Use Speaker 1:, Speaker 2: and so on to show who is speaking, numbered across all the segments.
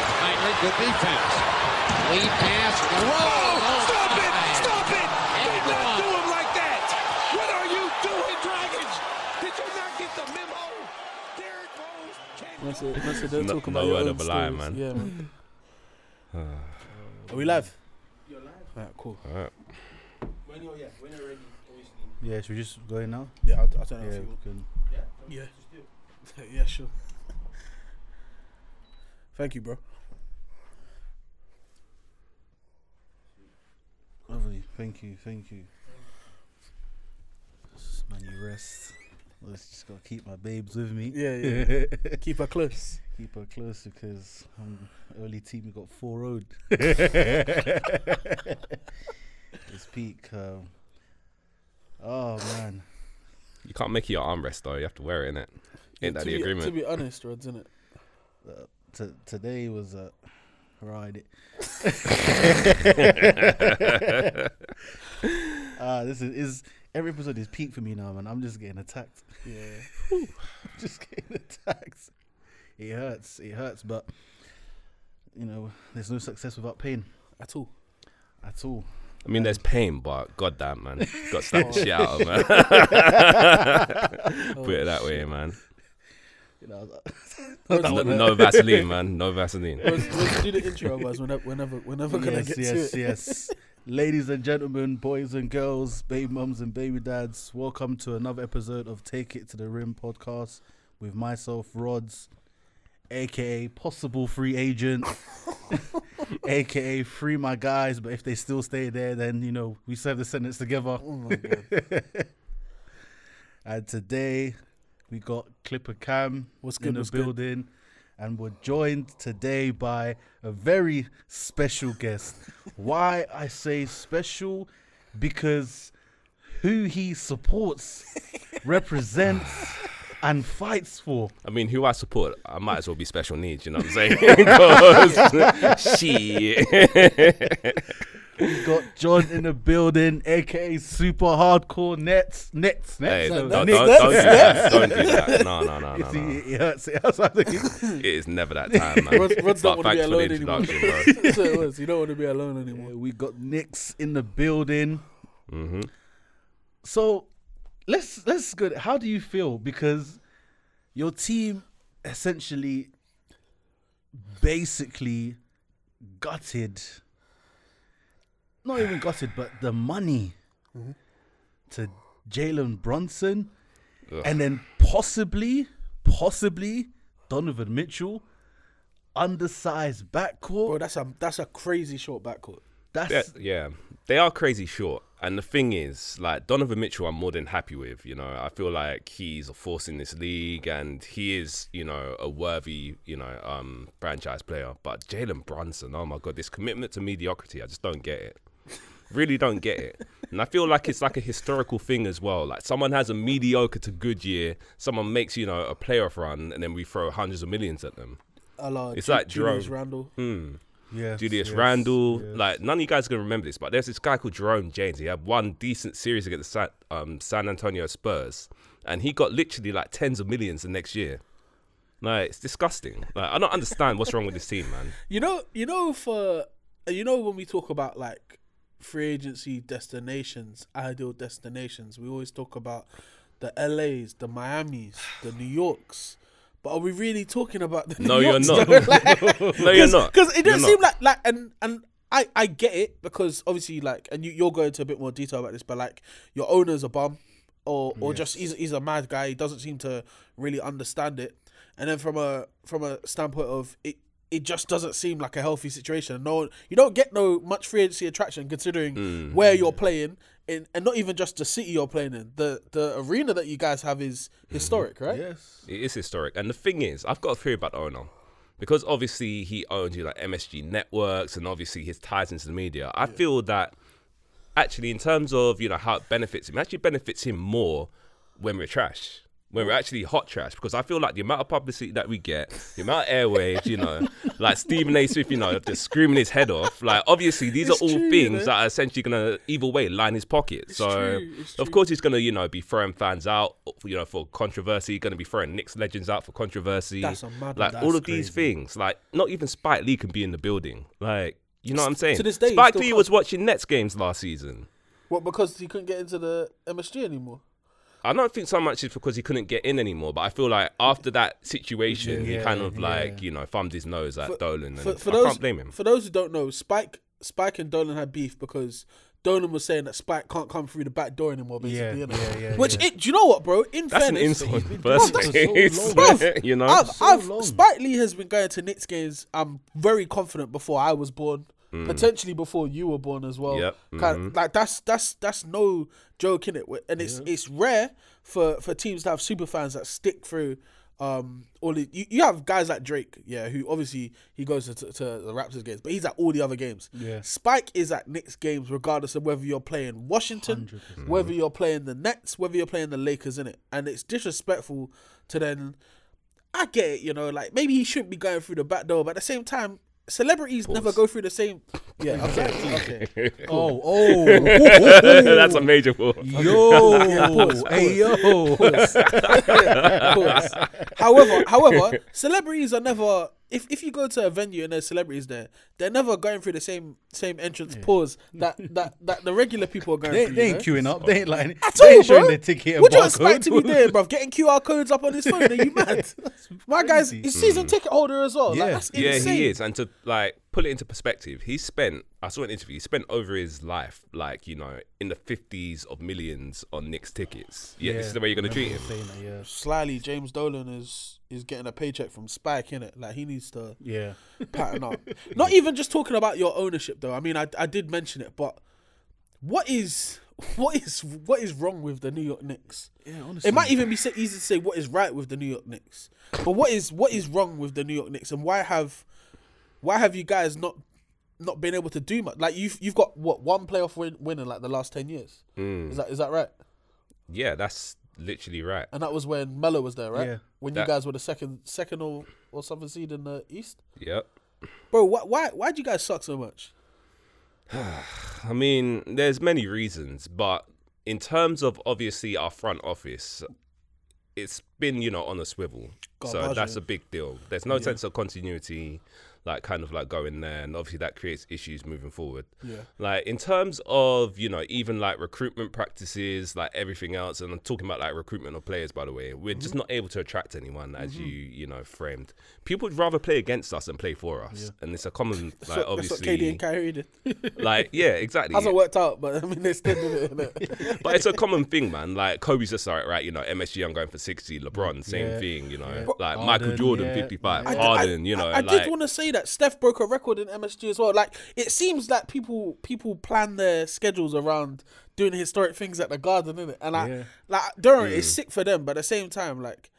Speaker 1: the defense. Lead pass.
Speaker 2: Whoa! Oh, Stop it! Stop it! Do
Speaker 1: And
Speaker 2: not
Speaker 1: one.
Speaker 2: do him like that! What are you doing, Dragons? Did you not get the memo? Derrick Rose can't
Speaker 3: That's it. That's it. They're
Speaker 4: No-
Speaker 3: talking
Speaker 4: no
Speaker 3: about your
Speaker 4: word
Speaker 3: own
Speaker 4: of a lie,
Speaker 3: stories.
Speaker 4: man.
Speaker 3: Yeah, man. Are we live? You're live. Alright, cool.
Speaker 4: Alright.
Speaker 5: When you're, yeah, when you're ready, obviously.
Speaker 6: Yeah, should we just go in now?
Speaker 3: Yeah, I'll, I'll turn it off if
Speaker 6: Yeah,
Speaker 3: you
Speaker 6: we
Speaker 3: want.
Speaker 6: can.
Speaker 5: Yeah?
Speaker 3: Yeah.
Speaker 5: Just do it.
Speaker 3: yeah, sure. Thank you, bro.
Speaker 6: Lovely. Thank you. Thank you. Just Man, you rest. I just gotta keep my babes with me.
Speaker 3: Yeah, yeah. Keep her close.
Speaker 6: Keep her close because um, early team we got four road. it's peak. Um, oh man,
Speaker 4: You can't make it your armrest though. You have to wear it, innit? Ain't that
Speaker 3: to
Speaker 4: the
Speaker 3: be,
Speaker 4: agreement?
Speaker 3: To be honest, Rods, isn't it?
Speaker 6: uh, t- today was a ride. It. Ah, this is, is every episode is peak for me now, man. I'm just getting attacked.
Speaker 3: Yeah.
Speaker 6: just getting attacked. It hurts. It hurts, but you know, there's no success without pain
Speaker 3: At all.
Speaker 6: at all.
Speaker 4: I mean, there's pain, but goddamn, man, got to snap the shit out of man. Put it that way, man.
Speaker 6: You know, I was-
Speaker 3: Oh,
Speaker 4: No, no Vaseline, man. No Vaseline.
Speaker 3: Rods, Rods, do the intro, otherwise we're never, we're never, we're never gonna
Speaker 6: yes,
Speaker 3: get
Speaker 6: yes,
Speaker 3: to it.
Speaker 6: yes. Ladies and gentlemen, boys and girls, baby mums and baby dads, welcome to another episode of Take It to the Rim podcast with myself, Rods, aka possible free agent, aka free my guys. But if they still stay there, then you know we serve the sentence together.
Speaker 3: Oh my god.
Speaker 6: And today we got Clipper Cam
Speaker 3: What's
Speaker 6: in
Speaker 3: good,
Speaker 6: the
Speaker 3: what's good?
Speaker 6: building. And we're joined today by a very special guest. Why I say special? Because who he supports, represents, and fights for.
Speaker 4: I mean, who I support, I might as well be special needs. You know what I'm saying? 'Cause shit.
Speaker 6: We got John in the building, aka Super Hardcore Nets. Nets,
Speaker 4: Hey,
Speaker 6: Nets.
Speaker 4: don't, don't,
Speaker 6: no, Nick,
Speaker 4: don't,
Speaker 6: Nets.
Speaker 4: do that. Don't do that. No, no, no, no,
Speaker 6: You see,
Speaker 4: no.
Speaker 6: It, it hurts. It hurts. I think-
Speaker 4: It is never that time, man.
Speaker 3: Rods, Rods don't
Speaker 4: But
Speaker 3: want to
Speaker 4: thanks
Speaker 3: be
Speaker 4: for the
Speaker 3: alone anymore.
Speaker 4: introduction, bro.
Speaker 3: That's what it was. You don't want to be alone anymore.
Speaker 6: we got Knicks in the building.
Speaker 4: Mm-hmm.
Speaker 6: So let's let's go. How do you feel? Because your team essentially, basically, gutted. Not even gutted, but the money
Speaker 3: Mm-hmm.
Speaker 6: to Jalen Brunson, and then possibly, possibly Donovan Mitchell, undersized
Speaker 3: Bro,
Speaker 6: backcourt.
Speaker 3: that's a that's a crazy short backcourt.
Speaker 6: That's
Speaker 4: Yeah, yeah, they are crazy short. And the thing is, like Donovan Mitchell, I'm more than happy with. You know, I feel like he's a force in this league, and he is, you know, a worthy, you know, um, franchise player. But Jalen Brunson, oh my god, this commitment to mediocrity, I just don't get it. Really don't get it. And I feel like it's like a historical thing as well. Like someone has a mediocre to good year, someone makes, you know, a playoff run, and then we throw hundreds of millions at them.
Speaker 3: A la
Speaker 4: It's
Speaker 3: Ju-
Speaker 4: like
Speaker 3: Julius
Speaker 4: Jerome.
Speaker 3: Randle.
Speaker 6: yes,
Speaker 4: Julius
Speaker 6: yes,
Speaker 4: Randle.
Speaker 6: yes.
Speaker 4: Like none of you guys are gonna remember this, but there's this guy called Jerome James. He had one decent series against the San, um, San Antonio Spurs, and he got literally like tens of millions the next year. Like it's disgusting. Like I don't understand what's wrong with this team, man.
Speaker 3: You know, you know, for you know, when we talk about like free agency destinations, ideal destinations, we always talk about the LAs, the Miamis, the New Yorks. But are we really talking about the New
Speaker 4: No, you're
Speaker 3: Yorks,
Speaker 4: not.
Speaker 3: though? Like,
Speaker 4: No, you're not.
Speaker 3: Because it
Speaker 4: You're
Speaker 3: doesn't
Speaker 4: not.
Speaker 3: seem like like and and I I get it because obviously like and you you'll go into a bit more detail about this, but like your owner's a bum, or or just he's he's a mad guy. He doesn't seem to really understand it. And then from a from a standpoint of it. It just doesn't seem like a healthy situation. No, you don't get no much free agency attraction considering where
Speaker 4: Mm.
Speaker 3: you're playing, in, and not even just the city you're playing in. The the arena that you guys have is
Speaker 4: Mm.
Speaker 3: historic, right?
Speaker 6: yes.
Speaker 4: It is historic. And the thing is, I've got a theory about the owner. Because obviously he owns you know, like MSG networks and obviously his ties into the media. I feel that actually in terms of, you know, how it benefits him, it actually benefits him more when we're trash. when we're actually hot trash because I feel like the amount of publicity that we get, the amount of airwaves, you know, like Stephen A. Smith, you know, just screaming his head off. Like obviously these are
Speaker 3: It's
Speaker 4: all
Speaker 3: true, you
Speaker 4: things
Speaker 3: know.
Speaker 4: that are essentially gonna either way line his pocket. so
Speaker 3: true, it's
Speaker 4: of
Speaker 3: true.
Speaker 4: course he's gonna you know be throwing fans out, you know, for controversy. Gonna be throwing Knicks legends out for controversy.
Speaker 3: That's a mad one.
Speaker 4: like all
Speaker 6: That's
Speaker 4: of these
Speaker 6: crazy.
Speaker 4: things. Like not even Spike Lee can be in the building. Like you know what I'm saying?
Speaker 3: to this day, he
Speaker 4: Spike
Speaker 3: still
Speaker 4: Lee
Speaker 3: can't.
Speaker 4: was watching Nets games last season.
Speaker 3: Well, because he couldn't get into the MSG anymore.
Speaker 4: I don't think so much it's because he couldn't get in anymore, but I feel like after that situation, he kind of like you know thumbed his nose at Dolan, and
Speaker 3: For, for
Speaker 4: I
Speaker 3: those
Speaker 4: can't blame him.
Speaker 3: for those who don't know, Spike Spike and Dolan had beef because Dolan was saying that Spike can't come through the back door anymore. Basically, you
Speaker 6: Yeah,
Speaker 3: know?
Speaker 6: yeah, yeah,
Speaker 3: Which
Speaker 6: yeah.
Speaker 3: it, do you know what, bro? In
Speaker 4: That's an
Speaker 3: fairness,
Speaker 4: insult.
Speaker 3: Bruv,
Speaker 4: First
Speaker 3: that's-
Speaker 4: place,
Speaker 3: Bruv,
Speaker 4: you know.
Speaker 3: I've,
Speaker 6: So
Speaker 3: I've,
Speaker 6: long.
Speaker 3: Spike Lee has been going to Knicks games. I'm very confident before I was born, potentially before you were born as well.
Speaker 4: Hmm. Yep,
Speaker 3: Kind of- like that's that's that's no joke in it, and it's it's rare for for teams to have super fans that stick through. Um, all the, you, you have guys like Drake, yeah, who obviously he goes to, to, the Raptors games, but he's at all the other games.
Speaker 6: Yeah.
Speaker 3: Spike is at Knicks games, regardless of whether you're playing Washington, whether you're playing the Nets, whether you're playing the Lakers, in it, and it's disrespectful to then I get it, you know, like maybe he shouldn't be going through the back door, but at the same time, celebrities never go through the same. Yeah, okay, okay.
Speaker 6: Oh, oh,
Speaker 4: That's a major war.
Speaker 6: yo, hey, yo.
Speaker 3: Of course. however, however, celebrities are never. If, if you go to a venue and there's celebrities there, they're never going through the same same entrance pause that, that, that the regular people are going
Speaker 6: They,
Speaker 3: through.
Speaker 6: they
Speaker 3: you know?
Speaker 6: ain't queuing up. They ain't lying.
Speaker 3: At
Speaker 6: They
Speaker 3: all,
Speaker 6: ain't showing
Speaker 3: bro.
Speaker 6: their ticket and
Speaker 3: What do you
Speaker 6: barcode.
Speaker 3: expect to be doing, bruv? Getting QR codes up on his phone? Are you mad? My guy's
Speaker 6: crazy.
Speaker 3: he's season ticket holder as well. Like,
Speaker 6: Yeah.
Speaker 3: that's
Speaker 4: yeah,
Speaker 3: insane.
Speaker 4: he is. And to like put it into perspective, he spent. I saw an interview. He spent over his life, like you know, in the fifties of millions on Knicks tickets. Yeah, this is the way you're gonna treat him.
Speaker 6: Saying that, yeah.
Speaker 3: Slyly, James Dolan is is getting a paycheck from Spike, innit? Like he needs to
Speaker 6: Yeah.
Speaker 3: pattern up. Not even just talking about your ownership though. I mean, I, I did mention it, but what is what is what is wrong with the New York Knicks?
Speaker 6: Yeah, honestly.
Speaker 3: It might even be so easy to say what is right with the New York Knicks, but what is what is wrong with the New York Knicks, and why have why have you guys not not been able to do much? Like you've you've got what one playoff win, win in like the last ten years. Is that is that right?
Speaker 4: Yeah, that's literally right.
Speaker 3: And that was when Mello was there, right?
Speaker 6: Yeah.
Speaker 3: When
Speaker 4: That-
Speaker 3: you guys were the second second or or something seed in the East.
Speaker 4: Yep.
Speaker 3: Bro, why why why do you guys suck so much?
Speaker 4: I mean, there's many reasons, but in terms of obviously our front office, it's been you know on a swivel, so
Speaker 3: Garbage,
Speaker 4: that's
Speaker 3: yeah.
Speaker 4: a big deal. There's no sense of continuity, like kind of like going there, and obviously that creates issues moving forward.
Speaker 3: Yeah.
Speaker 4: Like in terms of you know even like recruitment practices, like everything else, and I'm talking about like recruitment of players. By the way, we're
Speaker 3: Mm-hmm.
Speaker 4: just not able to attract anyone, as you you know framed. People would rather play against us than play for us, and it's a common like
Speaker 3: So-
Speaker 4: obviously
Speaker 3: That's what KD and Kyrie did.
Speaker 4: like yeah exactly.
Speaker 3: Hasn't worked out, but I mean they still did it. innit?
Speaker 4: But it's a common thing, man. Like Kobe's just like, right, you know, MSG, I'm going for 60. LeBron, same
Speaker 6: Yeah,
Speaker 4: thing, you know.
Speaker 6: yeah.
Speaker 4: Like
Speaker 6: Harden,
Speaker 4: Michael Jordan,
Speaker 6: yeah,
Speaker 4: 55.
Speaker 6: yeah. I-
Speaker 4: Harden, you know.
Speaker 3: I, I
Speaker 4: like,
Speaker 3: did want to say that Steph broke a record in MSG as well. Like it seems that people people plan their schedules around doing historic things at the Garden, innit? And I
Speaker 6: Yeah.
Speaker 3: like don't it's
Speaker 4: Mm.
Speaker 3: sick for them, but at the same time, like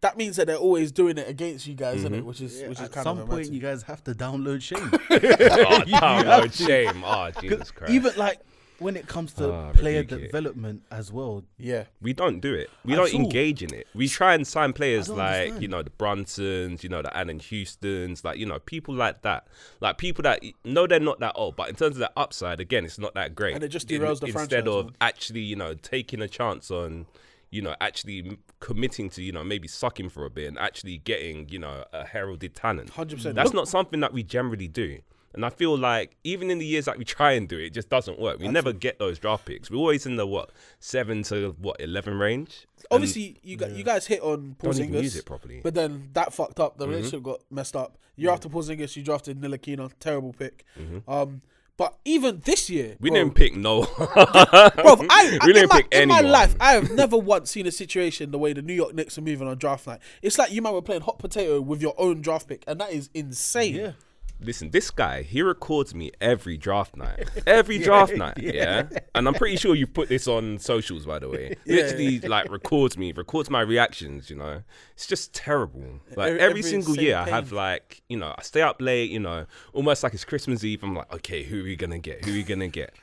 Speaker 3: that means that they're always doing it against you guys,
Speaker 4: Mm-hmm.
Speaker 3: innit? Which is which is
Speaker 6: At
Speaker 3: kind
Speaker 6: some
Speaker 3: of
Speaker 6: point,
Speaker 3: romantic.
Speaker 6: you guys have to download shame.
Speaker 4: oh,
Speaker 6: you
Speaker 4: damn,
Speaker 6: have
Speaker 4: no, shame. Oh, Jesus Christ.
Speaker 6: even like when it comes to
Speaker 4: Ah,
Speaker 6: player
Speaker 4: rebuke it.
Speaker 6: development as well.
Speaker 3: yeah.
Speaker 4: we don't do it. We
Speaker 6: At
Speaker 4: don't
Speaker 6: all.
Speaker 4: engage in it. We try and sign players
Speaker 6: don't
Speaker 4: like,
Speaker 6: understand.
Speaker 4: you know, the Brunsons, you know, the Allen Houstons, like, you know, people like that. Like people that no, they're not that old, but in terms of that upside, again, it's not that great.
Speaker 3: And it just
Speaker 4: In-
Speaker 3: derails the
Speaker 4: Instead
Speaker 3: franchise,
Speaker 4: of
Speaker 3: man.
Speaker 4: actually, you know, taking a chance on, you know, actually m- committing to, you know, maybe sucking for a bit and actually getting, you know, a heralded talent.
Speaker 3: 100%.
Speaker 4: That's not something that we generally do. And I feel like even in the years that we try and do it, it just doesn't work. We never get those draft picks. We're always in the what seven to what eleven range.
Speaker 3: Obviously, you gu you guys hit on Paul
Speaker 4: Don't even use it
Speaker 3: Porzingis,
Speaker 4: properly. Mm-hmm.
Speaker 3: but then that fucked up. The relationship got messed up. Year after Porzingis, you drafted Nilakina, terrible pick. Um, but even this year,
Speaker 4: Mm-hmm. We
Speaker 3: bro,
Speaker 4: didn't pick no.
Speaker 3: Bro, I, I-
Speaker 4: We didn't
Speaker 3: in, my,
Speaker 4: pick
Speaker 3: in my
Speaker 4: anyone.
Speaker 3: life, I have never once seen a situation the way the New York Knicks are moving on draft night. It's like you might were playing hot potato with your own draft pick, and that is insane.
Speaker 6: Yeah.
Speaker 4: Listen, this guy he records me every draft night, every draft night, yeah. And I'm pretty sure you put this on socials, by the way. Literally, like records me, records my reactions. You know, it's just terrible. Like every,
Speaker 3: Every- every
Speaker 4: single
Speaker 3: insane
Speaker 4: year, I have
Speaker 3: pain.
Speaker 4: like you know, I stay up late. You know, almost like it's Christmas Eve. I'm like, okay, who are we gonna get? Who are we gonna get?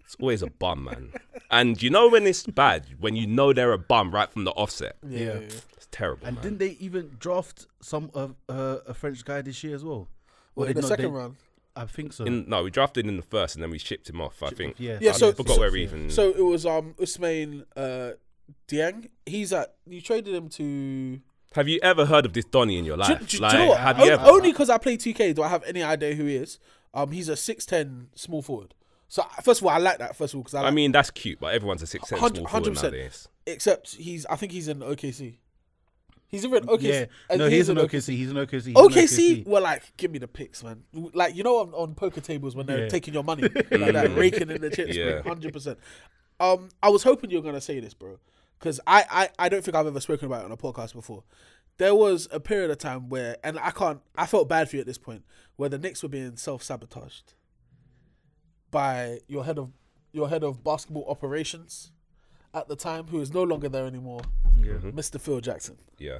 Speaker 4: It's always a bum, man. And you know when it's bad, when you know they're a bum right from the offset.
Speaker 3: Yeah.
Speaker 4: It's terrible.
Speaker 6: And
Speaker 4: man.
Speaker 6: didn't they even draft some uh, uh, a French guy this year as well? Or
Speaker 3: Well, in
Speaker 6: did
Speaker 3: the
Speaker 6: not
Speaker 3: second
Speaker 6: they-
Speaker 3: round.
Speaker 6: I think so.
Speaker 4: In- no, we drafted in the first and then we shipped him off, I think.
Speaker 6: yeah.
Speaker 3: Yeah,
Speaker 4: I
Speaker 3: so-
Speaker 4: forgot
Speaker 3: so-
Speaker 4: where we even.
Speaker 3: So it was um Usmain uh, Dieng. He's at you traded him to.
Speaker 4: have you ever heard of this Donny in your
Speaker 3: Do,
Speaker 4: life?
Speaker 3: do- do
Speaker 4: like,
Speaker 3: you know what?
Speaker 4: have
Speaker 3: O-
Speaker 4: you ever?
Speaker 3: Only because I play 2K do I have any idea who he is. Um, he's a 6'10 small forward. So first of all, I like that. First of all, because I,
Speaker 4: I
Speaker 3: like,
Speaker 4: mean, that's cute, but everyone's a six cent
Speaker 3: Hundred-
Speaker 4: small
Speaker 3: hundred
Speaker 4: forward
Speaker 3: percent.
Speaker 4: nowadays.
Speaker 3: except he's I think he's in OKC. He's in OKC.
Speaker 6: yeah.
Speaker 3: and
Speaker 6: no, he's an OKC. He's an OKC. He's an
Speaker 3: OKC were like, give me the picks, man. Like you know on, on poker tables when they're
Speaker 6: Yeah.
Speaker 3: taking your money, like that, raking in the chips,
Speaker 4: Yeah.
Speaker 3: hundred percent. Um, I was hoping you were gonna say this, bro, because I, I I don't think I've ever spoken about it on a podcast before. There was a period of time where, and I can't, I felt bad for you at this point, where the Knicks were being self sabotaged by your head of your head of basketball operations at the time, who is no longer there anymore, Mr. Phil Jackson.
Speaker 4: Yeah.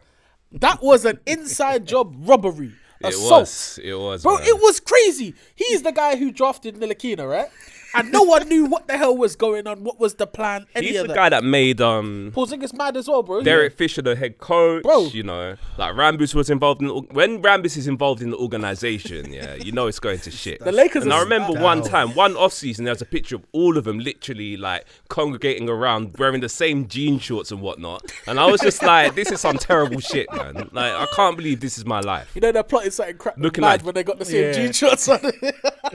Speaker 3: That was an inside job robbery.
Speaker 4: It
Speaker 3: assault.
Speaker 4: was. It was.
Speaker 3: Bro,
Speaker 4: man.
Speaker 3: it was crazy. He's the guy who drafted Nilakina, right? And no one knew what the hell was going on, what was the plan, any
Speaker 4: He's
Speaker 3: of
Speaker 4: the
Speaker 3: that.
Speaker 4: guy that made um
Speaker 3: Porzingis mad as well, bro.
Speaker 4: Derek Fisher, the head coach.
Speaker 3: Bro.
Speaker 4: You know, like Rambus was involved in. When Rambus is involved in the organization, yeah, you know it's going to shit. The
Speaker 3: Lakers
Speaker 4: And
Speaker 3: are
Speaker 4: I remember
Speaker 6: down.
Speaker 4: one time, one off season, there was a picture of all of them literally like congregating around wearing the same jean shorts and whatnot. And I was just like, this is some terrible shit, man. Like, I can't believe this is my life.
Speaker 3: You know they're plotting something crap
Speaker 4: Looking
Speaker 3: Looking mad
Speaker 4: like-
Speaker 3: when they got the same
Speaker 6: Yeah.
Speaker 3: jean shorts on.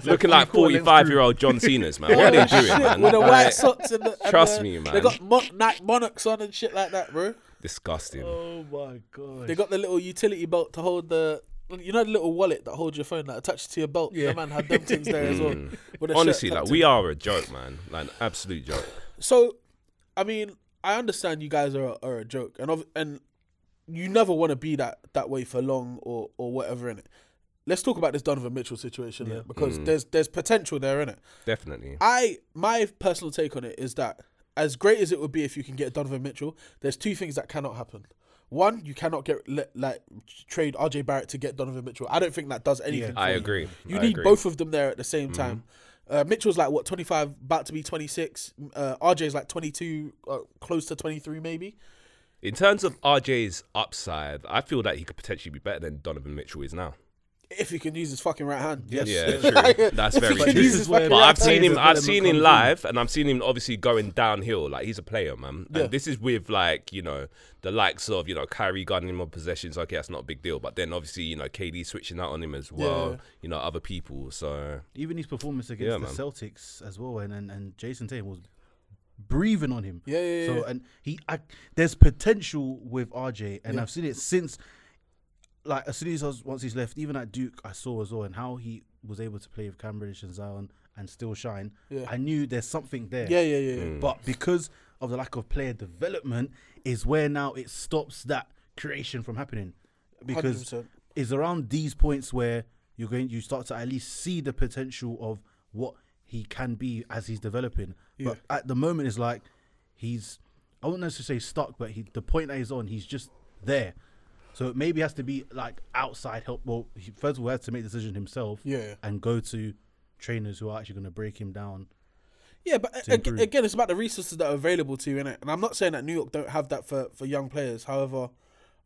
Speaker 4: Looking like
Speaker 6: cool, let's
Speaker 4: 45 year old John Cena's, man. What are they doing, man?
Speaker 3: With the
Speaker 4: Like,
Speaker 3: white socks and the and
Speaker 4: trust
Speaker 3: the-
Speaker 4: me, man.
Speaker 3: They got mon- Nike monarchs on and shit like that, bro.
Speaker 4: Disgusting.
Speaker 6: Oh my god.
Speaker 3: They got the little utility belt to hold the. You know the little wallet that holds your phone that attaches to your belt. Yeah,
Speaker 6: Yeah.
Speaker 3: the man had them things there as well. with a shirt
Speaker 4: Mm. Honestly,
Speaker 3: tucked
Speaker 4: like,
Speaker 3: in.
Speaker 4: we are a joke, man. Like, an absolute joke.
Speaker 3: So, I mean, I understand you guys are a, are a joke, and of, and you never want to be that that way for long or or whatever in it. Let's talk about this Donovan Mitchell situation innit? because there's there's potential there in it.
Speaker 4: Definitely.
Speaker 3: I my personal take on it is that as great as it would be if you can get Donovan Mitchell, there's two things that cannot happen. One, you cannot get let, like trade RJ Barrett to get Donovan Mitchell. I don't think that does anything. for
Speaker 4: I
Speaker 3: you.
Speaker 4: agree.
Speaker 3: You
Speaker 4: I
Speaker 3: need
Speaker 4: agree. Mm-hmm.
Speaker 3: both of them there at the same time. Uh, Mitchell's like what 25, about to be 26. Uh, RJ's like 22, uh, close to 23 maybe.
Speaker 4: In terms of RJ's upside, I feel that he could potentially be better than Donovan Mitchell is now.
Speaker 3: If he can use his fucking right hand. Yes.
Speaker 4: Yeah, true. That's very
Speaker 3: But
Speaker 4: true.
Speaker 3: this is where
Speaker 4: But I've
Speaker 3: the
Speaker 4: seen
Speaker 6: players
Speaker 4: him.
Speaker 6: of
Speaker 4: I've
Speaker 6: development
Speaker 4: seen him
Speaker 6: comes in.
Speaker 4: live, and I've seen him obviously going downhill. Like he's a player, man. And this is with like you know the likes of you know Kyrie guarding him on possessions. Okay, that's not a big deal. But then obviously you know KD switching out on him as well.
Speaker 3: Yeah.
Speaker 4: You know other people. So
Speaker 6: Even his performance against
Speaker 4: Yeah,
Speaker 6: the
Speaker 4: man.
Speaker 6: Celtics as well, and, and and Jason Tatum was breathing on him.
Speaker 3: Yeah, yeah,
Speaker 6: So
Speaker 3: yeah.
Speaker 6: and he, I, there's potential with RJ, and I've seen it since. Like as soon as I was, once he's left, even at Duke, I saw as well, and how he was able to play with Cam Reddish and Zion and still shine.
Speaker 3: Yeah.
Speaker 6: I knew there's something there.
Speaker 3: Yeah, yeah, yeah, yeah.
Speaker 4: Mm.
Speaker 6: But because of the lack of player development, is where now it stops that creation from happening. Because
Speaker 3: 100%.
Speaker 6: it's around these points where you're going, you start to at least see the potential of what he can be as he's developing. But at the moment, it's like he's, I wouldn't necessarily say stuck, but he, the point that he's on, he's just there. So it maybe has to be like outside help. Well, he, first of all, has to make the decision himself.
Speaker 3: Yeah.
Speaker 6: And go to trainers who are actually going to break him down.
Speaker 3: Yeah, but a- ag-
Speaker 6: improve.
Speaker 3: again, it's about the resources that are available to you, innit? And I'm not saying that New York don't have that for, for young players. However,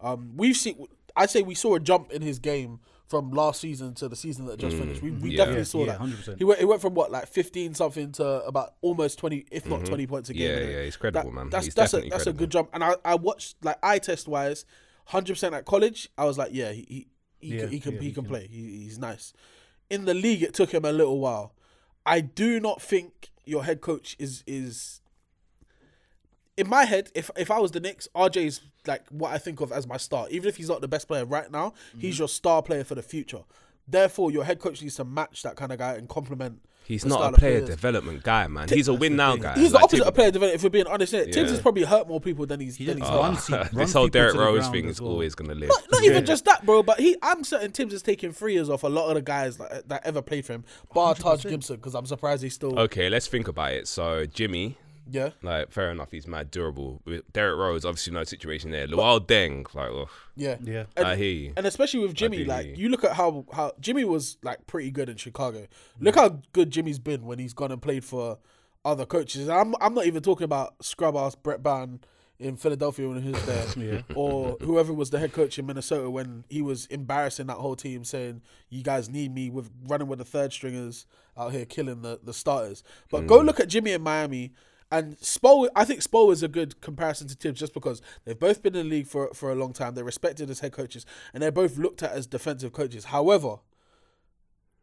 Speaker 3: um, we've seen, I say we saw a jump in his game from last season to the season that just finished. We, we
Speaker 4: Mm, yeah.
Speaker 3: definitely saw
Speaker 6: Yeah,
Speaker 3: that.
Speaker 6: 100%.
Speaker 3: He went, he went from what, like 15 something to about almost 20, if not 20 points a game.
Speaker 4: Mm-hmm. Yeah,
Speaker 3: innit?
Speaker 4: yeah, he's credible, man.
Speaker 3: That's,
Speaker 4: He's
Speaker 3: that's, a,
Speaker 4: definitely
Speaker 3: that's a
Speaker 4: credible.
Speaker 3: good jump. And I, I watched, like, eye test wise, 100% at college, I was like, yeah, he, he, he,
Speaker 6: Yeah,
Speaker 3: can, he can,
Speaker 6: yeah,
Speaker 3: he
Speaker 6: he
Speaker 3: can
Speaker 6: can.
Speaker 3: play. He, he's nice. In the league, it took him a little while. I do not think your head coach is is. In my head, if if I was the Knicks, RJ is like what I think of as my star. Even if he's not the best player right now, he's your star player for the future. Therefore, your head coach needs to match that kind of guy and complement.
Speaker 4: he's
Speaker 3: the
Speaker 4: not
Speaker 3: style
Speaker 4: a
Speaker 3: of
Speaker 4: player
Speaker 3: players.
Speaker 4: development guy, man. He's a win now guy.
Speaker 3: He's the
Speaker 4: Like,
Speaker 3: opposite
Speaker 4: Tim-
Speaker 3: of player development. If we're being honest, innit? Tibbs has probably hurt more people than he's
Speaker 6: He
Speaker 3: than
Speaker 6: just
Speaker 3: he's hurt.
Speaker 6: runs, he runs
Speaker 4: This whole
Speaker 6: people
Speaker 4: Derrick
Speaker 6: to the
Speaker 4: Rose
Speaker 6: ground
Speaker 4: thing
Speaker 6: as
Speaker 4: is
Speaker 6: well.
Speaker 4: always gonna live.
Speaker 3: Not, not even just that, bro. But he, I'm certain Tibbs is taking three years off a lot of the guys that, that ever played for him, bar Taj Gibson, because I'm surprised he's still.
Speaker 4: Okay, let's think about it. So Jimmy,
Speaker 3: Yeah.
Speaker 4: Like, fair enough, he's mad durable. With Derek Rose, obviously, no situation there. Luol Deng, like, ugh,
Speaker 3: Yeah.
Speaker 6: Yeah.
Speaker 3: And,
Speaker 4: I hear you.
Speaker 3: and especially with Jimmy,
Speaker 4: do
Speaker 3: like
Speaker 4: hear you.
Speaker 3: you look at how how Jimmy was like pretty good in Chicago. Look how good Jimmy's been when he's gone and played for other coaches. And I'm I'm not even talking about scrub ass Brett Barn in Philadelphia when he was there, or whoever was the head coach in Minnesota when he was embarrassing that whole team, saying you guys need me with running with the third stringers out here killing the the starters. But go look at Jimmy in Miami. And Spo, I think Spo is a good comparison to Tibbs just because they've both been in the league for for a long time. They're respected as head coaches, and they're both looked at as defensive coaches. However,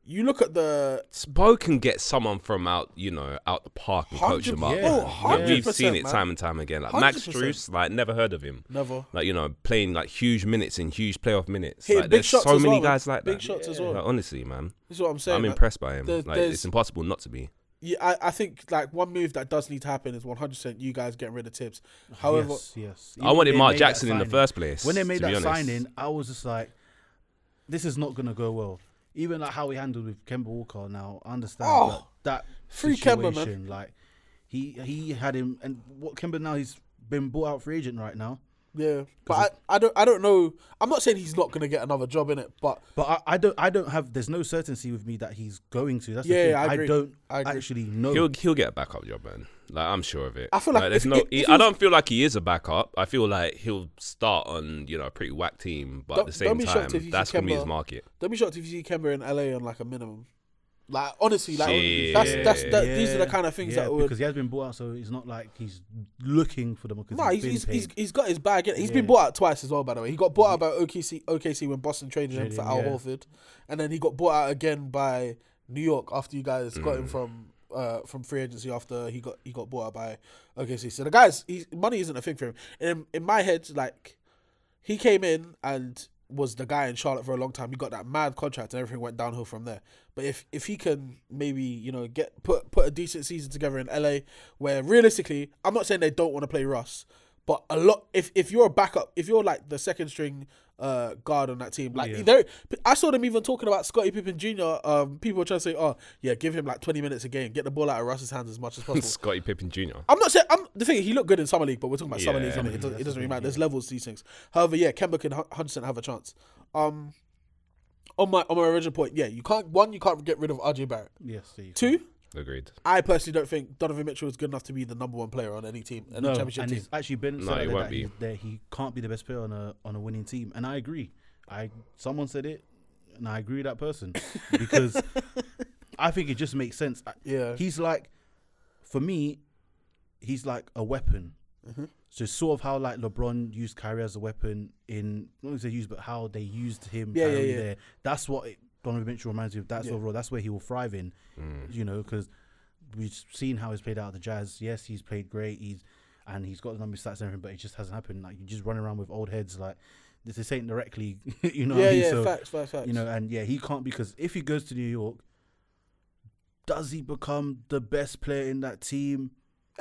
Speaker 3: you look at the
Speaker 4: Spo can get someone from out, you know, out the park and coach them up.
Speaker 3: 100% yeah. Oh,
Speaker 4: Like, We've seen
Speaker 3: 100%,
Speaker 4: it
Speaker 3: man.
Speaker 4: time and time again. Like Max
Speaker 3: 100%.
Speaker 4: Struess, like never heard of him.
Speaker 3: Never.
Speaker 4: Like you know, playing like huge minutes in huge playoff minutes.
Speaker 3: Hitting
Speaker 4: like
Speaker 3: big
Speaker 4: there's
Speaker 3: shots
Speaker 4: so
Speaker 3: as
Speaker 4: many
Speaker 3: well,
Speaker 4: guys like
Speaker 3: big
Speaker 4: that.
Speaker 3: shots as well.
Speaker 4: Like, honestly, man,
Speaker 3: This is what I'm saying.
Speaker 4: I'm
Speaker 3: like,
Speaker 4: impressed by him.
Speaker 3: there-
Speaker 4: like
Speaker 3: uh, there's-
Speaker 4: it's impossible not to be.
Speaker 3: Yeah, I, I think like one move that does need to happen is 100% you guys getting rid of Tibbs. However,
Speaker 6: yes, yes.
Speaker 4: I wanted
Speaker 6: They
Speaker 4: Mark
Speaker 6: made that
Speaker 4: Jackson in the
Speaker 6: signing.
Speaker 4: first place,
Speaker 6: When they made
Speaker 4: to be
Speaker 6: that
Speaker 4: honest.
Speaker 6: signing, I was just like, this is not gonna go well. Even like how he handled with Kemba Walker now, I understand
Speaker 3: Oh,
Speaker 6: but that
Speaker 3: free Kemba, man.
Speaker 6: situation. Like he he had him, and what Kemba now he's been bought out free agent right now.
Speaker 3: yeah, but I, I don't I don't know. I'm not saying he's not going to get another job in it, but
Speaker 6: But I, I don't I don't have there's no certainty with me that he's going to. That's
Speaker 3: Yeah,
Speaker 6: the thing.
Speaker 3: I agree.
Speaker 6: don't
Speaker 3: I agree.
Speaker 6: actually know.
Speaker 4: He'll he'll get a backup job, man. Like I'm sure of it.
Speaker 3: Oh. I feel like
Speaker 4: there's
Speaker 3: if-
Speaker 4: no.
Speaker 3: if-
Speaker 4: he-
Speaker 3: if he
Speaker 4: I
Speaker 3: was-
Speaker 4: don't feel like he is a backup. I feel like he'll start on you know a pretty whack team, but
Speaker 3: Don't-
Speaker 4: at the
Speaker 3: don't
Speaker 4: same
Speaker 3: be shocked if
Speaker 4: time,
Speaker 3: you
Speaker 4: that's
Speaker 3: see
Speaker 4: gonna be his
Speaker 3: Kemba-
Speaker 4: market.
Speaker 3: don't be shocked if you see Kemba in LA on like a minimum. Like honestly, like
Speaker 4: Shit.
Speaker 3: that's that's that, these are the kind of things
Speaker 6: yeah,
Speaker 3: that would.
Speaker 6: because he has been bought out, so it's not like he's looking for them. Because
Speaker 3: No, he's
Speaker 6: been
Speaker 3: he's,
Speaker 6: paid.
Speaker 3: he's he's got his bag. In it. He's been bought out twice as well, by the way. He got bought out by OKC OKC when Boston traded him for
Speaker 6: Traded,
Speaker 3: Al
Speaker 6: yeah.
Speaker 3: Horford, and then he got bought out again by New York after you guys got him from uh from free agency after he got he got bought out by OKC. So the guys, he's, money isn't a thing for him. In in my head, like he came in and was the guy in Charlotte for a long time. He got that mad contract and everything went downhill from there. But if if he can maybe, you know, get put put a decent season together in LA where realistically, I'm not saying they don't want to play Russ, but a lot if if you're a backup, if you're like the second string uh, guard on that team, like there, I saw them even talking about Scottie Pippen Jr. Um, people were trying to say, "Oh, yeah, give him like 20 minutes a game, get the ball out of Russ's hands as much as possible."
Speaker 4: Scottie Pippen Jr.
Speaker 3: I'm not saying I'm the thing. is, He looked good in summer league, but we're talking about summer
Speaker 4: Yeah.
Speaker 3: league. Summer, league, it, does, it doesn't really matter. There's levels to these things. However, yeah, Kemba can 100 percent have a chance. Um, on my on my original point, yeah, you can't one, you can't get rid of RJ Barrett.
Speaker 6: yes, there you go.
Speaker 3: Two,
Speaker 4: Agreed.
Speaker 3: I personally don't think Donovan Mitchell is good enough to be the number one player on any team, any
Speaker 6: No,
Speaker 3: championship
Speaker 6: and
Speaker 3: team.
Speaker 6: it's actually been
Speaker 4: No, it
Speaker 6: said out there
Speaker 4: won't
Speaker 6: that,
Speaker 4: be.
Speaker 6: he, that he can't be the best player on a on a winning team, and I agree. I someone said it, and I agree with that person because I think it just makes sense. I-
Speaker 3: Yeah.
Speaker 6: he's like, for me, he's like a weapon.
Speaker 3: Mm-hmm.
Speaker 6: So sort of how like LeBron used Kyrie as a weapon in not only they used, but how they used him.
Speaker 3: Yeah, yeah,
Speaker 6: Kyrie
Speaker 3: yeah.
Speaker 6: There, that's what it, Donovan Mitchell reminds me of. That's overall. That's where he will thrive in. You know, because we've seen how he's played out of the Jazz. Yes, he's played great. He's and he's got the number of stats and everything, but it just hasn't happened. Like you just run around with old heads. Like this, this ain't directly. you know. what
Speaker 3: Yeah,
Speaker 6: I mean?
Speaker 3: yeah,
Speaker 6: So,
Speaker 3: facts, facts, facts.
Speaker 6: You know, and yeah, he can't because if he goes to New York, does he become the best player in that team?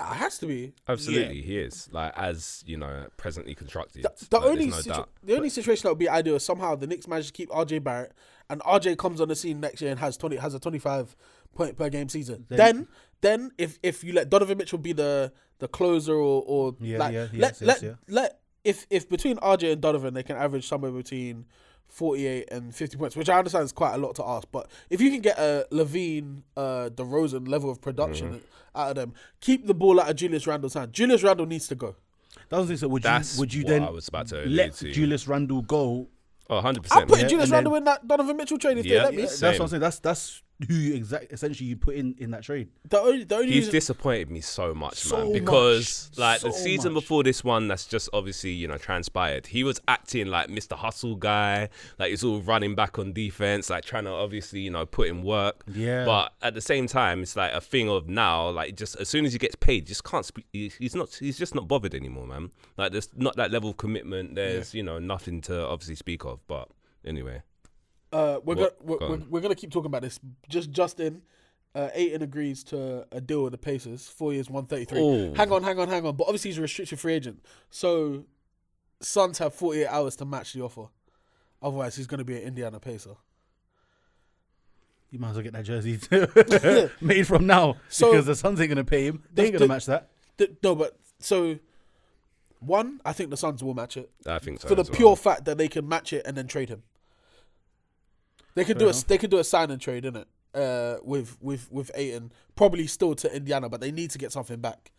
Speaker 3: Ah, it has to be.
Speaker 4: Absolutely, he is. Like as you know, presently constructed.
Speaker 3: The
Speaker 4: Like, there's
Speaker 3: only
Speaker 4: no
Speaker 3: situ-
Speaker 4: doubt.
Speaker 3: the only situation that would be ideal is somehow the Knicks manage to keep RJ Barrett and RJ comes on the scene next year and has twenty has a twenty five point per game season. Then then, if if you let Donovan Mitchell be the the closer or or
Speaker 6: Yeah,
Speaker 3: like
Speaker 6: yeah,
Speaker 3: let
Speaker 6: yes, yes,
Speaker 3: let
Speaker 6: yeah.
Speaker 3: let if if between RJ and Donovan they can average somewhere between 48 and 50 points, which I understand is quite a lot to ask, but if you can get a Levine, uh, DeRozan level of production
Speaker 4: Mm-hmm.
Speaker 3: out of them, keep the ball out of Julius Randle's hand. Julius Randle needs to go.
Speaker 6: That was it. So would
Speaker 4: That's
Speaker 6: you would you
Speaker 4: what
Speaker 6: then
Speaker 4: I was about to
Speaker 6: let
Speaker 4: allude to.
Speaker 6: Julius Randle go?
Speaker 4: Oh, 100
Speaker 3: I'm
Speaker 4: percent.
Speaker 3: putting
Speaker 6: Yeah,
Speaker 3: Julius
Speaker 6: and then-
Speaker 3: Randle in that Donovan Mitchell trade if
Speaker 4: Yeah.
Speaker 3: they let me.
Speaker 4: Yeah.
Speaker 6: That's
Speaker 4: Same.
Speaker 6: what I'm saying. That's that's who you exact essentially you put in in that trade.
Speaker 3: The only, the only
Speaker 4: He's
Speaker 3: reason,
Speaker 4: disappointed me so much,
Speaker 6: So
Speaker 4: man.
Speaker 6: much.
Speaker 4: Because like the
Speaker 6: So
Speaker 4: season
Speaker 6: much.
Speaker 4: before this one, that's just obviously you know transpired. He was acting like Mr. Hustle guy, like he's all running back on defense, like trying to obviously you know put in work.
Speaker 6: Yeah.
Speaker 4: But at the same time, it's like a thing of now, like just as soon as he gets paid, just can't speak. he- He's not. He's just not bothered anymore, man. Like there's not that level of commitment. There's you know nothing to obviously speak of. But anyway,
Speaker 3: uh,
Speaker 4: What?
Speaker 3: we're, gonna,
Speaker 4: Go
Speaker 3: we're, we're,
Speaker 4: on.
Speaker 3: we're gonna keep talking about this. Just Justin, uh, Aiton agrees to a deal with the Pacers, four years, one thirty three.
Speaker 4: Ooh.
Speaker 3: Hang on, hang on, hang on. But obviously he's a restricted free agent, so Suns have forty eight hours to match the offer. Otherwise, he's gonna be an Indiana Pacer.
Speaker 6: You might as well get that jersey made from now
Speaker 3: So-
Speaker 6: because the Suns ain't gonna pay him. They ain't
Speaker 3: The-
Speaker 6: gonna
Speaker 3: the-
Speaker 6: match that.
Speaker 3: Th- no, but so one, I think the Suns will match it
Speaker 4: I think so
Speaker 3: for the
Speaker 4: as well.
Speaker 3: pure fact that they can match it and then trade him. They could do a
Speaker 6: enough.
Speaker 3: they could do a sign and trade, innit? uh, with with with Aiton, probably still to Indiana, but they need to get something back.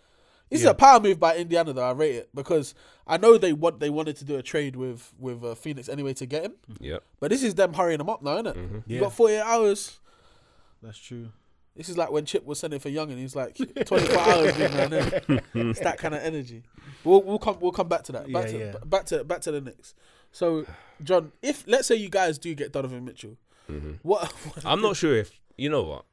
Speaker 3: This is a power move by Indiana, though. I rate it because I know they want they wanted to do a trade with with uh, Phoenix anyway to get him,
Speaker 4: Yep.
Speaker 3: but this is them hurrying him up now, isn't it?
Speaker 4: Mm-hmm.
Speaker 3: You
Speaker 6: Yeah.
Speaker 3: got 48 hours.
Speaker 6: That's true.
Speaker 3: This is like when Chip was sending for Young, and he's like 24 hours, big man. innit? It's that kind of energy. We'll, we'll come we'll come back to that. Back
Speaker 6: Yeah,
Speaker 3: to
Speaker 6: yeah.
Speaker 3: b- back to back to the Knicks. So, John, if let's say you guys do get Donovan Mitchell,
Speaker 4: Mm-hmm.
Speaker 3: what?
Speaker 4: I'm not sure if you know what.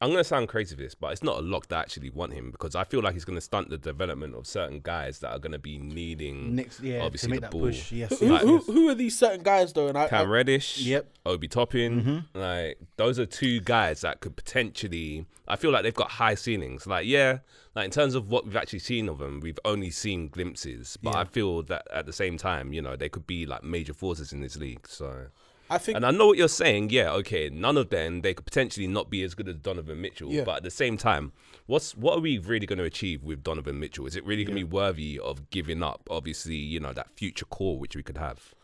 Speaker 4: I'm gonna sound crazy for this, but it's not a lock that I actually want him because I feel like he's gonna stunt the development of certain guys that are gonna be needing
Speaker 6: Next, yeah,
Speaker 4: obviously
Speaker 6: to make
Speaker 4: the
Speaker 6: that
Speaker 4: ball.
Speaker 6: push. Yes.
Speaker 3: who,
Speaker 6: yes,
Speaker 3: who,
Speaker 6: yes.
Speaker 3: who are these certain guys though? And I,
Speaker 4: Cam
Speaker 3: I
Speaker 4: Reddish,
Speaker 6: Yep. Mm-hmm.
Speaker 4: Obi Toppin, like those are two guys that could potentially. I feel like they've got high ceilings. Like yeah, like in terms of what we've actually seen of them, we've only seen glimpses. But I feel that at the same time, you know, they could be like major forces in this league. So
Speaker 3: I think
Speaker 4: And I know what you're saying. Yeah, okay. None of them they could potentially not be as good as Donovan Mitchell.
Speaker 3: Yeah.
Speaker 4: But at the same time, what's what are we really going to achieve with Donovan Mitchell? Is it really going to be worthy of giving up? Obviously, you know that future core which we could have.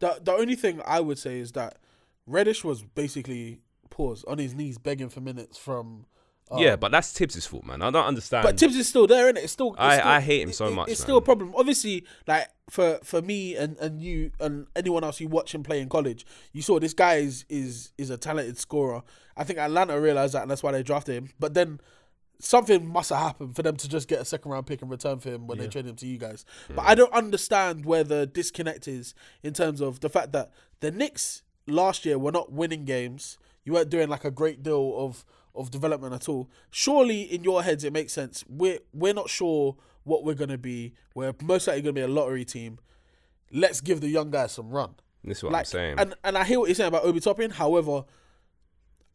Speaker 3: the the only thing I would say is that Reddish was basically paused on his knees begging for minutes from. um,
Speaker 4: yeah, but that's Tibbs' fault, man. I don't understand.
Speaker 3: But Tibbs is still there, isn't it? It's still. It's
Speaker 4: I-
Speaker 3: still-
Speaker 4: I hate him so
Speaker 3: it- it-
Speaker 4: much,
Speaker 3: It's still a
Speaker 4: man.
Speaker 3: problem. Obviously, like for for me and and you and anyone else you watch him play in college, you saw this guy is is is a talented scorer. I think Atlanta realized that, and that's why they drafted him. But then. Something must have happened for them to just get a second round pick in return for him when they trade him to you guys.
Speaker 4: Hmm.
Speaker 3: But I don't understand where the disconnect is in terms of the fact that the Knicks last year were not winning games. You weren't doing like a great deal of of development at all. Surely in your heads it makes sense. We're we're not sure what we're gonna be. We're most likely gonna be a lottery team. Let's give the young guys some run.
Speaker 4: this is what I'm saying.
Speaker 3: And and I hear what you're saying about Obi Toppin. However,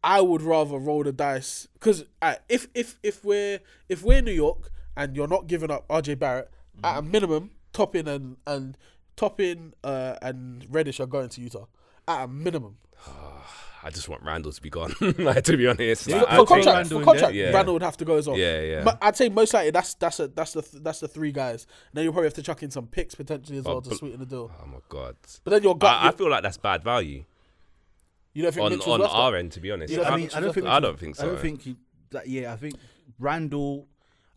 Speaker 3: I would rather roll the dice because if if if we're if we're New York and you're not giving up RJ Barrett
Speaker 4: Mm-hmm.
Speaker 3: at a minimum, Toppin and and Toppin uh, and Reddish are going to Utah at a minimum.
Speaker 4: I just want Randall to be gone. like, to be honest,
Speaker 3: For-
Speaker 4: Like, I
Speaker 3: for
Speaker 4: think-
Speaker 3: contract,
Speaker 6: Randall
Speaker 3: for
Speaker 6: in
Speaker 3: contract,
Speaker 4: there. Yeah.
Speaker 3: Randall would have to go as well.
Speaker 4: Yeah, yeah.
Speaker 3: But I'd say most likely that's that's a, that's the th- that's the three guys. And then you'll probably have to chuck in some picks potentially as well to
Speaker 4: but-
Speaker 3: sweeten the deal.
Speaker 4: Oh my god.
Speaker 3: But then your gut,
Speaker 4: I, I feel like that's bad value
Speaker 3: you don't think
Speaker 4: on
Speaker 3: Mitchell's
Speaker 4: on
Speaker 3: worth it?
Speaker 4: our end. To be honest,
Speaker 3: Yeah,
Speaker 6: I mean, I don't think.
Speaker 4: I don't think so.
Speaker 6: I don't think he. That, yeah, I think Randall.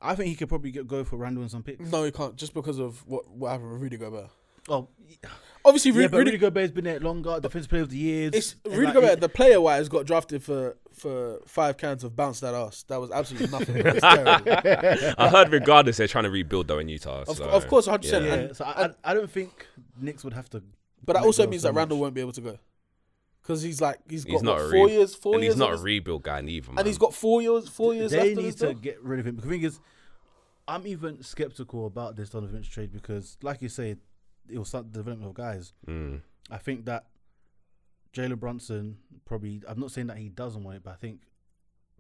Speaker 6: I think he could probably get, go for Randall and some picks.
Speaker 3: No, he can't just because of what what happened with Rudy Gobert.
Speaker 6: Oh,
Speaker 3: Obviously,
Speaker 6: yeah,
Speaker 3: Rudy,
Speaker 6: but
Speaker 3: Rudy,
Speaker 6: Rudy Gobert's been there longer. Defensive player of the year.
Speaker 3: it's
Speaker 6: and
Speaker 3: Rudy
Speaker 6: like,
Speaker 3: Gobert.
Speaker 6: it-
Speaker 3: The player wise got drafted for for five cans of bounce that ass. That was absolutely nothing. It's terrible.
Speaker 4: I heard regardless they're trying to rebuild though in Utah.
Speaker 3: Of,
Speaker 4: so-
Speaker 3: of course, hundred percent.
Speaker 4: Yeah.
Speaker 3: and
Speaker 6: Yeah, so I, I, I don't think Knicks would have to.
Speaker 3: But that
Speaker 6: let
Speaker 3: also
Speaker 6: go
Speaker 3: means
Speaker 6: so
Speaker 3: that Randall
Speaker 6: much.
Speaker 3: won't be able to go because he's like he's got
Speaker 4: He's not
Speaker 3: what,
Speaker 4: a re-
Speaker 3: four years, four
Speaker 4: and
Speaker 3: years,
Speaker 4: he's not a
Speaker 3: on his-
Speaker 4: rebuild guy either. Man.
Speaker 3: and he's got four years, four years
Speaker 6: They
Speaker 3: left. on his
Speaker 6: need to
Speaker 3: deal.
Speaker 6: get rid of him. The thing is, I'm even skeptical about this Donovan Mitchell trade because, like you say, it will start the development of guys. I think that Jalen Brunson probably. I'm not saying that he doesn't want it, but I think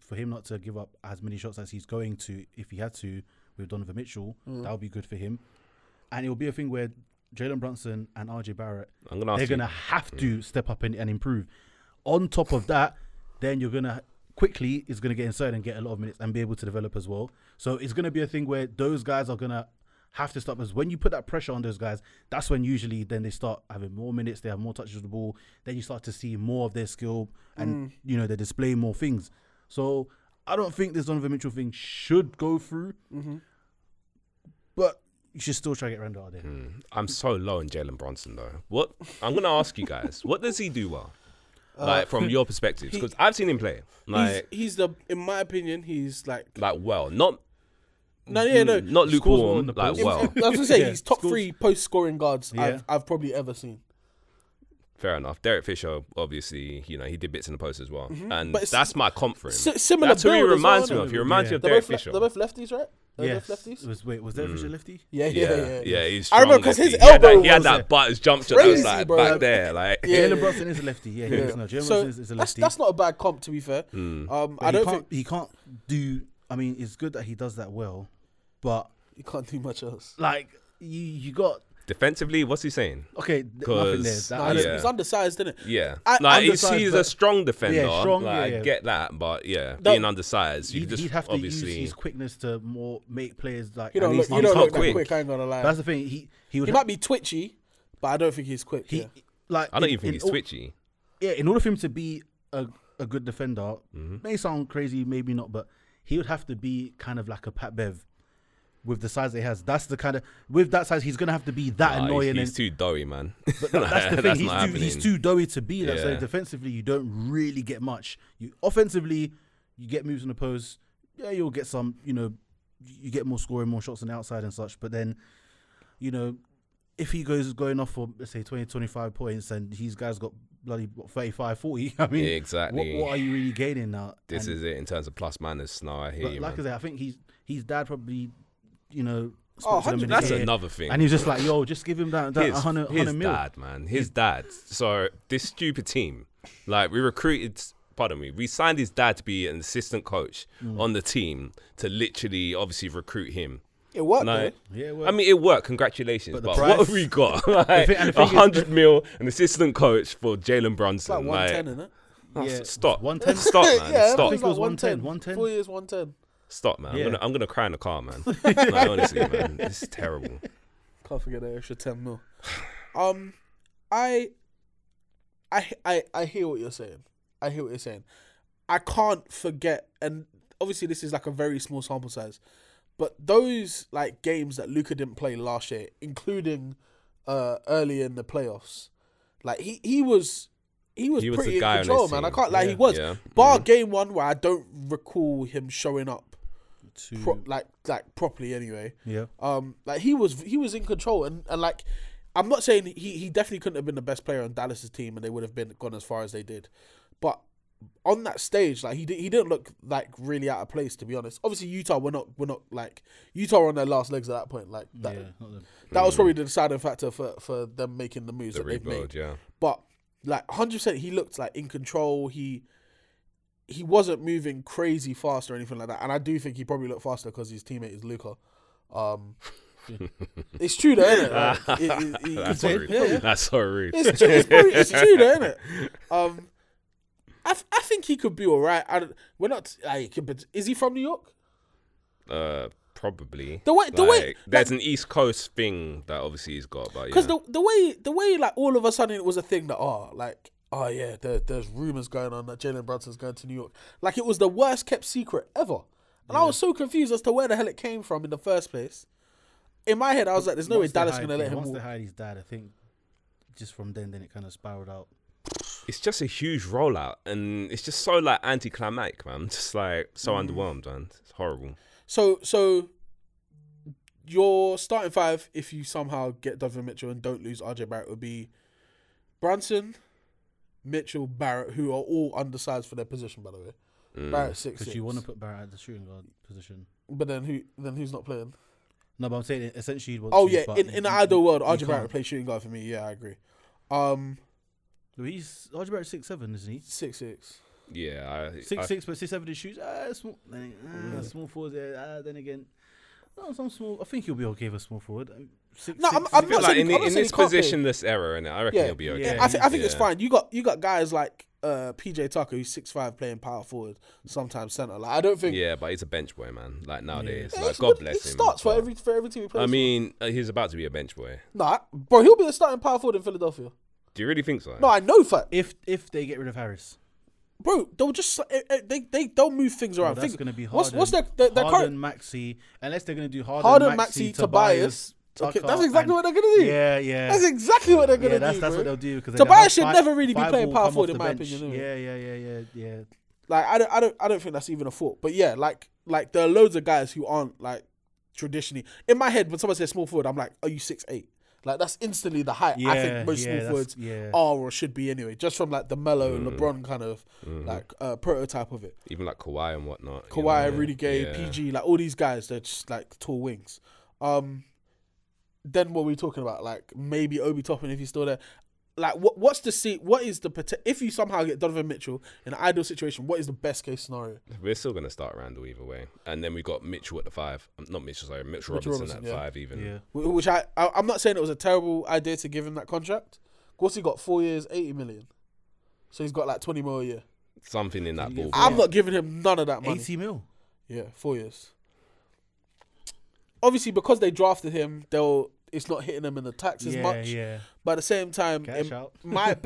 Speaker 6: for him not to give up as many shots as he's going to, if he had to, with Donovan Mitchell,
Speaker 3: Mm.
Speaker 6: that would be good for him. And it will be a thing where Jalen Brunson and RJ Barrett,
Speaker 4: I'm gonna ask
Speaker 6: they're
Speaker 4: you-
Speaker 6: going to have to step up and, and improve. On top of that, then you're going to quickly is going to get inserted and get a lot of minutes and be able to develop as well. So it's going to be a thing where those guys are going to have to stop because when you put that pressure on those guys, that's when usually then they start having more minutes, they have more touches of the ball, then you start to see more of their skill and
Speaker 3: Mm.
Speaker 6: you know they display more things. So I don't think this Donovan Mitchell thing should go through,
Speaker 3: Mm-hmm.
Speaker 6: but you should still try to get Randall out there.
Speaker 4: I'm so low on Jalen Bronson though. What I'm gonna ask you guys, what does he do well? Like from your perspectives, because I've seen him play,
Speaker 3: Uh, He's,
Speaker 4: like
Speaker 3: he's the, in my opinion, he's like
Speaker 4: like well, not
Speaker 3: no, yeah, no,
Speaker 4: mm, not
Speaker 6: well
Speaker 4: lukewarm,
Speaker 6: in the
Speaker 4: like
Speaker 6: post.
Speaker 4: well.
Speaker 3: I was gonna say
Speaker 6: Yeah,
Speaker 3: he's top
Speaker 6: scores-
Speaker 3: three post scoring guards
Speaker 6: Yeah.
Speaker 3: I've, I've probably ever seen.
Speaker 4: Fair enough. Derek Fisher, obviously, you know, he did bits in the post as well, and
Speaker 3: Mm-hmm. But it's-
Speaker 4: that's my comp for him.
Speaker 3: Si- similar
Speaker 4: That's who he
Speaker 3: build as
Speaker 4: reminds
Speaker 3: well,
Speaker 4: me of. He
Speaker 6: innit?
Speaker 4: reminds me
Speaker 6: Yeah.
Speaker 4: of
Speaker 3: They're
Speaker 4: Derek
Speaker 3: both, le-
Speaker 4: Fisher.
Speaker 3: they're both lefties, right? They're
Speaker 6: Yes.
Speaker 3: both lefties.
Speaker 6: Was, wait, was there Fisher lefty?
Speaker 3: Yeah, yeah,
Speaker 4: yeah,
Speaker 3: yeah.
Speaker 4: yeah, he's
Speaker 3: I
Speaker 4: strong.
Speaker 3: remember 'cause his
Speaker 4: lefty. He had that,
Speaker 3: elbow
Speaker 4: he had
Speaker 3: was
Speaker 4: that butters jump shot that was
Speaker 3: crazy,
Speaker 4: like
Speaker 3: bro.
Speaker 4: back there, like
Speaker 3: Yeah,
Speaker 6: Jalen
Speaker 3: yeah.
Speaker 6: Brunson is a lefty. Yeah, he is. No, Jalen
Speaker 3: so
Speaker 6: Brunson is, is a
Speaker 3: that's,
Speaker 6: lefty.
Speaker 3: that's not a bad comp, to be fair.
Speaker 4: Hmm.
Speaker 3: Um, I
Speaker 6: But
Speaker 3: don't
Speaker 6: he can't.
Speaker 3: think
Speaker 6: He can't do. I mean, it's good that he does that well, but
Speaker 3: you can't do much else.
Speaker 6: like you, you got
Speaker 4: defensively. What's he saying?
Speaker 6: okay. th- Nothing there.
Speaker 4: 'Cause-
Speaker 6: That-
Speaker 4: Nah,
Speaker 6: I
Speaker 3: He's,
Speaker 6: don't-
Speaker 4: yeah.
Speaker 3: he's undersized, isn't it?
Speaker 4: Yeah,
Speaker 3: I-
Speaker 4: like he's,
Speaker 6: undersized,
Speaker 4: he's a
Speaker 6: but-
Speaker 4: strong defender.
Speaker 6: strong,
Speaker 4: like,
Speaker 6: yeah,
Speaker 4: I
Speaker 6: yeah.
Speaker 4: get that, but yeah,
Speaker 3: No,
Speaker 4: being undersized, you
Speaker 6: He'd,
Speaker 4: just
Speaker 6: he'd have to
Speaker 4: obviously
Speaker 6: use his quickness to more make players like.
Speaker 3: You
Speaker 6: at
Speaker 3: don't look,
Speaker 6: least
Speaker 3: you
Speaker 6: he's
Speaker 3: don't
Speaker 6: not
Speaker 3: look that
Speaker 4: quick.
Speaker 3: quick. I ain't gonna lie.
Speaker 6: That's the thing. He he would.
Speaker 3: he
Speaker 6: ha-
Speaker 3: might be twitchy, but I don't think he's quick.
Speaker 6: he
Speaker 3: yeah.
Speaker 6: like.
Speaker 4: I don't
Speaker 6: in-
Speaker 4: even think
Speaker 6: in
Speaker 4: he's
Speaker 6: all-
Speaker 4: twitchy.
Speaker 6: Yeah, in order for him to be a a good defender
Speaker 4: Mm-hmm.
Speaker 6: may sound crazy, maybe not, but he would have to be kind of like a Pat Bev with the size that he has. That's the kind of with that size he's gonna have to be that
Speaker 4: Nah,
Speaker 6: annoying.
Speaker 4: He's,
Speaker 6: and
Speaker 4: he's too doughy, man.
Speaker 6: that's the thing.
Speaker 4: That's
Speaker 6: he's,
Speaker 4: not
Speaker 6: too, he's
Speaker 4: happening.
Speaker 6: too doughy to be that. So
Speaker 4: Yeah.
Speaker 6: defensively, you don't really get much. You offensively, you get moves in the post. Yeah, you'll get some. You know, you get more scoring, more shots on the outside and such. But then, you know, if he goes going off for let's say 20, 25 points, and these guys got bloody what, 35, 40, I mean,
Speaker 4: Yeah, exactly.
Speaker 6: What, what are you really gaining now?
Speaker 4: This
Speaker 6: And-
Speaker 4: is it in terms of plus minus. No, I hear
Speaker 6: but
Speaker 4: you,
Speaker 6: like I
Speaker 4: man.
Speaker 6: said, I think he's his dad probably, you know,
Speaker 3: Oh,
Speaker 6: spoke to them
Speaker 3: 100,
Speaker 6: in his
Speaker 4: That's
Speaker 6: ear,
Speaker 4: another thing.
Speaker 6: and he's just like, yo, just give him that, that
Speaker 4: his,
Speaker 6: 100,
Speaker 4: his
Speaker 6: 100 mil.
Speaker 4: dad, man, his dad. So this stupid team, like we recruited. Pardon me. We signed his dad to be an assistant coach
Speaker 6: Mm.
Speaker 4: on the team to literally, obviously, recruit him.
Speaker 3: It worked.
Speaker 4: No,
Speaker 3: though.
Speaker 6: Yeah, it
Speaker 4: I
Speaker 6: worked.
Speaker 4: mean it worked. Congratulations,
Speaker 6: But
Speaker 4: but,
Speaker 6: the
Speaker 4: what have
Speaker 6: price-
Speaker 4: we got?
Speaker 6: thing- and the
Speaker 4: Like,
Speaker 6: thing
Speaker 4: a
Speaker 6: is-
Speaker 4: hundred mil, an assistant coach for Jalen
Speaker 3: It's like
Speaker 4: Brunson.
Speaker 3: one
Speaker 4: Like,
Speaker 3: ten, isn't it?
Speaker 4: oh,
Speaker 6: Yeah,
Speaker 4: s- stop,
Speaker 6: 110.
Speaker 4: stop, man,
Speaker 3: yeah,
Speaker 4: stop,
Speaker 6: think it was 110, 110.
Speaker 3: Four years, one ten.
Speaker 4: stop, man.
Speaker 6: Yeah.
Speaker 4: I'm, gonna, I'm gonna cry in the car, man. like, honestly, man, this is terrible.
Speaker 3: Can't forget that extra ten mil. Um, I, I, I, I hear what you're saying. I hear what you're saying. I can't forget, and obviously this is like a very small sample size, but those like games that Luca didn't play last year, including uh early in the playoffs, like he he was. He was,
Speaker 4: He was
Speaker 3: pretty
Speaker 4: the guy
Speaker 3: in
Speaker 4: on his
Speaker 3: control, man. I
Speaker 4: team.
Speaker 3: can't lie. he
Speaker 4: Yeah,
Speaker 3: was.
Speaker 4: yeah, Mm-hmm.
Speaker 3: Bar game one, where I don't recall him showing up,
Speaker 6: To-
Speaker 3: pro-
Speaker 4: Mm.
Speaker 3: like like properly anyway.
Speaker 6: yeah.
Speaker 3: Um, like he was he was in control and, and like I'm not saying he, he definitely couldn't have been the best player on Dallas's team and they would have been gone as far as they did, but on that stage like he did, he didn't look like really out of place to be honest. Obviously Utah we're not we're not like Utah were on their last legs at that point like that
Speaker 6: yeah, not them.
Speaker 3: that was probably the deciding factor for for them making the moves
Speaker 4: The
Speaker 3: that they've made
Speaker 4: rebuild, yeah.
Speaker 3: but like 100% he looked like in control he he wasn't moving crazy fast or anything like that and i do think he probably looked faster because his teammate is luca um it's true though isn't it? Like, it- it- it-
Speaker 4: That's so rude.
Speaker 3: yeah, yeah.
Speaker 4: That's so rude.
Speaker 3: It's, true, it's, probably, it's true though isn't it um I, th- I think he could be all right I don't, we're not like but is he from new york
Speaker 4: Uh, probably.
Speaker 3: The way- the way-
Speaker 4: Like, there's an East Coast thing that obviously he's got, but yeah.
Speaker 3: Because the the way the way like all of a sudden it was a thing that oh like oh yeah there, there's rumors going on that Jalen Brunson's going to New York like it was the worst kept secret ever and I was so confused as to where the hell it came from in the first place. In my head I was like there's no way
Speaker 6: Once they
Speaker 3: Dallas
Speaker 6: hired-
Speaker 3: gonna let
Speaker 6: yeah,
Speaker 3: him
Speaker 6: Once
Speaker 3: walk.
Speaker 6: they hired his dad, I think just from then, then it kind of spiraled out.
Speaker 4: it's just a huge rollout, and it's just so like anticlimactic, man. Just like so
Speaker 6: Mm.
Speaker 4: underwhelmed, man. It's horrible.
Speaker 3: So so your starting five if you somehow get Donovan Mitchell and don't lose RJ Barrett would be Brunson, Mitchell, Barrett who are all undersized for their position by the way. Barrett six,
Speaker 6: Because
Speaker 3: six.
Speaker 6: Mm. you want to put Barrett at the shooting guard position.
Speaker 3: but then who then who's not playing?
Speaker 6: No, but I'm saying it- essentially. What
Speaker 3: Oh yeah, in, in an ideal world, RJ Barrett would play shooting guard for me. Yeah, I agree. Um,
Speaker 6: He's RJ Barrett's six seven, isn't he?
Speaker 3: six six.
Speaker 4: Yeah, I,
Speaker 6: Six
Speaker 4: I,
Speaker 6: six, but six seven in shoes. Ah, small. Then, ah, Small forwards. Yeah, ah, then again, no, some small. I think he'll be okay with small forward. Um, Six,
Speaker 3: No,
Speaker 6: six,
Speaker 3: I'm-
Speaker 6: six-
Speaker 3: I'm
Speaker 4: feel
Speaker 3: not
Speaker 4: like
Speaker 3: saying-
Speaker 4: in, the-
Speaker 3: I'm not
Speaker 4: in
Speaker 3: saying
Speaker 4: this
Speaker 3: he can't play.
Speaker 4: positionless era, and I reckon
Speaker 3: Yeah,
Speaker 4: he'll be okay.
Speaker 3: yeah. I, th- I think it's
Speaker 4: Yeah.
Speaker 3: fine. You got you got guys like uh, PJ Tucker who's six five playing power forward, sometimes center. Like I don't think.
Speaker 4: Yeah, but he's a bench boy, man. Like nowadays,
Speaker 3: Yeah,
Speaker 4: like
Speaker 3: it's
Speaker 4: God
Speaker 3: what-
Speaker 4: bless
Speaker 3: He
Speaker 4: him.
Speaker 3: starts for
Speaker 4: but-
Speaker 3: every for every team he plays.
Speaker 4: I
Speaker 3: for.
Speaker 4: mean, uh, he's about to be a bench boy.
Speaker 3: nah, bro, he'll be the starting power forward in Philadelphia.
Speaker 4: Do you really think so?
Speaker 3: No, I know for
Speaker 6: If if they get rid of Harris,
Speaker 3: bro. They'll just eh, eh, they they they'll move things around.
Speaker 6: well, that's
Speaker 3: Think-
Speaker 6: going to be
Speaker 3: what's
Speaker 6: Harden.
Speaker 3: what's their their, their current
Speaker 6: Harden, Maxi, unless they're going to do Harden,
Speaker 3: Harden,
Speaker 6: Maxi,
Speaker 3: Maxi,
Speaker 6: Tobias.
Speaker 3: Tobias. Okay,
Speaker 6: Tucker,
Speaker 3: that's exactly
Speaker 6: and-
Speaker 3: what they're gonna do.
Speaker 6: Yeah, yeah.
Speaker 3: That's exactly what they're gonna
Speaker 6: yeah, that's,
Speaker 3: do.
Speaker 6: that's
Speaker 3: bro.
Speaker 6: what they'll do because
Speaker 3: Tobias should never really be playing power forward, in my opinion, anyway.
Speaker 6: Yeah, yeah, yeah, yeah, yeah.
Speaker 3: Like I don't, I don't, I don't think that's even a thought. But yeah, like, like there are loads of guys who aren't like traditionally in my head. When someone says small forward, I'm like, are you six eight? Like that's instantly the height I
Speaker 6: Yeah,
Speaker 3: think most
Speaker 6: yeah,
Speaker 3: small
Speaker 6: that's-
Speaker 3: forwards
Speaker 6: yeah.
Speaker 3: are or should be anyway. Just from like the mellow
Speaker 4: Mm.
Speaker 3: LeBron kind of
Speaker 4: Mm-hmm.
Speaker 3: like uh, prototype of it.
Speaker 4: Even like Kawhi and whatnot. you
Speaker 3: Kawhi,
Speaker 4: know?
Speaker 3: Rudy Gay,
Speaker 4: Yeah.
Speaker 3: PG, like all these guys, they're just like tall wings. Um, then what are we talking about? Like maybe Obi Toppin if he's still there. Like what? What's the see? What is the potential? If you somehow get Donovan Mitchell in an ideal situation, what is the best case scenario?
Speaker 4: We're still gonna start Randall either way, and then we got Mitchell at the five. Um, Not Mitchell, sorry, Mitchell,
Speaker 3: Mitchell
Speaker 4: Robinson,
Speaker 3: Robinson,
Speaker 4: at
Speaker 3: yeah.
Speaker 4: five. Even
Speaker 6: yeah.
Speaker 3: Wh- Which I, I I'm not saying it was a terrible idea to give him that contract. What's he got? Four years, eighty million. So he's got like twenty more a year.
Speaker 4: something in that ball.
Speaker 3: I'm not giving him none of that money.
Speaker 6: 80 mil.
Speaker 3: Yeah, four years. Obviously, because they drafted him, they'll it's not hitting them in the tax as
Speaker 6: Yeah,
Speaker 3: much.
Speaker 6: yeah.
Speaker 3: But at the same time,
Speaker 6: Cash
Speaker 3: in
Speaker 6: out.
Speaker 3: my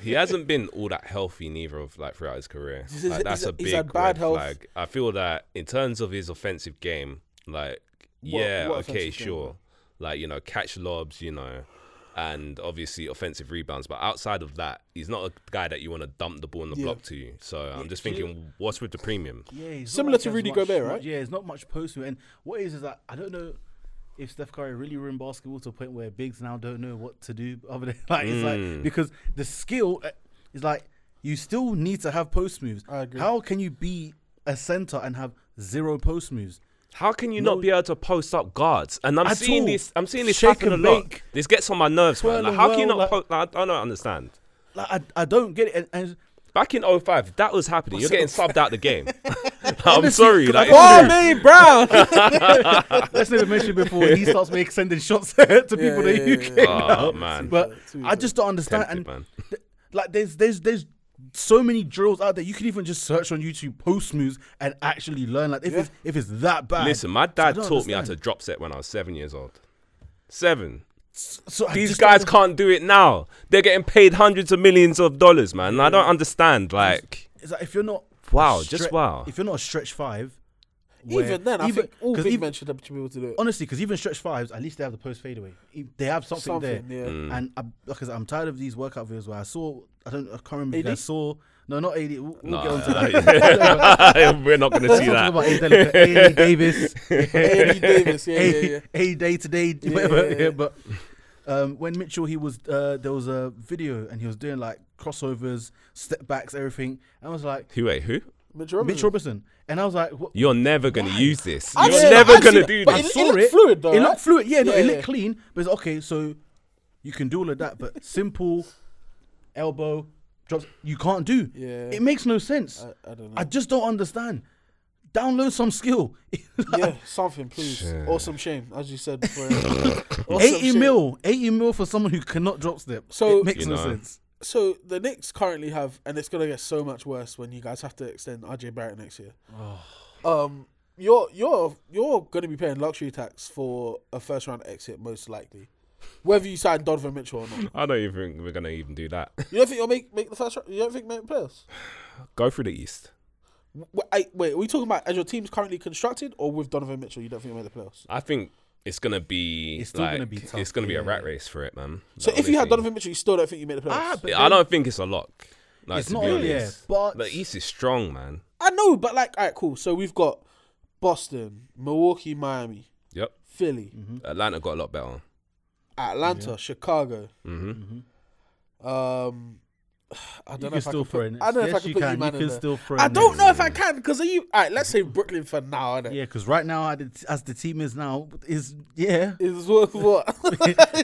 Speaker 4: he hasn't been all that healthy neither of like throughout his career.
Speaker 3: He's-
Speaker 4: Like, that's
Speaker 3: he's-
Speaker 4: a big
Speaker 3: he's had bad
Speaker 4: red
Speaker 3: health.
Speaker 4: flag. I feel that in terms of his offensive game, like yeah,
Speaker 3: what
Speaker 4: okay,
Speaker 3: offensive game?
Speaker 4: sure, like you know, catch lobs, you know, and obviously offensive rebounds. But outside of that, he's not a guy that you want to dump the ball in the
Speaker 3: Yeah.
Speaker 4: block to you. So I'm just thinking, what's with the premium?
Speaker 6: Yeah, he's not
Speaker 3: Similar
Speaker 6: like
Speaker 3: to
Speaker 6: as
Speaker 3: Rudy
Speaker 6: much-
Speaker 3: Gobert,
Speaker 6: much-
Speaker 3: right?
Speaker 6: Yeah, it's not much post move. And what is is that I don't know if Steph Curry really ruined basketball to a point where bigs now don't know what to do other than like it's
Speaker 3: Mm.
Speaker 6: like because the skill uh, is like you still need to have post moves.
Speaker 3: I agree.
Speaker 6: How can you be a center and have zero post moves?
Speaker 4: How can you
Speaker 6: No.
Speaker 4: not be able to post up guards? And I'm
Speaker 6: At
Speaker 4: seeing
Speaker 6: all.
Speaker 4: this. I'm seeing this
Speaker 6: Shake
Speaker 4: happen a
Speaker 6: and
Speaker 4: lot.
Speaker 6: bake.
Speaker 4: This gets on my nerves, man.
Speaker 6: Twirl
Speaker 4: Like,
Speaker 6: and
Speaker 4: how can you
Speaker 6: whirl,
Speaker 4: not?
Speaker 6: like-
Speaker 4: po- I I don't understand.
Speaker 6: Like I, I don't get it. And, and
Speaker 4: Back in 05, that was happening. You're getting subbed out the game. I'm
Speaker 6: Honestly,
Speaker 4: sorry.
Speaker 6: could I
Speaker 4: Like,
Speaker 6: go-
Speaker 3: Kwame Brown.
Speaker 6: let's never mention before he starts making sending shots to people
Speaker 3: Yeah,
Speaker 6: that
Speaker 3: yeah,
Speaker 6: you
Speaker 3: yeah,
Speaker 6: can.
Speaker 3: yeah.
Speaker 4: oh, man.
Speaker 6: But I just don't understand.
Speaker 4: Tempted,
Speaker 6: and
Speaker 4: man.
Speaker 6: th- like, there's there's there's so many drills out there. You can even just search on YouTube post moves and actually learn. Like, if it's if it's that bad.
Speaker 4: Listen, my dad
Speaker 6: don't
Speaker 4: taught me how to
Speaker 6: understand.
Speaker 4: drop set when I was seven years old. Seven.
Speaker 6: so I
Speaker 4: These
Speaker 6: just don't
Speaker 4: guys
Speaker 6: under-
Speaker 4: can't do it now. They're getting paid hundreds of millions of dollars, man. I don't understand. Like,
Speaker 6: It's like if you're not
Speaker 4: Wow,
Speaker 6: a
Speaker 4: just
Speaker 6: stre-
Speaker 4: wow.
Speaker 6: If you're not a stretch five, where-
Speaker 3: even then, I
Speaker 6: even-
Speaker 3: think all
Speaker 6: 'cause
Speaker 3: big
Speaker 6: even-
Speaker 3: men should have to be able to do it.
Speaker 6: honestly, because even stretch fives, at least they have the post fadeaway. E- They have something,
Speaker 3: Something,
Speaker 6: there.
Speaker 3: yeah.
Speaker 4: Mm.
Speaker 6: And I, like I said, I'm tired of these workout videos where I saw. I don't. I can't remember. If you
Speaker 3: AD?
Speaker 6: guys saw. No, not AD. We'll, we'll get
Speaker 4: nah,
Speaker 6: onto that.
Speaker 4: Ah, we're not going to see
Speaker 6: Let's not
Speaker 4: that.
Speaker 6: talk about AD Delicate, AD Davis,
Speaker 3: AD Davis, yeah, yeah, yeah.
Speaker 6: AD Day today,
Speaker 3: Yeah,
Speaker 6: whatever.
Speaker 3: yeah,
Speaker 6: yeah,
Speaker 3: yeah.
Speaker 6: but um, when Mitchell, he was uh, there was a video and he was doing like crossovers, step backs, everything. And I was like,
Speaker 4: Who, wait, who?
Speaker 3: Mitch Robinson.
Speaker 6: Mitch Robinson, and I was like, what?
Speaker 4: You're never going to use this.
Speaker 3: I've
Speaker 4: You're
Speaker 3: seen-
Speaker 4: never
Speaker 3: I've
Speaker 4: going to
Speaker 3: seen-
Speaker 4: do
Speaker 3: but
Speaker 4: this.
Speaker 3: it- looked fluid though,
Speaker 6: It
Speaker 3: right?
Speaker 6: looked fluid. Yeah, no,
Speaker 3: Yeah,
Speaker 6: it
Speaker 3: yeah.
Speaker 6: looked clean. But it's okay. So you can do all of that, but simple elbow drops you can't do.
Speaker 3: Yeah. Uh,
Speaker 6: it makes no sense.
Speaker 3: I don't know.
Speaker 6: I just don't understand. Download some skill.
Speaker 3: yeah, something, please. Or some shame, as you said before. Or some
Speaker 6: 80
Speaker 3: shame.
Speaker 6: mil, 80 mil for someone who cannot drop step.
Speaker 3: So-
Speaker 6: it makes
Speaker 4: You
Speaker 6: no
Speaker 4: know.
Speaker 6: sense.
Speaker 3: So the Knicks currently have, and it's gonna get so much worse when you guys have to extend RJ Barrett next year. Um, you're you're you're gonna be paying luxury tax for a first round exit most likely, whether you sign Donovan Mitchell or not.
Speaker 4: I don't even think we're going to even do that.
Speaker 3: You don't think you'll make make the first round? You don't think make playoffs?
Speaker 4: Go through the East.
Speaker 3: Wait, I, wait, are we talking about as your team's currently constructed, or with Donovan Mitchell? You don't think you'll make the playoffs?
Speaker 4: I think it's gonna be
Speaker 6: It's still gonna
Speaker 4: like,
Speaker 6: be tough,
Speaker 4: it's gonna be a
Speaker 6: yeah.
Speaker 4: rat race for it, man.
Speaker 3: So
Speaker 4: Like,
Speaker 3: if you had
Speaker 4: honestly.
Speaker 3: Donovan Mitchell, you still don't think you made the playoffs?
Speaker 6: Ah, but
Speaker 4: I
Speaker 6: then-
Speaker 4: don't think it's a lock. Like,
Speaker 6: It's
Speaker 4: to
Speaker 6: not,
Speaker 4: be
Speaker 6: yeah,
Speaker 4: honest.
Speaker 6: but-
Speaker 4: the East is strong, man.
Speaker 3: I know, but like, all right, cool. So we've got Boston, Milwaukee, Miami,
Speaker 4: Yep,
Speaker 3: Philly,
Speaker 6: Mm-hmm.
Speaker 4: Atlanta got a lot better.
Speaker 3: Atlanta, Chicago. Um, I don't know
Speaker 6: Mm-hmm. can
Speaker 3: if I
Speaker 6: still
Speaker 3: can
Speaker 6: throw
Speaker 3: put,
Speaker 6: in it.
Speaker 3: I don't know
Speaker 6: Yes,
Speaker 3: if I can
Speaker 6: you
Speaker 3: put
Speaker 6: can.
Speaker 3: you
Speaker 6: You
Speaker 3: man
Speaker 6: can
Speaker 3: in there.
Speaker 6: still throw
Speaker 3: I
Speaker 6: in
Speaker 3: don't
Speaker 6: it.
Speaker 3: know if I can because are you? All right, let's say Brooklyn for now. Innit?
Speaker 6: Yeah, because right now, I did- as the team is now, is yeah,
Speaker 3: Is what? what?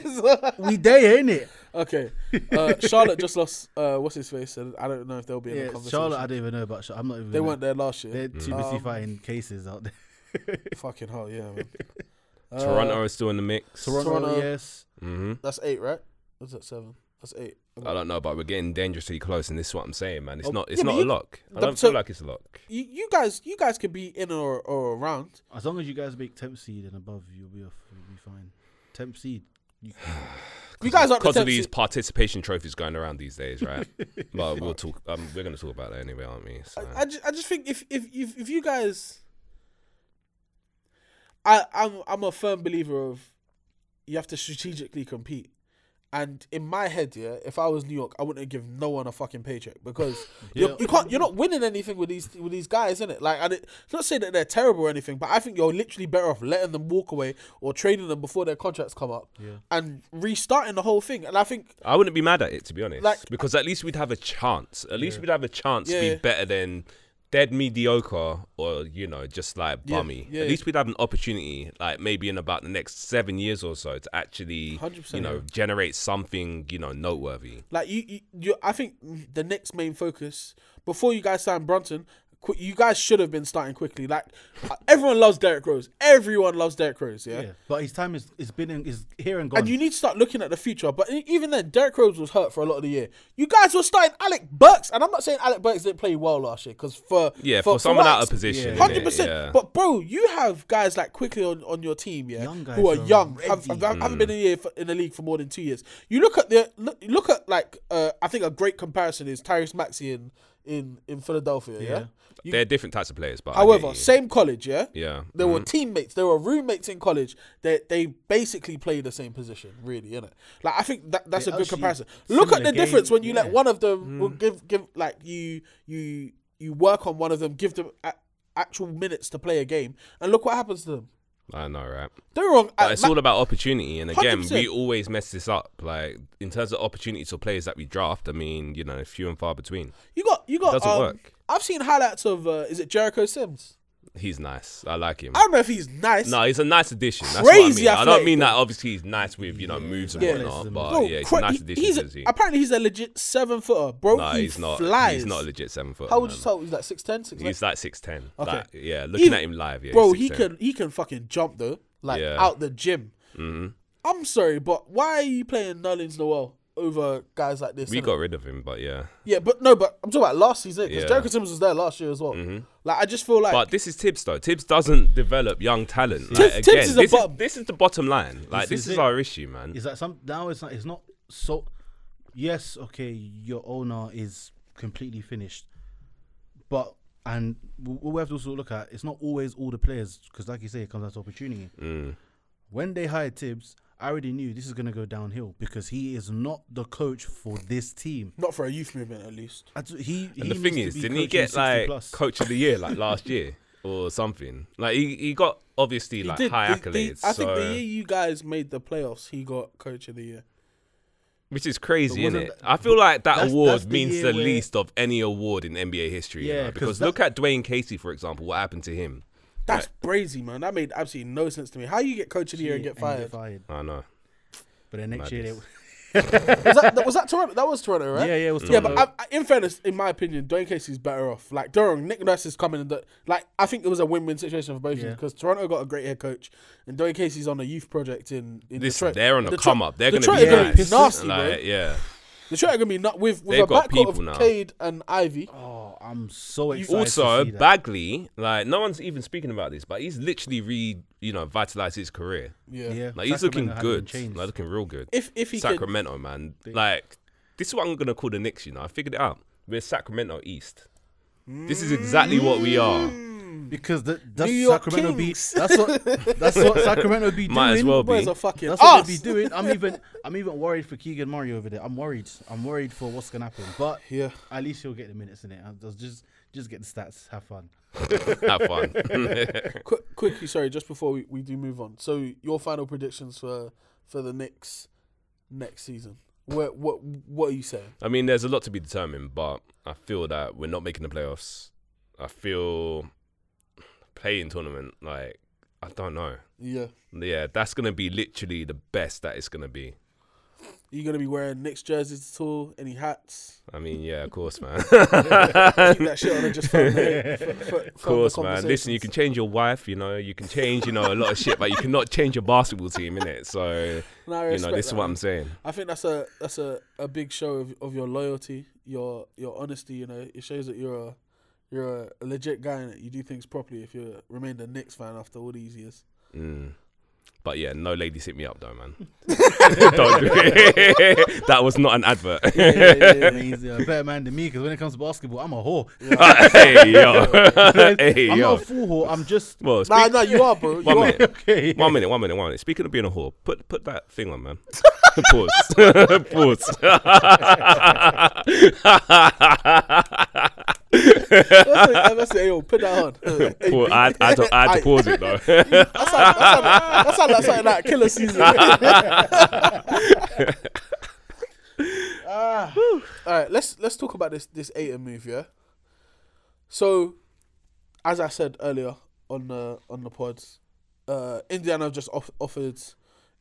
Speaker 3: Is what-
Speaker 6: we there, ain't it?
Speaker 3: okay. Uh, Charlotte just lost. Uh, what's his face? And I don't know if they'll be in the
Speaker 6: Yeah,
Speaker 3: conversation.
Speaker 6: Charlotte, I don't even know about. Charlotte. I'm not even.
Speaker 3: they
Speaker 6: gonna-
Speaker 3: weren't there last year.
Speaker 6: They're too busy fighting cases out there.
Speaker 3: Fucking hell, yeah. Man.
Speaker 4: Toronto is still in the mix.
Speaker 6: Uh,
Speaker 4: Mm-hmm.
Speaker 6: Toronto,
Speaker 3: Toronto.
Speaker 6: yes.
Speaker 3: That's eight, right? Was that seven? That's eight.
Speaker 4: I don't know, but we're getting dangerously close, and this is what I'm saying, man.
Speaker 6: Oh,
Speaker 4: It's not, it's
Speaker 3: yeah, but
Speaker 4: not a
Speaker 3: you-
Speaker 4: lock. I
Speaker 3: the-
Speaker 4: don't
Speaker 3: so-
Speaker 4: feel like it's a lock.
Speaker 3: You, you guys, you guys could be in or, or around.
Speaker 6: As long as you guys make temp seed and above, you'll be off. You'll be fine. Temp seed. You,
Speaker 3: You guys aren't the
Speaker 4: Because of
Speaker 3: tenth
Speaker 4: these
Speaker 3: seed.
Speaker 4: participation trophies going around these days, right? but we'll talk. Um, we're gonna talk about that anyway, aren't we? So.
Speaker 3: I just, I just think if if if, if you guys, I I'm I'm a firm believer of you have to strategically compete. And in my head, yeah, if I was New York, I wouldn't give no one a fucking paycheck because you're, you can't. You're not winning anything with these with these guys, is it? Like, I did, it's not saying that they're terrible or anything, but I think you're literally better off letting them walk away or trading them before their contracts come up and restarting the whole thing. And I think
Speaker 4: I wouldn't be mad at it to be honest,
Speaker 3: Like-
Speaker 4: because at least we'd have a chance. At least we'd have a chance
Speaker 3: Yeah,
Speaker 4: to be
Speaker 3: yeah.
Speaker 4: better than dead mediocre or you know just like
Speaker 3: Yeah,
Speaker 4: bummy.
Speaker 3: yeah,
Speaker 4: at
Speaker 3: yeah.
Speaker 4: least we'd have an opportunity, like maybe in about the next seven years or so, to actually
Speaker 3: 100%,
Speaker 4: you know
Speaker 3: yeah.
Speaker 4: generate something you know noteworthy.
Speaker 3: Like you, you, you I think the next main focus before you guys sign Brunson, Qu- you guys should have been starting quickly. Like uh, everyone loves Derrick Rose. Everyone loves Derrick Rose. Yeah?
Speaker 6: Yeah, but his time is is been in, is here and gone.
Speaker 3: And you need to start looking at the future. But e- even then, Derrick Rose was hurt for a lot of the year. You guys were starting Alec Burks, and I'm not saying Alec Burks didn't play well last year because for
Speaker 4: Yeah, for, someone out of
Speaker 3: Bucks,
Speaker 4: position.
Speaker 3: Hundred
Speaker 4: yeah,
Speaker 3: percent.
Speaker 4: yeah.
Speaker 3: But bro, you have guys like quickly on, on your team, yeah,
Speaker 6: Young guys
Speaker 3: who are
Speaker 6: are
Speaker 3: young, have,
Speaker 6: ready.
Speaker 3: have- haven't been in the, year for, in the league for more than two years. You look at the look, look at like uh, I think a great comparison is Tyrese Maxey in in in Philadelphia, yeah.
Speaker 6: Yeah.
Speaker 3: You-
Speaker 4: They're different types of players, but I get
Speaker 3: however,
Speaker 4: you.
Speaker 3: same college, yeah.
Speaker 4: yeah,
Speaker 3: They were teammates. They were roommates in college. They they basically play the same position, really, innit? Like I think that that's
Speaker 6: They
Speaker 3: a good
Speaker 6: actually
Speaker 3: comparison. Look at
Speaker 6: similar
Speaker 3: the difference when you let
Speaker 6: game,
Speaker 3: one of
Speaker 4: Mm.
Speaker 3: them will give give like you you you work on one of them, give them a, actual minutes to play a game, and look what happens to them.
Speaker 4: I know, right?
Speaker 3: They're wrong.
Speaker 4: But
Speaker 3: at
Speaker 4: it's
Speaker 3: Uh, ma-
Speaker 4: all about opportunity, and again,
Speaker 3: 100%.
Speaker 4: we always mess this up. Like in terms of opportunities or players that we draft, I mean, you know, few and far between.
Speaker 3: you got you got.
Speaker 4: doesn't
Speaker 3: um,
Speaker 4: work.
Speaker 3: I've seen highlights of uh, is it Jericho Sims?
Speaker 4: He's nice. I like him.
Speaker 3: I don't know if he's nice.
Speaker 4: no, he's a nice addition. That's
Speaker 3: Crazy
Speaker 4: what I mean. I don't
Speaker 3: athletic,
Speaker 4: mean
Speaker 3: though.
Speaker 4: that. Obviously, he's nice with you know moves and
Speaker 3: Yeah.
Speaker 4: whatnot, but
Speaker 3: Bro,
Speaker 4: yeah, he's
Speaker 3: cra-
Speaker 4: a nice
Speaker 3: he-
Speaker 4: addition
Speaker 3: he's
Speaker 4: to
Speaker 3: a-
Speaker 4: the team.
Speaker 3: apparently he's a legit seven footer, bro.
Speaker 4: No,
Speaker 3: he
Speaker 4: he's not.
Speaker 3: Flies.
Speaker 4: He's not a legit seven foot.
Speaker 3: How old is he? He's like 6'10", 6'11"?
Speaker 4: He's like six ten.
Speaker 3: Okay.
Speaker 4: Like, yeah, looking
Speaker 3: Even-
Speaker 4: at him live, yeah.
Speaker 3: bro,
Speaker 4: he's
Speaker 3: he
Speaker 4: 6'10".
Speaker 3: can he can fucking jump though, like
Speaker 4: Yeah. Mm-hmm.
Speaker 3: out the gym. I'm sorry, but why are you playing Nerlens Noel over guys like this?
Speaker 4: We
Speaker 3: innit?
Speaker 4: got rid of him, but yeah.
Speaker 3: yeah, but no, but I'm talking about last season because
Speaker 4: Yeah. Mm-hmm.
Speaker 3: Jericho Simmons was there last year as well. Like I just feel like
Speaker 4: But this is Tibbs though. Tibbs doesn't develop young talent. Like,
Speaker 3: Tibbs- Tibbs
Speaker 4: again,
Speaker 3: is a
Speaker 4: this, is,
Speaker 3: bottom.
Speaker 4: this is the bottom line. Like this,
Speaker 6: is
Speaker 4: is,
Speaker 6: it.
Speaker 4: our issue, man.
Speaker 6: is that some now it's not it's not so yes okay your owner is completely finished but and w- what we have to also look at it's not always all the players because like you say it comes down to opportunity
Speaker 4: Mm.
Speaker 6: when they hired Tibbs I already knew this is going to go downhill because he is not the coach for this team
Speaker 3: not for a youth movement at least.
Speaker 6: I d- he,
Speaker 4: And
Speaker 6: he
Speaker 4: the thing
Speaker 6: needs
Speaker 4: is,
Speaker 6: to be
Speaker 4: didn't he
Speaker 6: coaching
Speaker 4: get
Speaker 6: 60
Speaker 4: like
Speaker 6: plus.
Speaker 4: coach of the year like last year or something? Like he, he got obviously like
Speaker 3: Did-
Speaker 4: high
Speaker 3: the- the-
Speaker 4: accolades.
Speaker 3: I think the
Speaker 4: so-
Speaker 3: year you guys made the playoffs, he got coach of the year.
Speaker 4: which is crazy,
Speaker 6: But
Speaker 4: isn't
Speaker 6: wasn't
Speaker 4: it?
Speaker 6: that-
Speaker 4: I feel like that
Speaker 6: that's-
Speaker 4: award
Speaker 6: that's the
Speaker 4: means
Speaker 6: year
Speaker 4: the
Speaker 6: where-
Speaker 4: least of any award in NBA history. Yeah,
Speaker 6: Yeah, 'cause
Speaker 4: because
Speaker 6: that-
Speaker 4: look at Dwayne Casey, for example. What happened to him?
Speaker 3: That's crazy, man. That made absolutely no sense to me. How you get coach of the year and get fired?
Speaker 6: fired
Speaker 4: I know.
Speaker 6: but then next year they,
Speaker 4: Madness.
Speaker 3: was that, that was that Toronto? That was Toronto, right?
Speaker 6: Yeah, yeah, it was
Speaker 3: Yeah,
Speaker 6: Toronto.
Speaker 3: but I, I- in fairness, in my opinion, Dwayne Casey's better off. Like Durham, Nick Nurse is coming. In the, like I think it was a win-win situation for both of them
Speaker 6: Yeah.
Speaker 3: because Toronto got a great head coach, and Dwayne Casey's on a youth project in, in
Speaker 4: Listen,
Speaker 3: Detroit.
Speaker 4: they're on a
Speaker 3: Detroit-
Speaker 4: come up. They're going to
Speaker 3: Detroit
Speaker 4: be
Speaker 3: are gonna
Speaker 4: nice.
Speaker 3: nasty,
Speaker 4: like,
Speaker 3: bro.
Speaker 4: yeah.
Speaker 3: Detroit are gonna be not with with
Speaker 4: They've
Speaker 3: a
Speaker 4: got
Speaker 3: backcourt
Speaker 4: people
Speaker 3: of
Speaker 4: now.
Speaker 3: Cade and Ivy.
Speaker 6: oh I'm so excited
Speaker 4: Also,
Speaker 6: to see that.
Speaker 4: Bagley, like no one's even speaking about this, but he's literally re, you know, vitalized his career.
Speaker 3: Yeah.
Speaker 6: yeah
Speaker 4: Like he's
Speaker 6: Sacramento
Speaker 4: looking
Speaker 6: had him in
Speaker 4: good,
Speaker 6: chains.
Speaker 4: like looking real good.
Speaker 3: If if he could,
Speaker 4: Sacramento, man, like this is what I'm gonna call the Knicks. You know, I figured it out. We're Sacramento East. This is exactly what we are.
Speaker 6: Mm. Because the, that's
Speaker 3: New York
Speaker 6: Sacramento
Speaker 3: Kings.
Speaker 6: be that's what that's what Sacramento be
Speaker 4: Might
Speaker 6: doing.
Speaker 4: as well
Speaker 3: boys
Speaker 4: be.
Speaker 3: are fucking
Speaker 6: That's what
Speaker 3: ass.
Speaker 6: they be doing. I'm even I'm even worried for Keegan Murray over there. I'm worried. I'm worried for what's gonna happen. But
Speaker 3: Yeah.
Speaker 6: at least he'll get the minutes in it. Just just get the stats. Have fun.
Speaker 4: Have fun.
Speaker 3: Qu- quickly, sorry, just before we, we do move on. So your final predictions for for the Knicks next season? What what what are you saying?
Speaker 4: I mean, there's a lot to be determined, but I feel that we're not making the playoffs. I feel playing tournament, like I don't know.
Speaker 3: Yeah.
Speaker 4: Yeah, that's gonna be literally the best that it's gonna be.
Speaker 3: Are you gonna be wearing Knicks jerseys at all? Any hats?
Speaker 4: I mean, yeah, of course, man.
Speaker 3: Keep that shit on and just film the- f- f- film the
Speaker 4: Of course, man. Listen, you can
Speaker 3: conversations.
Speaker 4: change your wife, you know, you can change, you know, a lot of shit, but you cannot change your basketball team, innit? So,
Speaker 3: No,
Speaker 4: you
Speaker 3: I
Speaker 4: know,
Speaker 3: respect
Speaker 4: this is
Speaker 3: that,
Speaker 4: what
Speaker 3: man.
Speaker 4: I'm saying.
Speaker 3: I think that's a that's a, a big show of, of your loyalty, your your honesty. You know, it shows that you're a you're a legit guy and that you do things properly. If you remain a Knicks fan after all these years,
Speaker 4: Mm. But yeah, no ladies hit me up though, man. Don't do it. that was not an advert.
Speaker 6: He's a better man than me because when it comes to basketball, I'm a whore.
Speaker 4: hey yo, hey
Speaker 6: I'm
Speaker 4: yo.
Speaker 6: not a full whore. I'm just
Speaker 4: Well,
Speaker 3: nah,
Speaker 4: speak-
Speaker 3: nah, you are, bro. You
Speaker 4: one
Speaker 3: are.
Speaker 4: minute,
Speaker 6: okay.
Speaker 4: one minute, one minute, one minute. Speaking of being a whore, put put that thing on, man. Pause. Pause.
Speaker 3: That's what- that's what- yo, put that on. Hey,
Speaker 4: Pause. I, I, had to, I had to pause it though.
Speaker 3: That's how that's how that's how like killer season. Ah. All right, let's let's talk about this this Aiton move, yeah. So, as I said earlier on the on the pods, uh, Indiana have just off- offered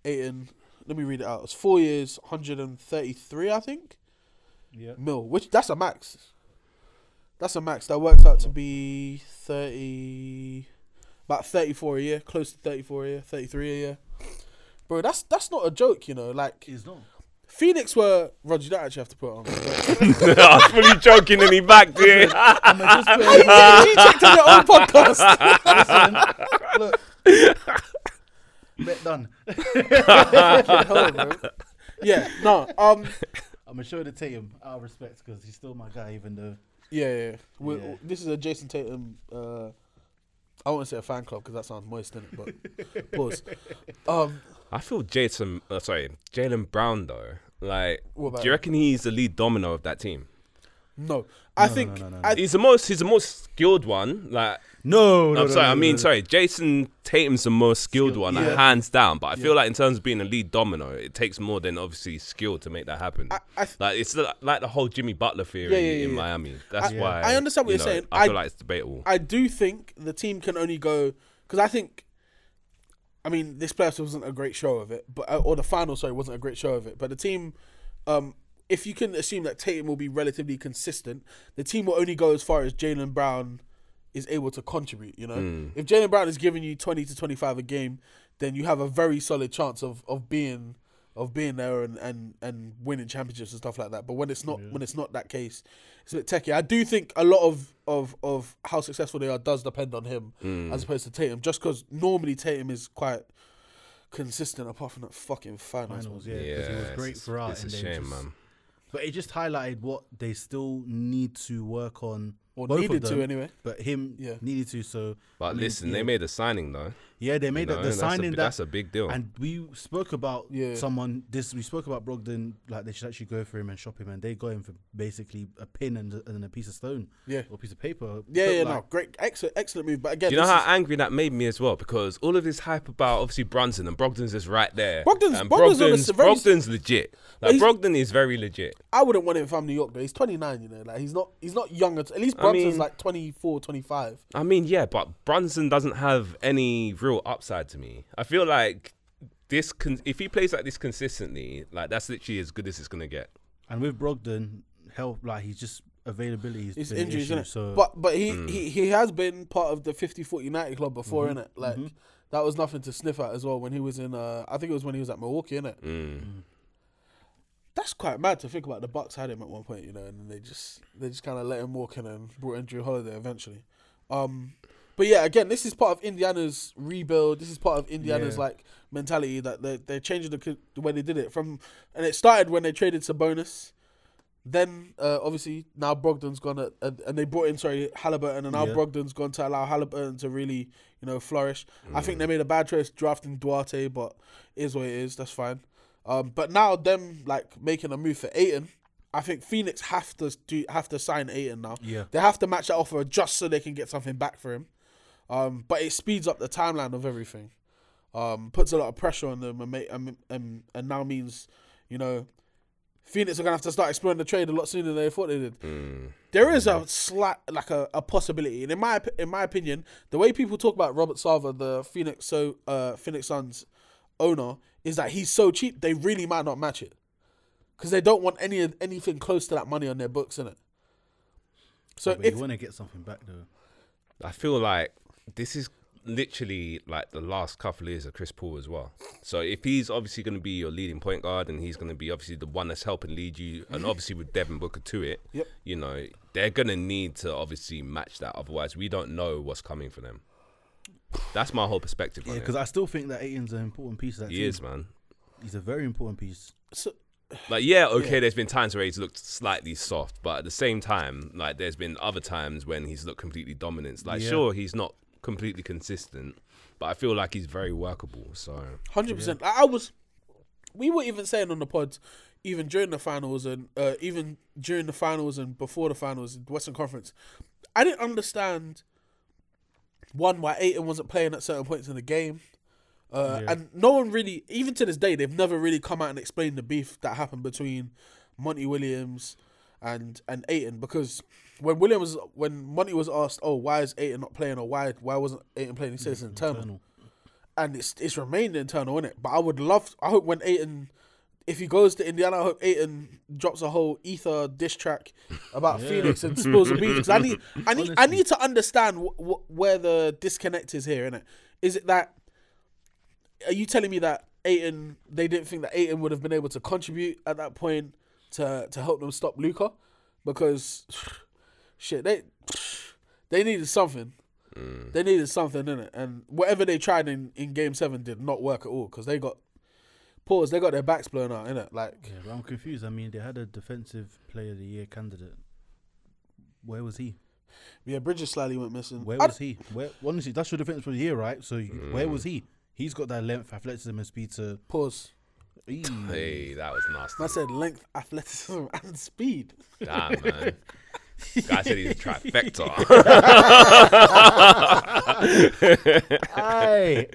Speaker 3: Aiton. Let me read it out. It's four years, hundred and thirty three, I think.
Speaker 6: Yeah.
Speaker 3: Mil, which that's a max. That's a max. That works out to be thirty, about thirty-four a year, close to thirty-four a year, thirty-three a year. Bro, that's that's not a joke, you know. Like
Speaker 6: He's not.
Speaker 3: Phoenix were Rod. You don't actually have to put it on.
Speaker 4: I was fully joking and he backed it.
Speaker 6: I'm just putting-
Speaker 3: he checked on their own podcast.
Speaker 6: Look. Bet done.
Speaker 3: Hell, bro. Yeah, no. Um,
Speaker 6: I'm going to show the Tatum out of respect because he's still my guy, even though.
Speaker 3: yeah, yeah. We-
Speaker 6: Yeah.
Speaker 3: This is a Jason Tatum. Uh, I won't say a fan club because that sounds moist, innit? But pause. Um,
Speaker 4: I feel Jason, uh, sorry, Jalen Brown though. Like,
Speaker 3: What about
Speaker 4: do you reckon he's the lead domino of that team?
Speaker 3: no, I think
Speaker 6: no, no,
Speaker 3: I,
Speaker 4: He's the most. He's the most skilled one. Like,
Speaker 6: No, no.
Speaker 4: I'm sorry. I mean, sorry. Jason Tatum's the most skilled,
Speaker 6: Skilled,
Speaker 4: one, like,
Speaker 3: yeah.
Speaker 4: hands down. But I feel like in terms of being a lead domino, it takes more than obviously skill to make that happen.
Speaker 3: I th-
Speaker 4: like, it's li- like the whole Jimmy Butler theory
Speaker 3: Yeah, yeah, yeah,
Speaker 4: in
Speaker 3: yeah.
Speaker 4: Miami. That's
Speaker 3: I-
Speaker 4: why
Speaker 3: I understand what
Speaker 4: you
Speaker 3: you're
Speaker 4: know,
Speaker 3: saying.
Speaker 4: I feel
Speaker 3: I-
Speaker 4: like it's debatable.
Speaker 3: I do think the team can only go because I think, I mean, this playoffs wasn't a great show of it, but uh, or the final sorry wasn't a great show of it. But the team, um, if you can assume that Tatum will be relatively consistent, the team will only go as far as Jalen Brown is able to contribute. You know, if Jalen Brown is giving you twenty to twenty five a game, then you have a very solid chance of of being of being there and, and, and winning championships and stuff like that. But when it's not when it's not that case, it's a bit techie. I do think a lot of of, of how successful they are does depend on him as opposed to Tatum. Just because normally Tatum is quite consistent, apart from that fucking finals.
Speaker 6: Finals,
Speaker 3: one.
Speaker 6: yeah, 'cause
Speaker 4: yeah,
Speaker 6: it was great
Speaker 4: it's,
Speaker 6: throughout.
Speaker 4: it's a
Speaker 6: and they
Speaker 4: shame,
Speaker 6: just-
Speaker 4: man.
Speaker 6: But it just highlighted what they still need to work on.
Speaker 3: Or
Speaker 6: both of
Speaker 3: needed to,
Speaker 6: them,
Speaker 3: anyway.
Speaker 6: But him
Speaker 3: Yeah.
Speaker 6: needed to. So
Speaker 4: But
Speaker 6: I mean,
Speaker 4: listen,
Speaker 6: yeah.
Speaker 4: they made a signing though.
Speaker 6: Yeah, they made
Speaker 4: know,
Speaker 6: that the
Speaker 4: that's a
Speaker 6: signing
Speaker 4: bi-
Speaker 6: that
Speaker 4: that's a big deal.
Speaker 6: And we spoke about
Speaker 3: Yeah.
Speaker 6: someone. This we spoke about Brogdon. Like they should actually go for him and shop him, and they got him for basically a pin and, a- and a piece of stone.
Speaker 3: Yeah.
Speaker 6: or a piece of paper.
Speaker 3: Yeah,
Speaker 6: Looked
Speaker 3: yeah,
Speaker 6: like-
Speaker 3: no, great, excellent, excellent move. But again,
Speaker 4: Do you know
Speaker 3: this
Speaker 4: how
Speaker 3: is-
Speaker 4: angry that made me as well? Because all of this hype about obviously Brunson and Brogdon's is right there.
Speaker 3: Brogdon's-
Speaker 4: and
Speaker 3: Brogdon's on the s- very s-
Speaker 4: Brogdon's legit. Like
Speaker 3: he's-
Speaker 4: Brogdon is very legit.
Speaker 3: I wouldn't want him if I'm New York though. He's 29, you know, like he's not he's not young at, at least.
Speaker 4: I
Speaker 3: Brunson's
Speaker 4: mean-
Speaker 3: like 24, 25.
Speaker 4: I mean, yeah, but Brunson doesn't have any real upside to me. I feel like this con- if he plays like this consistently, like that's literally as good as it's gonna get.
Speaker 6: And with Brogdon, help like he's just availability. Is
Speaker 3: It's
Speaker 6: been an
Speaker 3: injuries,
Speaker 6: issue,
Speaker 3: isn't it?
Speaker 6: So
Speaker 3: but but he, he he has been part of the 50-40 United club before,
Speaker 6: Mm-hmm.
Speaker 3: innit? Like that was nothing to sniff at as well when he was in. Uh, I think it was when he was at Milwaukee, innit? That's quite mad to think about. The Bucks had him at one point, you know, and then they just they just kind of let him walk in and brought in Drew Holiday eventually. Um, but yeah, again, this is part of Indiana's rebuild. This is part of Indiana's
Speaker 6: Yeah.
Speaker 3: like mentality that they they're changing the, co- the way they did it from, and it started when they traded Sabonis. Then uh, obviously now Brogdon's gone at, and and they brought in sorry Halliburton and now
Speaker 6: Yeah.
Speaker 3: Brogdon's gone to allow Halliburton to really you know flourish. I
Speaker 6: Mm.
Speaker 3: think they made a bad choice drafting Duarte, but it is what it is. That's fine. Um, but now them like making a move for Aiton, I think Phoenix have to do have to sign Aiton now.
Speaker 6: Yeah.
Speaker 3: they have to match that offer just so they can get something back for him. Um, but it speeds up the timeline of everything. Um, puts a lot of pressure on them and, make, and, and and now means you know Phoenix are gonna have to start exploring the trade a lot sooner than they thought they did. There is a slight like a, a possibility, and in my op- in my opinion, the way people talk about Robert Salva, the Phoenix so uh, Phoenix Suns owner, is that he's so cheap they really might not match it because they don't want any anything close to that money on their books, in it. So
Speaker 6: but
Speaker 3: if
Speaker 6: you want to get something back though.
Speaker 4: I feel like this is literally like the last couple of years of Chris Paul as well. So if he's obviously going to be your leading point guard and he's going to be obviously the one that's helping lead you, and obviously with Devin Booker to it,
Speaker 3: Yep.
Speaker 4: you know they're going to need to obviously match that. Otherwise, we don't know what's coming for them. That's my whole perspective.
Speaker 6: Yeah,
Speaker 4: on
Speaker 6: because
Speaker 4: it.
Speaker 6: I still think that Aiton's an important piece. Of that
Speaker 4: he
Speaker 6: team.
Speaker 4: is man.
Speaker 6: He's a very important piece.
Speaker 3: so,
Speaker 4: Like yeah, okay. There's been times where he's looked slightly soft, but at the same time, like there's been other times when he's looked completely dominant. Like
Speaker 6: Yeah.
Speaker 4: sure, he's not completely consistent, but I feel like he's very workable. So
Speaker 3: Hundred percent. I I was. We were even saying on the pods, even during the finals and uh, even during the finals and before the finals, Western Conference. I didn't understand one why Aiton wasn't playing at certain points in the game, uh, and no one really, even to this day, they've never really come out and explained the beef that happened between Monty Williams and and Aiton because when Williams when Monty was asked, oh why is Aiton not playing or why why wasn't Aiton playing, he says internal and it's it's remained internal, innit? But I would love. I hope when Aiton if he goes to Indiana, I hope Aiton drops a whole ether diss track about Phoenix and spills the beans. 'Cause I need, I need, I need to understand wh- wh- where the disconnect is here. Innit? Is it that? Are you telling me that Aiton they didn't think that Aiton would have been able to contribute at that point to to help them stop Luca? Because shit, they they needed something. They needed something in it, and whatever they tried in, in Game Seven did not work at all because they got pause. They got their backs blown out in it. Like
Speaker 6: Yeah, but I'm confused. I mean, they had a defensive player of the year candidate. Where was he?
Speaker 3: yeah, Bridges slightly went missing.
Speaker 6: Where
Speaker 3: I-
Speaker 6: was he? Where honestly, that's your defense for the year, right? So you-
Speaker 4: Mm.
Speaker 6: where was he? He's got that length, athleticism, and speed to.
Speaker 3: Pause.
Speaker 6: Eee.
Speaker 4: Hey, that was nasty.
Speaker 3: I said length, athleticism, and speed.
Speaker 4: Damn, man. Guy said he's a trifecta.
Speaker 6: Aye.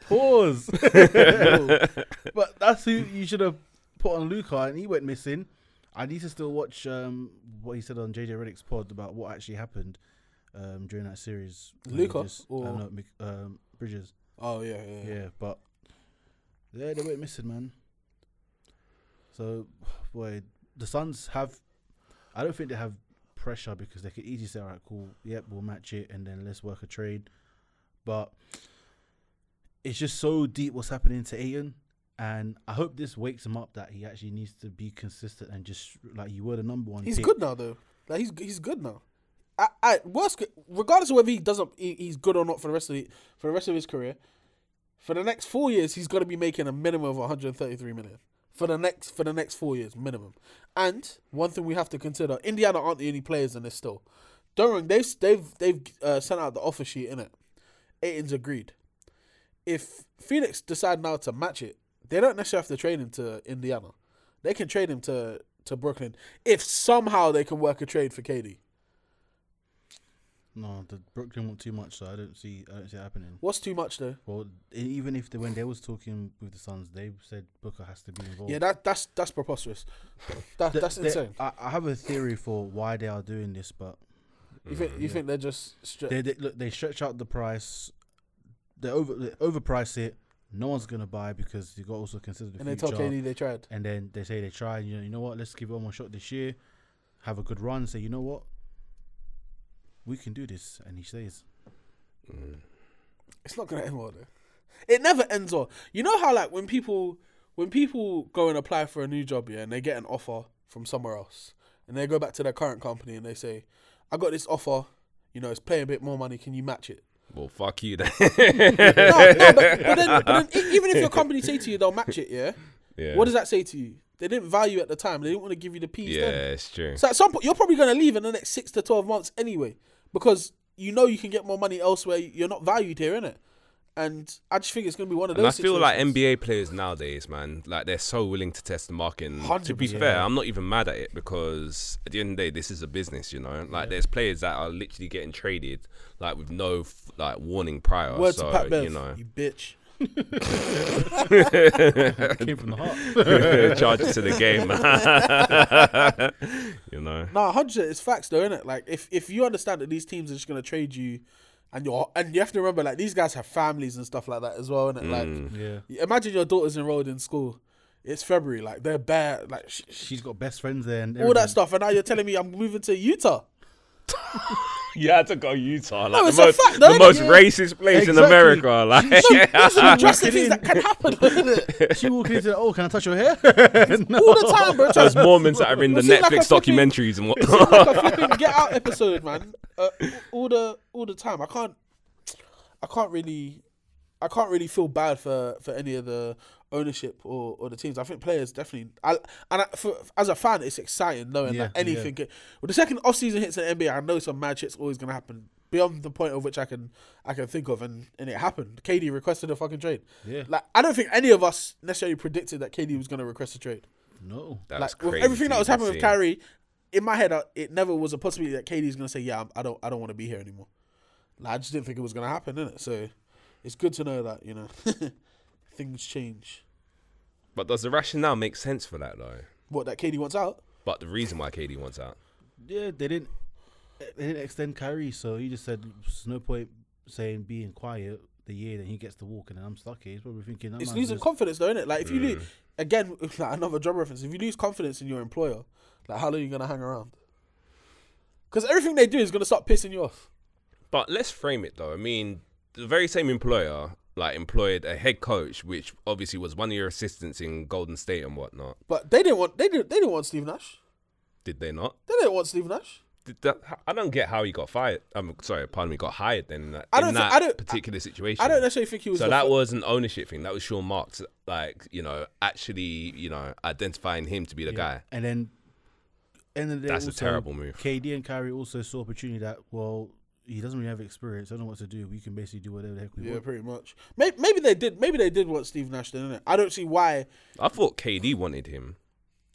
Speaker 6: Pause. but that's who you should have put on Luca, and he went missing. I need to still watch um, what he said on JJ Reddick's pod about what actually happened um, during that series. when he
Speaker 3: Luka
Speaker 6: just-
Speaker 3: or-
Speaker 6: uh, no, Mc- um, Bridges.
Speaker 3: Oh yeah, yeah. yeah.
Speaker 6: Yeah, but yeah, they went missing, man. So, boy, the Suns have. I don't think they have pressure because they could easily say, "All right, cool, yep, we'll match it, and then let's work a trade." But it's just so deep what's happening to Aiton, and I hope this wakes him up that he actually needs to be consistent and just like you were the number one.
Speaker 3: He's
Speaker 6: pick.
Speaker 3: good now though. Like he's he's good now. I, I worst ca- regardless of whether he doesn't he, he's good or not for the rest of the for the rest of his career. For the next four years, he's got to be making a minimum of 133 million for the next for the next four years minimum. And one thing we have to consider: Indiana aren't the only players in this. Still, during they've they've they've uh, sent out the offer sheet in it. Aiton's agreed. If Phoenix decide now to match it, they don't necessarily have to trade him to Indiana. They can trade him to to Brooklyn if somehow they can work a trade for KD.
Speaker 6: No, the Brooklyn want too much, so I don't see. I don't see it happening.
Speaker 3: What's too much though?
Speaker 6: Well, e- even if they, when they was talking with the Suns, they said Booker has to be involved.
Speaker 3: Yeah, that that's that's preposterous. That,
Speaker 6: Th-
Speaker 3: that's
Speaker 6: there-
Speaker 3: insane.
Speaker 6: I, I have a theory for why they are doing this, but
Speaker 3: You think you think they're just stra-
Speaker 6: they, they look they stretch out the price, they over they overprice it. No one's gonna buy because you got to also consider the
Speaker 3: and they
Speaker 6: future.
Speaker 3: told KD they tried.
Speaker 6: and then they say they try. You know, you know what? Let's give it one more shot this year. Have a good run. Say, you know what? We can do this, and he stays.
Speaker 3: It's not gonna end well though. It never ends well. You know how like when people when people go and apply for a new job, yeah, and they get an offer from somewhere else, and they go back to their current company and they say, "I got this offer, you know, it's paying a bit more money. Can you match it?"
Speaker 4: well, fuck you then.
Speaker 3: no, no, but, but then, but then e- even if your company say to you they'll match it, yeah,
Speaker 4: Yeah.
Speaker 3: what does that say to you? They didn't value at the time. They didn't want to give you the piece.
Speaker 4: Yeah,
Speaker 3: Then.
Speaker 4: it's true.
Speaker 3: So at some point, you're probably going to leave in the next six to twelve months anyway, because you know you can get more money elsewhere. You're not valued here, innit? And I just think it's going to be one of
Speaker 4: And I
Speaker 3: those.
Speaker 4: feel like
Speaker 3: situations.
Speaker 4: NBA players nowadays, man, like they're so willing to test the market. And to be
Speaker 3: 100%.
Speaker 4: fair, I'm not even mad at it because at the end of the day, this is a business, you know. Like there's players that are literally getting traded, like with no f- like warning prior.
Speaker 3: Words
Speaker 4: so
Speaker 3: to Pat Bev,
Speaker 4: you know,
Speaker 3: you bitch.
Speaker 6: Came from the heart.
Speaker 4: charge it to the game, you know.
Speaker 3: No, hundred it's facts though, innit? Like if if you understand that these teams are just gonna trade you, and you're and you have to remember like these guys have families and stuff like that as well, innit?
Speaker 4: Mm.
Speaker 6: yeah,
Speaker 3: Like imagine your daughter's enrolled in school. It's February, like they're bare, like sh- sh-
Speaker 6: she's got best friends there, and
Speaker 3: all that
Speaker 6: everything.
Speaker 3: stuff, and now you're telling me I'm moving to Utah.
Speaker 4: You had to go Utah, like
Speaker 3: No,
Speaker 4: the
Speaker 3: it's a
Speaker 4: most,
Speaker 3: fact,
Speaker 4: the
Speaker 3: though,
Speaker 4: most
Speaker 3: yeah.
Speaker 4: racist place in
Speaker 6: Exactly.
Speaker 4: America. Like,
Speaker 3: These are the drastic things that can happen innit?
Speaker 6: She walked into, the, oh, can I touch your hair?
Speaker 3: all the time, bro.
Speaker 4: those Mormons that are in the
Speaker 3: It seems like a
Speaker 4: Netflix
Speaker 3: fucking-
Speaker 4: documentaries and whatnot.
Speaker 3: like a flipping Get Out episode, man. Uh, all the all the time. I can't, I can't really, I can't really feel bad for for any of the ownership or, or the teams. I think players definitely. I and I, for, as a fan, it's exciting knowing
Speaker 6: Yeah,
Speaker 3: that anything. Can, well, the second off season hits in the NBA, I know some mad shit's always gonna happen. Beyond the point of which I can I can think of, and, and it happened. KD requested a fucking trade.
Speaker 6: Yeah.
Speaker 3: like I don't think any of us necessarily predicted that KD was going to request a trade
Speaker 6: No.
Speaker 4: That was
Speaker 3: like with
Speaker 4: crazy
Speaker 3: everything that
Speaker 4: to
Speaker 3: was happening with
Speaker 4: see.
Speaker 3: Kyrie, in my head, I, it never was a possibility that KD's gonna say, "Yeah, I'm, I don't, I don't want to be here anymore." Like, I just didn't think it was gonna happen, innit? So it's good to know that you know things change.
Speaker 4: But does the rationale make sense for that though?
Speaker 3: What that KD wants out?
Speaker 4: But the reason why KD wants out.
Speaker 6: Yeah, they didn't. They didn't extend Kyrie, so he just said, "There's no point saying being quiet. the year, then he gets to walk, and then I'm stuck here. He's probably thinking, that
Speaker 3: It's
Speaker 6: man's
Speaker 3: losing
Speaker 6: just-
Speaker 3: confidence, though, isn't it? Like if you lose
Speaker 4: Mm.
Speaker 3: again, like another job reference. If you lose confidence in your employer, like how long are you gonna hang around? Because everything they do is gonna start pissing you off.
Speaker 4: But let's frame it though. I mean, the very same employer like employed a head coach, which obviously was one of your assistants in Golden State and whatnot.
Speaker 3: But they didn't want they didn't they didn't want Steve Nash.
Speaker 4: Did they not?
Speaker 3: They didn't want Steve Nash.
Speaker 4: Did that, I don't get how he got fired. I'm sorry, pardon me, got hired then in that,
Speaker 3: I don't
Speaker 4: in
Speaker 3: think-
Speaker 4: that
Speaker 3: I don't-
Speaker 4: particular situation.
Speaker 3: I don't necessarily think he was.
Speaker 4: So
Speaker 3: the
Speaker 4: that
Speaker 3: fir-
Speaker 4: was an ownership thing. That was Sean Marks, like you know, actually, you know, identifying him to be the guy.
Speaker 6: And then, end of the day,
Speaker 4: That's a
Speaker 6: also,
Speaker 4: terrible move.
Speaker 6: KD and Kyrie also saw opportunity that well, he doesn't really have experience. I don't know what to do. We can basically do whatever the heck we
Speaker 3: Yeah,
Speaker 6: want.
Speaker 3: pretty much. Maybe, maybe they did. Maybe they did want Steve Nash. Then innit? I don't see why.
Speaker 4: I thought KD wanted him.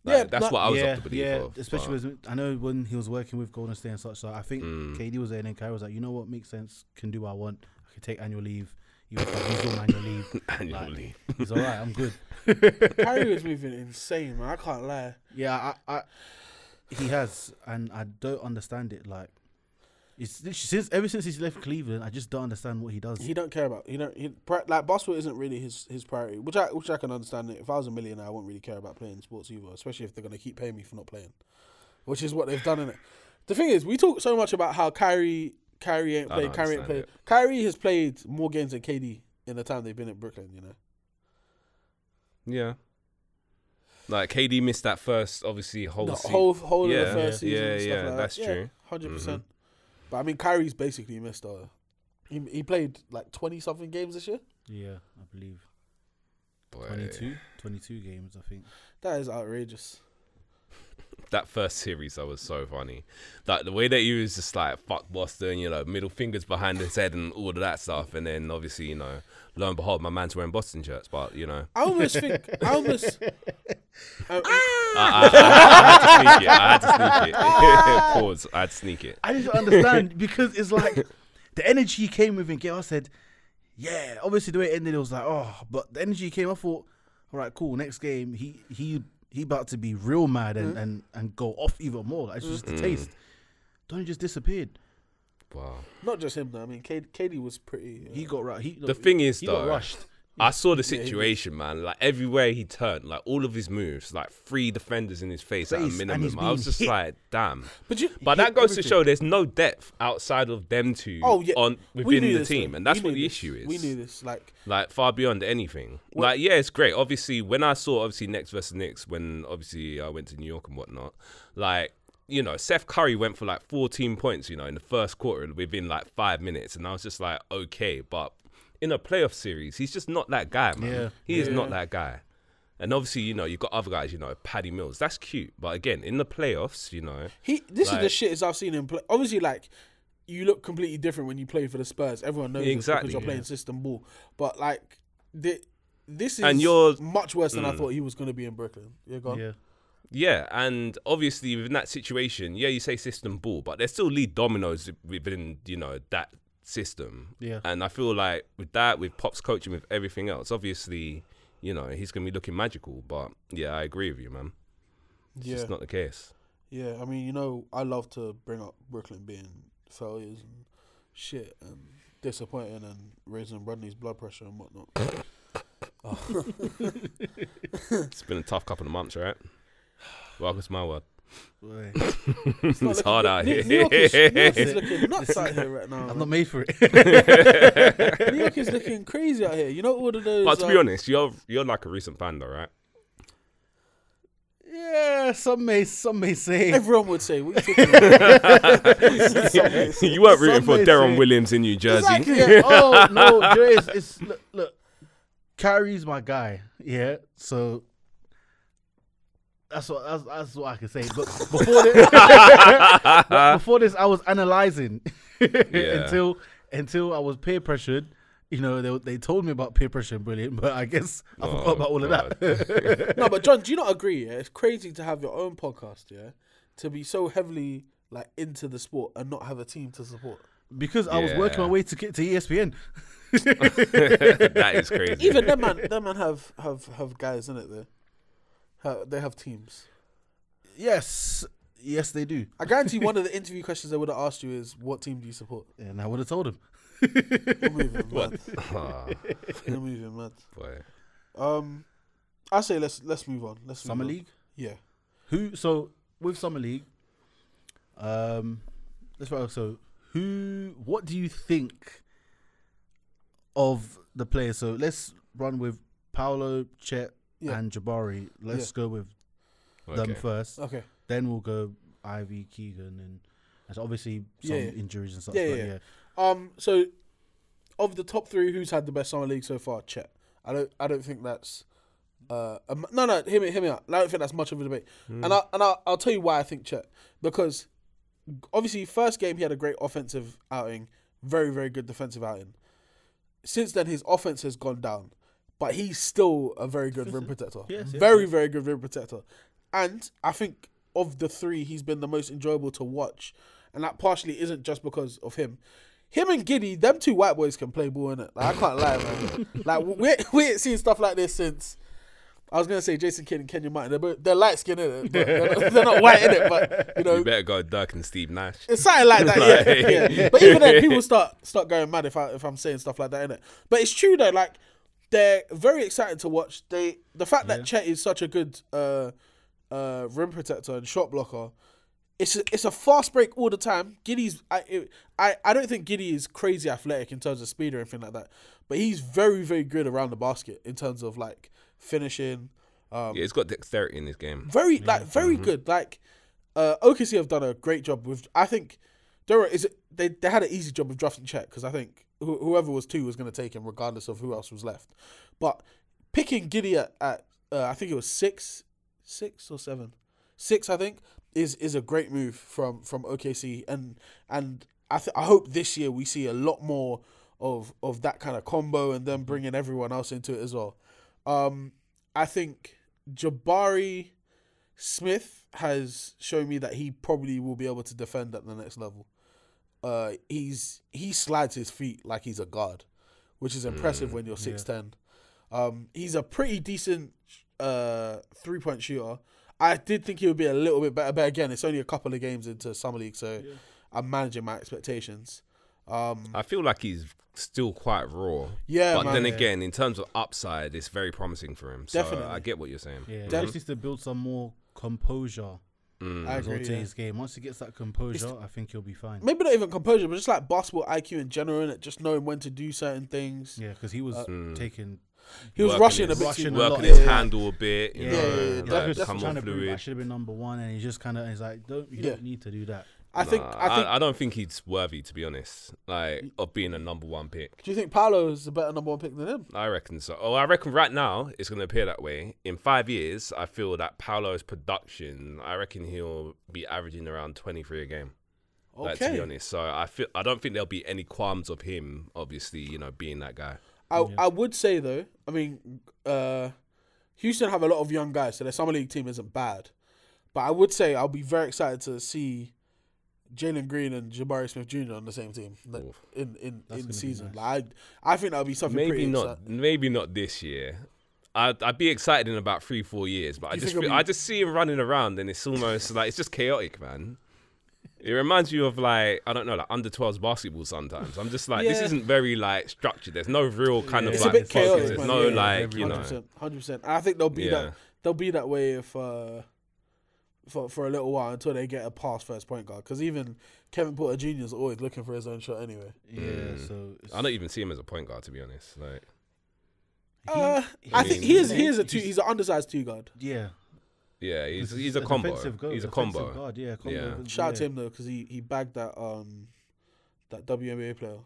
Speaker 4: Like,
Speaker 3: Yeah,
Speaker 4: that's
Speaker 3: but-
Speaker 4: what I was
Speaker 6: yeah,
Speaker 4: up to believe.
Speaker 6: yeah.
Speaker 4: of,
Speaker 6: especially
Speaker 4: but-
Speaker 6: with, I know when he was working with Golden State and such. So I think
Speaker 4: Hmm.
Speaker 6: KD was there, and then Kyrie was like, you know what makes sense? Can do what I want. I can take annual leave. You was like, he's on annual leave.
Speaker 4: Annual
Speaker 6: Like,
Speaker 4: leave.
Speaker 6: He's all right. I'm good.
Speaker 3: Kyrie was moving insane, man. I can't lie.
Speaker 6: Yeah, I, I he has, and I don't understand it. Like, it's literally- since ever since he's left Cleveland, I just don't understand what he does.
Speaker 3: He don't care about. He don't. He, pri- like basketball isn't really his his priority, which I which I can understand. It. If I was a millionaire, I wouldn't really care about playing sports either, especially if they're gonna keep paying me for not playing, which is what they've done in it. The thing is, we talk so much about how Kyrie Kyrie ain't
Speaker 4: I
Speaker 3: played.
Speaker 4: don't
Speaker 3: Kyrie ain't played.
Speaker 4: understand
Speaker 3: Kyrie has played more games than KD in the time they've been at Brooklyn. You know.
Speaker 4: Yeah. Like KD missed that first, obviously whole
Speaker 3: the
Speaker 4: se-
Speaker 3: whole whole of
Speaker 4: Yeah, Mm-hmm.
Speaker 3: the first
Speaker 4: yeah,
Speaker 3: season. and
Speaker 4: yeah,
Speaker 3: stuff
Speaker 4: yeah,
Speaker 3: like
Speaker 4: that's
Speaker 3: that.
Speaker 4: true.
Speaker 3: 100 percent. But I mean, Kyrie's basically missed. Uh, he he played like twenty something games this year.
Speaker 6: Yeah, I believe
Speaker 4: Boy,
Speaker 6: 22, 22 games. I think
Speaker 3: That is outrageous.
Speaker 4: That first series that was so funny. Like the way that he was just like fuck Boston, you know, middle fingers behind his head and all of that stuff. And then obviously, you know, lo and behold, my man's wearing Boston shirts, but you know.
Speaker 3: I almost think I almost.
Speaker 4: I, I, I had to sneak it. I had to sneak it. Pause. I had to sneak it.
Speaker 6: I just don't understand because it's like the energy he came with in game. I said, yeah. Obviously, the way it ended, it was like, oh, but the energy he came. I thought, all right, cool. Next game, he he he about to be real mad and and, and go off even more. Like, it's just the taste. Donny just disappeared.
Speaker 4: Wow.
Speaker 3: Not just him though. I mean, K- KD was pretty. Uh,
Speaker 6: He got right. He,
Speaker 4: The thing is,
Speaker 6: he
Speaker 4: though,
Speaker 6: got rushed.
Speaker 4: I saw the situation, man. Like everywhere he turned, like all of his moves, like three defenders in his face, at a
Speaker 6: Face, and he's
Speaker 4: minimum. I was
Speaker 6: being
Speaker 4: just
Speaker 6: hit.
Speaker 4: like, damn.
Speaker 3: but you,
Speaker 4: But that
Speaker 6: hit
Speaker 4: goes to
Speaker 6: everything.
Speaker 4: show there's no depth outside of them two
Speaker 3: oh yeah,
Speaker 4: on
Speaker 3: we
Speaker 4: within
Speaker 3: knew
Speaker 4: the
Speaker 3: this,
Speaker 4: team,
Speaker 3: though.
Speaker 4: and that's
Speaker 3: We
Speaker 4: what the
Speaker 3: knew
Speaker 4: issue
Speaker 3: this.
Speaker 4: is.
Speaker 3: We knew this. Like
Speaker 4: Like far beyond anything. Like yeah, it's great. Obviously, when I saw obviously next versus Knicks, when obviously I went to New York and whatnot, like you know, Seth Curry went for like 14 points, you know, in the first quarter within like five minutes, and I was just like, okay, but in a playoff series, he's just not that guy, man.
Speaker 6: Yeah.
Speaker 4: He is not that guy. And obviously, you know, you've got other guys, you know, Paddy Mills. That's cute. But again, in the playoffs, you know,
Speaker 3: he, this is the
Speaker 4: Like-
Speaker 3: shit as I've seen him play. Obviously, like you look completely different when you play for the Spurs. Everyone knows exactly
Speaker 4: Exactly,
Speaker 3: because you're
Speaker 4: yeah.
Speaker 3: playing system ball. But like the, this is
Speaker 4: And you're- Mm.
Speaker 3: much worse than I thought he was going to be in Brooklyn. Yeah, go on.
Speaker 6: Yeah.
Speaker 4: Yeah, and obviously within that situation, yeah, you say system ball, but there's still lead dominoes within you know that system.
Speaker 6: Yeah.
Speaker 4: and I feel like with that, with Pop's coaching, with everything else, obviously, you know, he's gonna be looking magical. But yeah, I agree with you, man. It's
Speaker 3: yeah.
Speaker 4: just not the case.
Speaker 3: Yeah, I mean, you know, I love to bring up Brooklyn being failures and shit and disappointing and raising Rodney's blood pressure and whatnot.
Speaker 4: It's been a tough couple of months, right? Welcome to my world.
Speaker 6: Boy,
Speaker 3: It's, not
Speaker 4: It's
Speaker 3: looking
Speaker 4: hard
Speaker 3: good.
Speaker 4: out
Speaker 3: New,
Speaker 4: here.
Speaker 3: New York is, New York is looking nuts out here right now.
Speaker 6: I'm
Speaker 3: man.
Speaker 6: not made for it.
Speaker 3: New York is looking crazy out here. You know, all of those.
Speaker 4: But to be
Speaker 3: um,
Speaker 4: honest, you're you're like a recent fan, though, right?
Speaker 6: yeah, some may some may say
Speaker 3: everyone would say, "What are you talking about?"
Speaker 4: you weren't rooting for
Speaker 6: Some may
Speaker 4: Darren
Speaker 6: say-
Speaker 4: Williams in New Jersey.
Speaker 6: Exactly. yeah. Oh no, do you know, it's, it's look, look. Kyrie's my guy. Yeah, so that's what that's, that's what I can say. But before this, before this, I was analyzing until until I was peer pressured. You know, they, they told me about peer pressure, and brilliant, but I guess I forgot
Speaker 4: Oh,
Speaker 6: about all of
Speaker 4: God.
Speaker 6: that.
Speaker 3: no, but John, do you not agree? Yeah, it's crazy to have your own podcast. Yeah, to be so heavily like into the sport and not have a team to support.
Speaker 6: because I was working
Speaker 4: Yeah.
Speaker 6: my way to get to E ESPN.
Speaker 4: that is crazy.
Speaker 3: Even them man, them man have have have guys in it there. Ha- They have teams.
Speaker 6: Yes, yes, they do,
Speaker 3: I guarantee one of the interview questions they would have asked you is, "What team do you support?"
Speaker 6: and I would have told him.
Speaker 3: You're moving mad.
Speaker 4: Ah,
Speaker 3: You're moving mad.
Speaker 4: boy.
Speaker 3: Um, I say let's let's move on. Let's move
Speaker 6: Summer
Speaker 3: on.
Speaker 6: League.
Speaker 3: Yeah.
Speaker 6: Who? So with summer league, um, let's right. So who? What do you think of the players? So let's run with Paolo, Chet,
Speaker 3: Yeah.
Speaker 6: and Jabari. Let's go with them
Speaker 4: Okay.
Speaker 6: first.
Speaker 3: Okay.
Speaker 6: Then we'll go Ivy, Keegan, and, and so obviously some
Speaker 3: Yeah, yeah.
Speaker 6: injuries and stuff.
Speaker 3: Yeah,
Speaker 6: but
Speaker 3: yeah.
Speaker 6: yeah.
Speaker 3: Um. So, of the top three, who's had the best summer league so far? Chet. I don't. I don't think that's. Uh, um, no, no. Hear me. Hear me out. I don't think that's much of a debate. And I and I, I'll tell you why I think Chet because obviously first game he had a great offensive outing, very very good defensive outing. Since then his offense has gone down, but he's still a very good rim protector. very very good rim protector, and I think of the three he's been the most enjoyable to watch, and that partially isn't just because of him. Him and Giddy, them two white boys can play ball in it. Like, I can't lie, man. Like we we ain't seen stuff like this since. I was gonna say Jason Kidd and Kenya Martin. They're, bo- they're light skinned in it. They're not, they're not white in it, but you know
Speaker 4: You better go Dirk and Steve Nash.
Speaker 3: it's something like that,
Speaker 4: Like-
Speaker 3: yeah, yeah. But even then, people start start going mad if I if I'm saying stuff like that, innit? But it's true though. Like they're very exciting to watch. They the fact that Chet is such a good uh, uh, rim protector and shot blocker. It's a, it's a fast break all the time. Giddy's I, it, I I don't think Giddy is crazy athletic in terms of speed or anything like that, but he's very very good around the basket in terms of like finishing. Um,
Speaker 4: Yeah, he's got dexterity in his game.
Speaker 3: very like very good. Like uh, OKC have done a great job with. I think there were- is it, they they had an easy job of drafting Chet because I think who whoever was two was going to take him regardless of who else was left. But picking Giddy at, at uh, I think it was six, six or seven, six I think is is a great move from from OKC and and I th- I hope this year we see a lot more of of that kind of combo and then bringing everyone else into it as well. Um, I think Jabari Smith has shown me that he probably will be able to defend at the next level. Uh, he's he slides his feet like he's a guard, which is
Speaker 6: Mm,
Speaker 3: impressive when you're six ten. Um, he's a pretty decent uh, three point shooter. I did think he would be a little bit better, but again, it's only a couple of games into summer league, so I'm managing my expectations. Um,
Speaker 4: I feel like he's still quite raw.
Speaker 3: Yeah,
Speaker 4: But
Speaker 3: man.
Speaker 4: then again, in terms of upside, it's very promising for him. So uh,
Speaker 3: Definitely.
Speaker 4: I get what you're saying.
Speaker 6: Yeah, he just needs to build some more composure
Speaker 3: I
Speaker 6: as well
Speaker 3: agree.
Speaker 6: to
Speaker 3: yeah.
Speaker 6: his game. Once he gets that composure, I think he'll be fine.
Speaker 3: Maybe not even composure, but just like basketball IQ in general, and just knowing when to do certain things.
Speaker 6: Yeah, because he was
Speaker 3: Uh,
Speaker 6: taking
Speaker 3: He was
Speaker 4: Working
Speaker 3: rushing a
Speaker 4: his-
Speaker 3: bit
Speaker 6: Rushing
Speaker 3: too
Speaker 6: a
Speaker 3: much.
Speaker 6: lot,
Speaker 4: Working
Speaker 6: yeah,
Speaker 4: his
Speaker 6: yeah.
Speaker 4: handle a bit, you
Speaker 6: Yeah,
Speaker 4: know,
Speaker 3: yeah, yeah,
Speaker 4: like,
Speaker 3: definitely.
Speaker 6: That's
Speaker 4: come
Speaker 6: trying
Speaker 4: on
Speaker 6: to prove I
Speaker 4: fluid.
Speaker 6: should have been number one, and he's just kind of he's like, don't you
Speaker 3: Yeah.
Speaker 6: don't need to do that.
Speaker 3: I think.
Speaker 4: Nah,
Speaker 3: I think.
Speaker 4: I don't think he's worthy, to be honest, like of being a number one pick.
Speaker 3: do you think Paolo is a better number one pick than him?
Speaker 4: I reckon so. Oh, I reckon right now it's going to appear that way. In five years, I feel that Paolo's production, I reckon he'll be averaging around 23 a game. Like, to be
Speaker 3: Okay.
Speaker 4: honest, so I feel I don't think there'll be any qualms of him, obviously, you know, being that guy.
Speaker 3: I, I would say though. I mean, uh, Houston have a lot of young guys, so their summer league team isn't bad. But I would say I'll be very excited to see Jalen Green and Jabari Smith Jr. on the same team like,
Speaker 4: Oof.
Speaker 3: in in in
Speaker 6: be
Speaker 3: season. Like, I I think that'll be something.
Speaker 4: Maybe
Speaker 3: pretty
Speaker 4: not.
Speaker 3: exci-
Speaker 4: Maybe not this year. I'd, I'd be excited in about three, four years, but I
Speaker 3: You
Speaker 4: just
Speaker 3: think
Speaker 4: feel,
Speaker 3: it'll
Speaker 4: I
Speaker 3: be-
Speaker 4: just see him running around, and it's almost like it's just chaotic, man. It reminds you of like I don't know, like under 12s basketball sometimes. I'm just like this
Speaker 3: Yeah.
Speaker 4: isn't very like structured. There's no real kind of
Speaker 3: It's
Speaker 4: like
Speaker 3: a bit
Speaker 4: focus.
Speaker 3: chaotic.
Speaker 4: There's
Speaker 3: man.
Speaker 4: no
Speaker 3: Yeah,
Speaker 4: like you know.
Speaker 3: 100%, 100%. I think they'll be
Speaker 4: Yeah.
Speaker 3: that. They'll be that way if. Uh, for, for a little while until they get a pass first point guard because even Kevin Porter Jr. is always looking for his own shot anyway.
Speaker 6: Yeah, so it's,
Speaker 4: Hmm. I don't even see him as a point guard to be honest. Like
Speaker 3: Uh, I think he is. He is a two. He's an undersized two guard.
Speaker 6: yeah,
Speaker 4: yeah, he's
Speaker 6: 'cause
Speaker 4: he's a combo.
Speaker 6: defensive guard,
Speaker 4: He's a
Speaker 6: defensive
Speaker 4: combo.
Speaker 6: Guard, yeah, combo
Speaker 4: Yeah.
Speaker 6: defensive-
Speaker 3: Shout out to
Speaker 6: yeah.
Speaker 3: him though, because he, he bagged that um that WNBA player.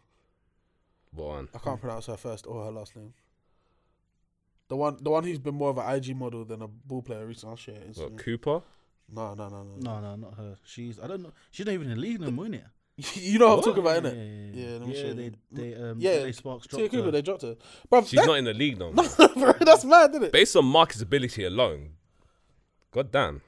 Speaker 4: What one?
Speaker 3: I can't pronounce her first or her last name. The one the one who's been more of an IG model than a ball player recently. I'll share it.
Speaker 4: What,
Speaker 3: Instagram.
Speaker 4: Cooper?
Speaker 3: No, no, no, no. no.
Speaker 6: No, no, not her. She's I don't know. She's not even in the league no more, innit?
Speaker 3: you know what I'm talking
Speaker 6: Yeah,
Speaker 3: about,
Speaker 6: yeah,
Speaker 3: innit?
Speaker 6: yeah.
Speaker 3: Yeah, let me
Speaker 6: yeah,
Speaker 3: show you.
Speaker 6: they, they, um,
Speaker 3: Yeah,
Speaker 6: they sparks
Speaker 3: Tia
Speaker 6: dropped
Speaker 3: Cooper,
Speaker 6: her.
Speaker 3: they dropped her. Bruv,
Speaker 4: She's
Speaker 3: that-
Speaker 4: not in the league no more.
Speaker 3: bro, that's mad, isn't it?
Speaker 4: Based on marketability alone, god damn.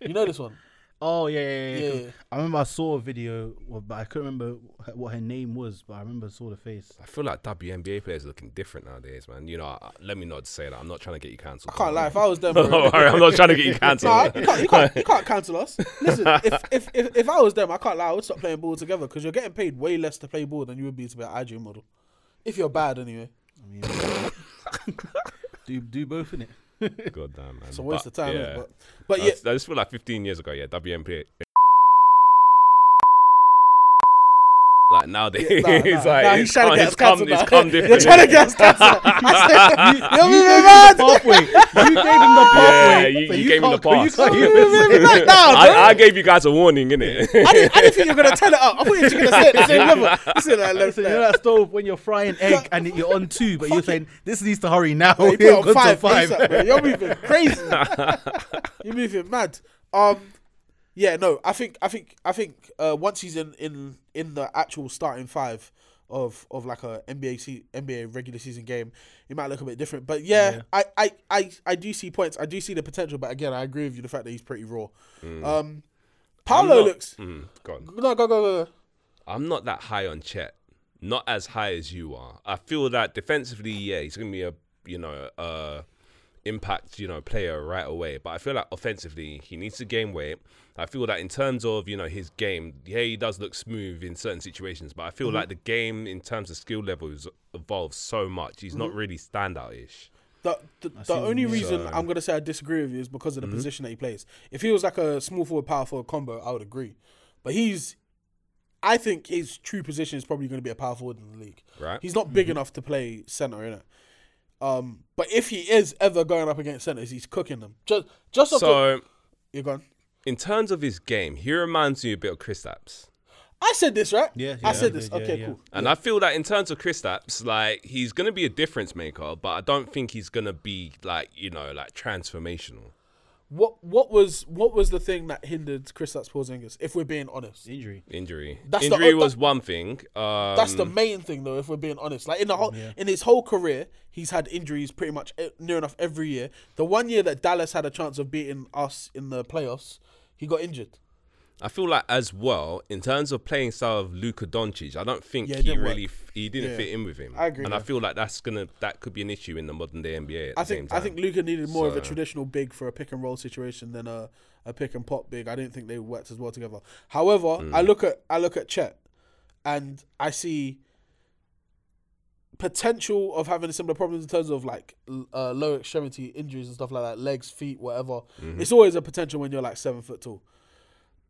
Speaker 3: You know this one.
Speaker 6: Oh yeah, yeah, yeah, 'cause
Speaker 3: Yeah.
Speaker 6: I remember I saw a video, of, but I couldn't remember wh- what her name was. But I remember I saw the face.
Speaker 4: I feel like WNBA players are looking different nowadays, man. You know, I- let me not say that. I'm not trying to get you cancelled.
Speaker 3: I can't lie. If
Speaker 4: Don't
Speaker 3: I was them,
Speaker 4: worry. Don't
Speaker 3: bro,
Speaker 4: worry, I'm not trying to get you
Speaker 3: Nah,
Speaker 4: cancelled.
Speaker 3: you, can't, you, can't, you can't cancel us. Listen, if, if, if, if I was them, I can't lie, I would stop playing ball together because you're getting paid way less to play ball than you would be to be an IG model. If you're bad, anyway.
Speaker 6: I mean, do do both in it.
Speaker 4: God damn, man.
Speaker 3: It's a waste
Speaker 4: But,
Speaker 3: of time.
Speaker 4: yeah.
Speaker 3: innit? But, but
Speaker 4: I
Speaker 3: yeah,
Speaker 4: s- I just feel like 15 years ago, yeah, WNBA. Like nowadays,
Speaker 3: Yeah, nah,
Speaker 4: it's
Speaker 3: nah.
Speaker 4: like
Speaker 3: Nah,
Speaker 4: it's,
Speaker 3: he's trying to
Speaker 4: come,
Speaker 3: get
Speaker 4: it's
Speaker 3: us
Speaker 4: come,
Speaker 3: cancelled.
Speaker 4: it's
Speaker 3: now.
Speaker 4: come different.
Speaker 3: You're trying to get us cancelled. I said, you, you,
Speaker 6: You gave
Speaker 3: you
Speaker 6: him
Speaker 3: mad?
Speaker 6: the pathway. You
Speaker 4: yeah,
Speaker 6: gave him the pathway.
Speaker 4: you,
Speaker 6: but
Speaker 4: you gave me the
Speaker 6: can't- but
Speaker 4: pass.
Speaker 6: You can't give him
Speaker 3: Right now,
Speaker 4: I,
Speaker 3: bro.
Speaker 4: I gave you guys a warning, innit?
Speaker 3: I didn't, I didn't think you were gonna turn it up. I thought you were just gonna say it at the same level. You said that left
Speaker 6: So you know that stove when you're frying egg and you're on two, but you're saying this needs to hurry now.
Speaker 3: You put it on
Speaker 6: Go to
Speaker 3: five. ASAP, bro. You're moving crazy. You're moving mad. Um, yeah, no, I think, I think, I think. Uh, once he's in in in the actual starting five of of like a NBA se- NBA regular season game, it might look a bit different. But yeah, I, I I I do see points. I do see the potential. But again, I agree with you. The fact that he's pretty raw. Um, Paolo
Speaker 4: not-
Speaker 3: looks.
Speaker 4: Mm, go on.
Speaker 3: No, go go go. go.
Speaker 4: I'm not that high on Chet. Not as high as you are. I feel that defensively, yeah, he's gonna be a you know uh impact you know player right away. But I feel like offensively, he needs to gain weight. I feel that in terms of you know his game, yeah, he does look smooth in certain situations. But I feel like the game in terms of skill levels evolves so much. He's not really standout ish.
Speaker 3: The, the, the only reason I'm going to say I disagree with you is because
Speaker 6: Mm-hmm.
Speaker 3: of the position that he plays. If he was like a small forward, power forward combo, I would agree. But he's, I think his true position is probably going to be a power forward in the league.
Speaker 4: Right.
Speaker 3: He's not
Speaker 6: Mm-hmm.
Speaker 3: big enough to play center in it. Um, but if he is ever going up against centers, he's cooking them. Just, just off the,
Speaker 4: So
Speaker 3: you're gone.
Speaker 4: in terms of his game, he reminds me a bit of Chris Stapps.
Speaker 3: I said this right.
Speaker 6: Yeah,
Speaker 3: I
Speaker 6: yeah,
Speaker 3: said
Speaker 6: you
Speaker 3: this.
Speaker 6: did, yeah,
Speaker 3: okay,
Speaker 6: yeah.
Speaker 3: cool.
Speaker 4: And I feel that in terms of Kristaps, like he's gonna be a difference maker, but I don't think he's gonna be like you know like transformational.
Speaker 3: What, what was, what was the thing that hindered Chris Porzingis? If we're being honest,
Speaker 6: Injury.
Speaker 4: Injury,
Speaker 3: That's the-
Speaker 4: injury
Speaker 3: that-
Speaker 4: was one thing. Um,
Speaker 3: That's the main thing, though. If we're being honest, like in the whole in his whole career, he's had injuries pretty much e- near enough every year. The one year that Dallas had a chance of beating us in the playoffs, he got injured.
Speaker 4: I feel like as well in terms of playing style of Luka Doncic, I don't think
Speaker 3: Yeah, it
Speaker 4: he
Speaker 3: didn't work.
Speaker 4: really f- he didn't
Speaker 3: Yeah.
Speaker 4: fit in with him.
Speaker 3: I agree,
Speaker 4: and I
Speaker 3: yeah.
Speaker 4: feel like that's gonna that could be an issue in the modern day NBA. At
Speaker 3: I
Speaker 4: the same
Speaker 3: think
Speaker 4: time.
Speaker 3: I think Luca needed more of a
Speaker 4: So-
Speaker 3: traditional big for a pick and roll situation than a, a pick and pop big. I didn't think they worked as well together. However,
Speaker 4: Mm.
Speaker 3: I look at I look at Chet, and I see potential of having similar problems in terms of like l- uh, lower extremity injuries and stuff like that, legs, feet, whatever.
Speaker 4: Mm-hmm.
Speaker 3: It's always a potential when you're like seven foot tall,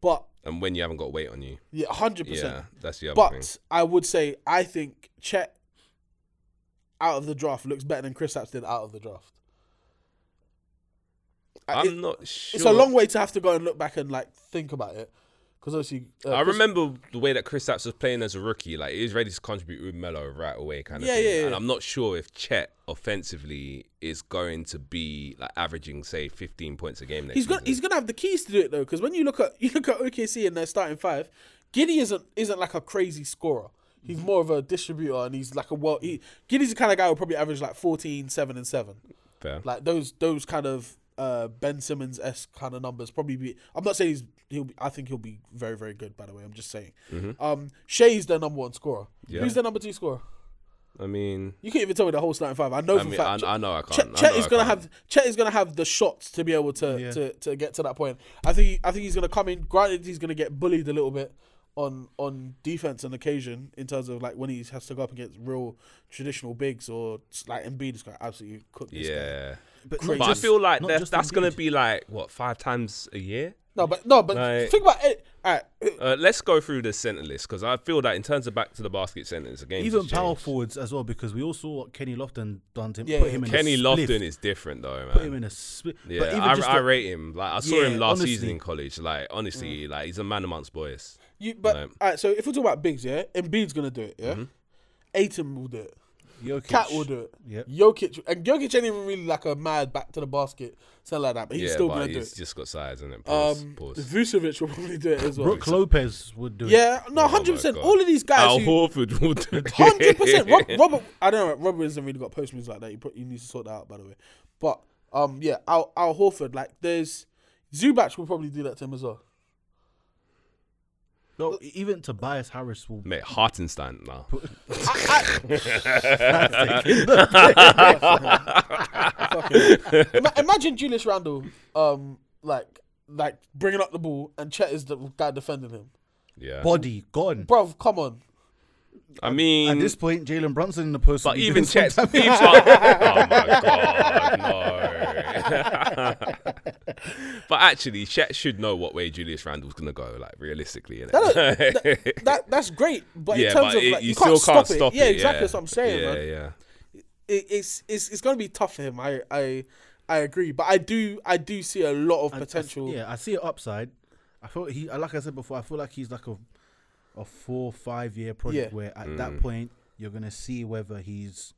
Speaker 3: but
Speaker 4: and when you haven't got weight on you,
Speaker 3: yeah, hundred
Speaker 4: yeah,
Speaker 3: percent.
Speaker 4: that's the other thing.
Speaker 3: But I would say I think Chet out of the draft looks better than Chris Apps did out of the draft. I-
Speaker 4: I'm
Speaker 3: it-
Speaker 4: not sure.
Speaker 3: it's a long way to have to go and look back and like think about it because obviously uh,
Speaker 4: I
Speaker 3: Chris-
Speaker 4: remember the way that Chris Stapps was playing as a rookie. Like he was ready to contribute with Melo right away, kind of
Speaker 3: Yeah,
Speaker 4: thing.
Speaker 3: yeah, yeah.
Speaker 4: And I'm not sure if Chet offensively is going to be like averaging, say, 15 points a game next
Speaker 3: he's gonna
Speaker 4: season.
Speaker 3: he's gonna have the keys to do it though because when you look at you look at OKC and their starting five, Giddy isn't isn't like a crazy scorer. He's
Speaker 4: Mm-hmm.
Speaker 3: more of a distributor and he's like a well. He, Giddy's the kind of guy who probably average like 14, 7 and seven,
Speaker 4: Fair.
Speaker 3: like those those kind of uh, Ben Simmons esque kind of numbers. Probably be. I'm not saying he's he'll. Be, I think he'll be very very good. By the way, I'm just saying. Um, Shea's their number one scorer.
Speaker 4: Mm-hmm. Yeah.
Speaker 3: Who's their number two scorer?
Speaker 4: I mean,
Speaker 3: You can't even tell me the whole starting five. I know
Speaker 4: I
Speaker 3: for a
Speaker 4: mean, I,
Speaker 3: fact. Ch-
Speaker 4: I know I
Speaker 3: Chet,
Speaker 4: can't. I
Speaker 3: Chet
Speaker 4: know
Speaker 3: is
Speaker 4: I
Speaker 3: gonna
Speaker 4: can't.
Speaker 3: have Chet is gonna have the shots to be able to,
Speaker 6: Yeah.
Speaker 3: to, to get to that point. I think I think he's gonna come in. Granted, he's gonna get bullied a little bit on on defense on occasion in terms of like when he has to go up against real traditional bigs or like Embiid is gonna absolutely cook. This guy.
Speaker 4: Yeah.
Speaker 6: But,
Speaker 3: Crazy.
Speaker 4: But I feel like
Speaker 6: not
Speaker 4: that,
Speaker 6: just
Speaker 4: that's going
Speaker 6: Embiid.
Speaker 4: to be like, what, five times a year?
Speaker 3: No, but no, but
Speaker 4: Like-
Speaker 3: think about it. All right,
Speaker 4: Uh, let's go through the centre list because I feel that in terms of back to the basket centres, again,
Speaker 6: even power forwards as well because we all saw what Kenny Lofton done to him.
Speaker 3: Yeah,
Speaker 6: put
Speaker 3: yeah.
Speaker 6: him in
Speaker 4: Kenny
Speaker 6: a
Speaker 4: Lofton
Speaker 6: spliff.
Speaker 4: is different though, man.
Speaker 6: Put him in a split.
Speaker 4: Yeah,
Speaker 6: but even
Speaker 4: I,
Speaker 6: just
Speaker 4: I
Speaker 6: the-
Speaker 4: rate him. Like I saw
Speaker 6: Yeah,
Speaker 4: him last season
Speaker 6: honestly.
Speaker 4: in college. Like honestly,
Speaker 3: Mm.
Speaker 4: like he's a man amongst boys.
Speaker 3: you but
Speaker 4: Right.
Speaker 3: all right. So if we talk about bigs, yeah, Embiid's gonna do it. Yeah,
Speaker 4: Mm-hmm.
Speaker 3: Aiton will do it.
Speaker 6: Jokic.
Speaker 3: Cat will do it.
Speaker 6: Yep.
Speaker 3: Jokic and Jokic ain't even really like a mad back to the basket, something like that. But he's
Speaker 4: yeah,
Speaker 3: still
Speaker 4: but
Speaker 3: gonna do
Speaker 4: he's
Speaker 3: it.
Speaker 4: just got size in it. Pause.
Speaker 3: Um,
Speaker 4: pause.
Speaker 3: Vucevic will probably do it as well.
Speaker 6: Brooke Lopez would do it.
Speaker 3: Yeah,
Speaker 4: Oh
Speaker 3: no,
Speaker 4: my
Speaker 3: hundred percent.
Speaker 4: God.
Speaker 3: All of these
Speaker 4: Al
Speaker 3: guys,
Speaker 4: Horford will do it.
Speaker 3: hundred percent. Robert, I don't know. Robert hasn't really got post moves like that. You, put, you need to sort that out, by the way. But um, yeah, Al, Al Horford, like there's Zubac will probably do that to him as well.
Speaker 6: No, even Tobias Harris will.
Speaker 4: Mate, Hartenstein now.
Speaker 3: Fucking- Ima- imagine Julius Randle, um, like like bringing up the ball and Chet is the guy defending him.
Speaker 4: Yeah.
Speaker 6: Body gone.
Speaker 3: Bro, come on.
Speaker 4: I mean,
Speaker 6: At this point, Jalen Brunson in the post.
Speaker 4: but
Speaker 6: will be
Speaker 4: even
Speaker 6: doing
Speaker 4: Chet's.
Speaker 6: some
Speaker 4: even-
Speaker 6: damage.
Speaker 4: oh my god, no. but actually, Chet should know what way Julius Randle's gonna go. Like realistically, innit?
Speaker 3: That, that, that- that's great, but
Speaker 4: yeah,
Speaker 3: in terms
Speaker 4: but
Speaker 3: of
Speaker 4: it-
Speaker 3: like,
Speaker 4: you,
Speaker 3: you,
Speaker 4: still can't,
Speaker 3: stop,
Speaker 4: stop it.
Speaker 3: Yeah, exactly.
Speaker 4: yeah.
Speaker 3: That's what I'm saying,
Speaker 4: Yeah,
Speaker 3: man.
Speaker 4: yeah.
Speaker 3: It, it's it's it's gonna be tough for him. I I I agree, but I do I do see a lot of
Speaker 6: I- I-
Speaker 3: potential.
Speaker 6: yeah, I see it upside. I feel he, uh, like I said before, I feel like he's like a a four five year project
Speaker 3: Yeah.
Speaker 6: where at that point you're gonna see whether he's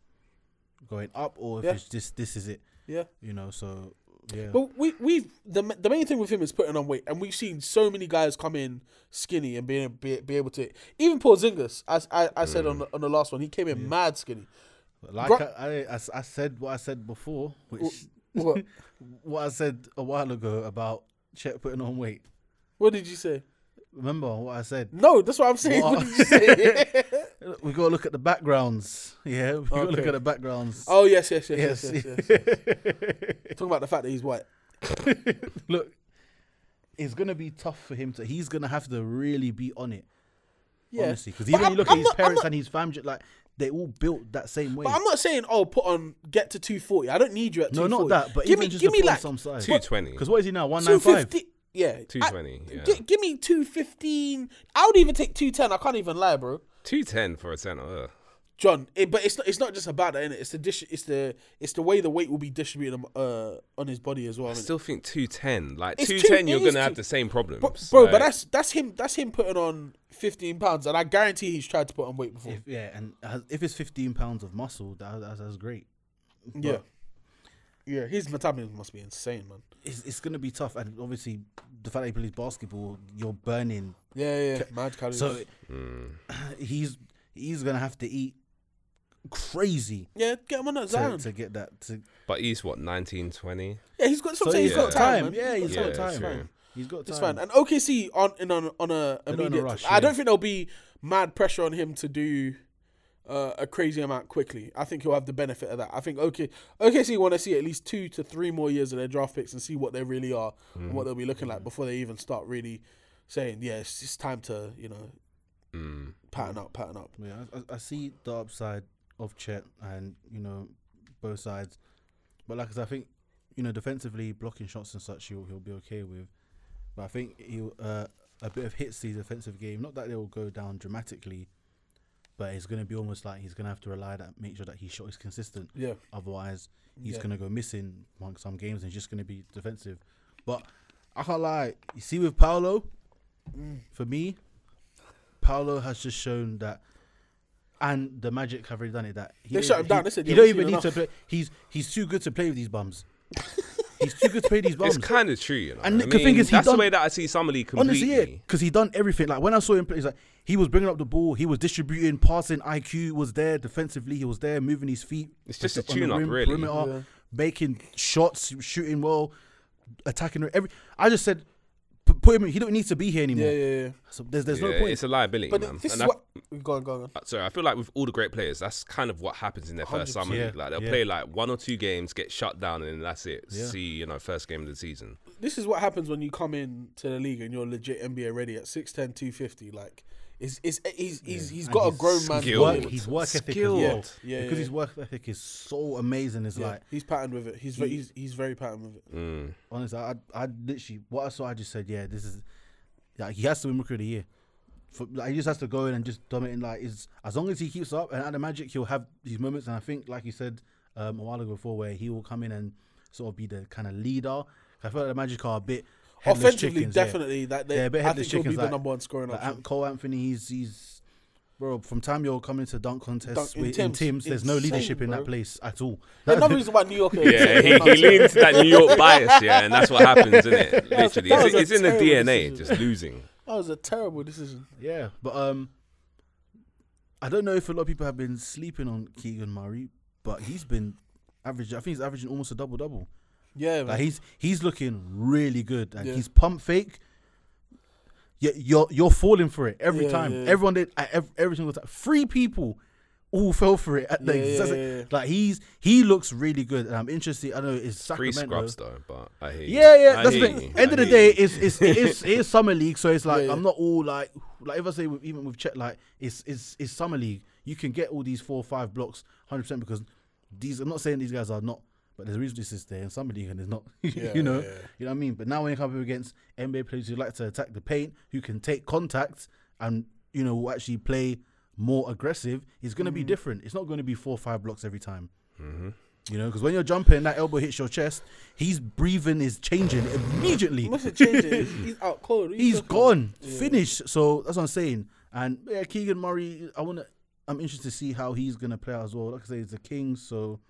Speaker 6: going up or if
Speaker 3: Yeah.
Speaker 6: it's just this is it.
Speaker 3: yeah.
Speaker 6: You know, so yeah.
Speaker 3: But we we've the ma- the main thing with him is putting on weight, and we've seen so many guys come in skinny and being be, be able to even Porzingis. As I, I said
Speaker 4: Mm.
Speaker 3: on the, on the last one, he came in mad skinny.
Speaker 6: like
Speaker 3: Gro-
Speaker 6: I, I- I s- I said what I said before, which
Speaker 3: What
Speaker 6: what I said a while ago about Chet putting on weight.
Speaker 3: what did you say?
Speaker 6: Remember what I said?
Speaker 3: No, that's what I'm saying. What, did you say?
Speaker 6: We gotta look at the backgrounds. Yeah, we gotta look
Speaker 3: Okay.
Speaker 6: at the backgrounds.
Speaker 3: oh yes, yes, yes, yes,
Speaker 6: yes.
Speaker 3: yes. yes, Talking about the fact that he's white.
Speaker 6: look, it's gonna be tough for him to. He's gonna have to really be on it,
Speaker 3: Yeah.
Speaker 6: honestly. Because
Speaker 3: But
Speaker 6: even
Speaker 3: I'm-
Speaker 6: you look
Speaker 3: I'm
Speaker 6: at his
Speaker 3: not- I'm
Speaker 6: parents
Speaker 3: not-
Speaker 6: and his family, like they all built that same way.
Speaker 3: But I'm not saying oh put on get to 240. I don't need you at
Speaker 6: no,
Speaker 3: 240.
Speaker 6: not that. But
Speaker 3: give
Speaker 6: even
Speaker 3: me
Speaker 6: just
Speaker 3: give
Speaker 6: to
Speaker 3: me
Speaker 6: put on
Speaker 3: like
Speaker 6: some size.
Speaker 4: 220.
Speaker 6: Because what is he now? One nine five.
Speaker 3: 250. Yeah, I-
Speaker 4: 220, yeah.
Speaker 3: gi- give me 215. I would even take 210. I can't even lie, bro.
Speaker 4: 210 for a center.
Speaker 3: John, it, but it's not, it's not just about that, innit? It's the dish, it's the it's the way the weight will be distributed um, uh, on his body as well.
Speaker 4: I
Speaker 3: innit?
Speaker 4: still think 210. Like
Speaker 3: It's two-
Speaker 4: 210,
Speaker 3: it
Speaker 4: you're
Speaker 3: is
Speaker 4: going to
Speaker 3: two-
Speaker 4: have the same problems.
Speaker 3: bro, bro,
Speaker 4: Like,
Speaker 3: but that's that's him that's him putting on 15 pounds, and I guarantee he's tried to put on weight before.
Speaker 6: If, yeah, and has- if it's fifteen pounds of muscle, that, that's, that's great.
Speaker 3: yeah, yeah, his metabolism must be insane, man.
Speaker 6: It's, it's gonna be tough, and obviously the fact that he plays basketball, you're burning.
Speaker 3: Yeah, yeah, yeah. mad calories.
Speaker 6: So Hmm. he's he's gonna have to eat crazy
Speaker 3: yeah, get him on that
Speaker 6: to,
Speaker 3: Zion.
Speaker 6: to get that to
Speaker 4: but he's what, 1920?
Speaker 3: yeah, he's got. So
Speaker 6: So
Speaker 3: he's
Speaker 6: he's
Speaker 4: yeah.
Speaker 3: got time. man.
Speaker 6: Yeah, he's
Speaker 4: Yeah,
Speaker 6: got time.
Speaker 4: true.
Speaker 6: He's got time.
Speaker 3: It's fine. And OKC on in on on a
Speaker 6: not in a
Speaker 3: immediate.
Speaker 6: rush,
Speaker 3: I don't
Speaker 6: yeah.
Speaker 3: think there'll be mad pressure on him to do uh, a crazy amount quickly. I think he'll have the benefit of that. I think OK OKC want to see at least two to three more years of their draft picks and see what they really are and what they'll be looking like before they even start really saying, yeah, it's, it's time to you know pattern up, pattern up.
Speaker 6: Yeah, I- I, I see the upside of Chet and you know both sides, but like I said, I think you know defensively blocking shots and such he'll he'll be okay with, but I think he'll uh, a bit of hits to his defensive game. Not that they will go down dramatically, but it's going to be almost like he's going to have to rely that make sure that his shot is consistent.
Speaker 3: Yeah.
Speaker 6: Otherwise, he's
Speaker 3: Yeah.
Speaker 6: going to go missing among some games and he's just going to be defensive. But I can't lie. You see with Paolo,
Speaker 3: Mm.
Speaker 6: for me, Paolo has just shown that, and the Magic have already done it. That he
Speaker 3: They
Speaker 6: don't-
Speaker 3: shut him
Speaker 6: he-
Speaker 3: down. They said,
Speaker 6: he
Speaker 3: "Yeah,
Speaker 6: don't
Speaker 3: we've
Speaker 6: even
Speaker 3: seen
Speaker 6: need to play. He's he's too good to play with these bums. he's too good to play these bums.
Speaker 4: It's kind of true, you know.
Speaker 6: And
Speaker 4: I
Speaker 6: the good thing
Speaker 4: mean,
Speaker 6: is he
Speaker 4: that's
Speaker 6: done-
Speaker 4: the way that I see Summer League completely.
Speaker 6: Honestly, yeah, because he done everything. Like when I saw him play, he's like he was bringing up the ball, he was distributing, passing. IQ was there defensively. He was there moving his feet.
Speaker 4: It's just
Speaker 6: on
Speaker 4: a
Speaker 6: the
Speaker 4: tune-up, really.
Speaker 6: Perimeter, making shots, shooting well, attacking. Every I just said, p- put him. in. He don't need to be here anymore.
Speaker 3: Yeah, yeah, yeah.
Speaker 6: So there's there's
Speaker 4: Yeah,
Speaker 6: no point.
Speaker 4: it's a liability,
Speaker 3: But
Speaker 4: man.
Speaker 3: this
Speaker 4: And
Speaker 3: is
Speaker 4: I,
Speaker 3: what. Go on, go on. Go on.
Speaker 4: so I feel like with all the great players, that's kind of what happens in their first summer
Speaker 6: yeah,
Speaker 4: league. Like they'll
Speaker 6: yeah.
Speaker 4: play like one or two games, get shut down, and then that's it.
Speaker 6: Yeah.
Speaker 4: See, you know, first game of the season.
Speaker 3: this is what happens when you come in to the league and you're legit NBA ready at 6'10", 250. Like, it's, it's, he's, he's, he's
Speaker 6: And
Speaker 3: got a
Speaker 6: his
Speaker 3: grown man.
Speaker 4: skilled.
Speaker 6: work,
Speaker 3: body.
Speaker 6: his work ethic
Speaker 4: Skilled.
Speaker 6: as well.
Speaker 3: Yeah, yeah,
Speaker 6: because
Speaker 3: yeah.
Speaker 6: his work ethic is so amazing. It's
Speaker 3: Yeah,
Speaker 6: like
Speaker 3: he's patterned with it. He's very, he's, he's very patterned with
Speaker 6: Mm.
Speaker 3: it.
Speaker 6: honestly, I I literally what I saw, I just said, yeah, this is like he has to win Rookie of the Year. For, like, he just has to go in and just dominate. Like is as long as he keeps up and at the Magic, he'll have these moments. And I think, like you said um, a while ago before, where he will come in and sort of be the kind of leader. I feel like the Magic are a bit headless
Speaker 3: Offensively,
Speaker 6: chickens, yeah.
Speaker 3: definitely. That they,
Speaker 6: Yeah, a bit
Speaker 3: I
Speaker 6: headless
Speaker 3: think he'll be
Speaker 6: chickens,
Speaker 3: the
Speaker 6: like-
Speaker 3: number one scoring
Speaker 6: Like,
Speaker 3: option.
Speaker 6: Ant- Cole Anthony, he's he's bro. From time you're coming to dunk contests
Speaker 3: Dunk- in
Speaker 6: with, in
Speaker 3: Thames,
Speaker 6: teams, there's no
Speaker 3: insane,
Speaker 6: leadership in
Speaker 3: bro.
Speaker 6: that place at all.
Speaker 3: Another reason why New York. are-
Speaker 4: Yeah, he, he leaned to that New York bias, yeah, and that's what happens, isn't it?
Speaker 3: was-
Speaker 4: Literally,
Speaker 3: that
Speaker 4: it's,
Speaker 3: was a
Speaker 4: it's in the
Speaker 3: terrible
Speaker 4: DNA,
Speaker 3: decision.
Speaker 4: just losing.
Speaker 3: That was a terrible decision.
Speaker 6: Yeah, but um, I don't know if a lot of people have been sleeping on Keegan Murray, but he's been averaging. I think he's averaging almost a double double.
Speaker 3: Yeah, man.
Speaker 6: Like he's he's looking really good. Like
Speaker 3: Yeah.
Speaker 6: he's pump fake. you're you're, you're falling for it every
Speaker 3: Yeah,
Speaker 6: time.
Speaker 3: yeah.
Speaker 6: Everyone did at every, every single time. Three people all fell for it at the
Speaker 3: Yeah, yeah,
Speaker 6: exact
Speaker 3: yeah, yeah.
Speaker 6: like he's he looks really good. And I'm interested. I know it's
Speaker 4: Free
Speaker 6: Sacramento.
Speaker 4: scrubs though, but I hear. you.
Speaker 6: Yeah, yeah,
Speaker 4: I
Speaker 6: that's the
Speaker 4: hear
Speaker 6: thing.
Speaker 4: you.
Speaker 6: End
Speaker 4: I
Speaker 6: of the
Speaker 4: hear
Speaker 6: day,
Speaker 4: you.
Speaker 6: it's it's it is, it is summer league, so it's like
Speaker 3: Yeah, yeah.
Speaker 6: I'm not all like like if I say with, even with Chet, like it's it's it's summer league. You can get all these four or five blocks, hundred percent, because these. I'm not saying these guys are not, but there's a reason this is there in summer league and it's not. you know,
Speaker 3: yeah, yeah.
Speaker 6: you know what I mean. But now when you come up against NBA players who like to attack the paint, who can take contact and you know will actually play more aggressive, it's going to
Speaker 3: Mm.
Speaker 6: be different. It's not going to be four or five blocks every time. You know, because when you're jumping, that elbow hits your chest. He's breathing is changing immediately.
Speaker 3: Must have changed it. He's, he's out cold. What are you
Speaker 6: He's
Speaker 3: talking
Speaker 6: gone, finished. So that's what I'm saying. And yeah, Keegan Murray, I wanna, I'm interested to see how he's gonna play out as well. Like I say, it's the Kings, so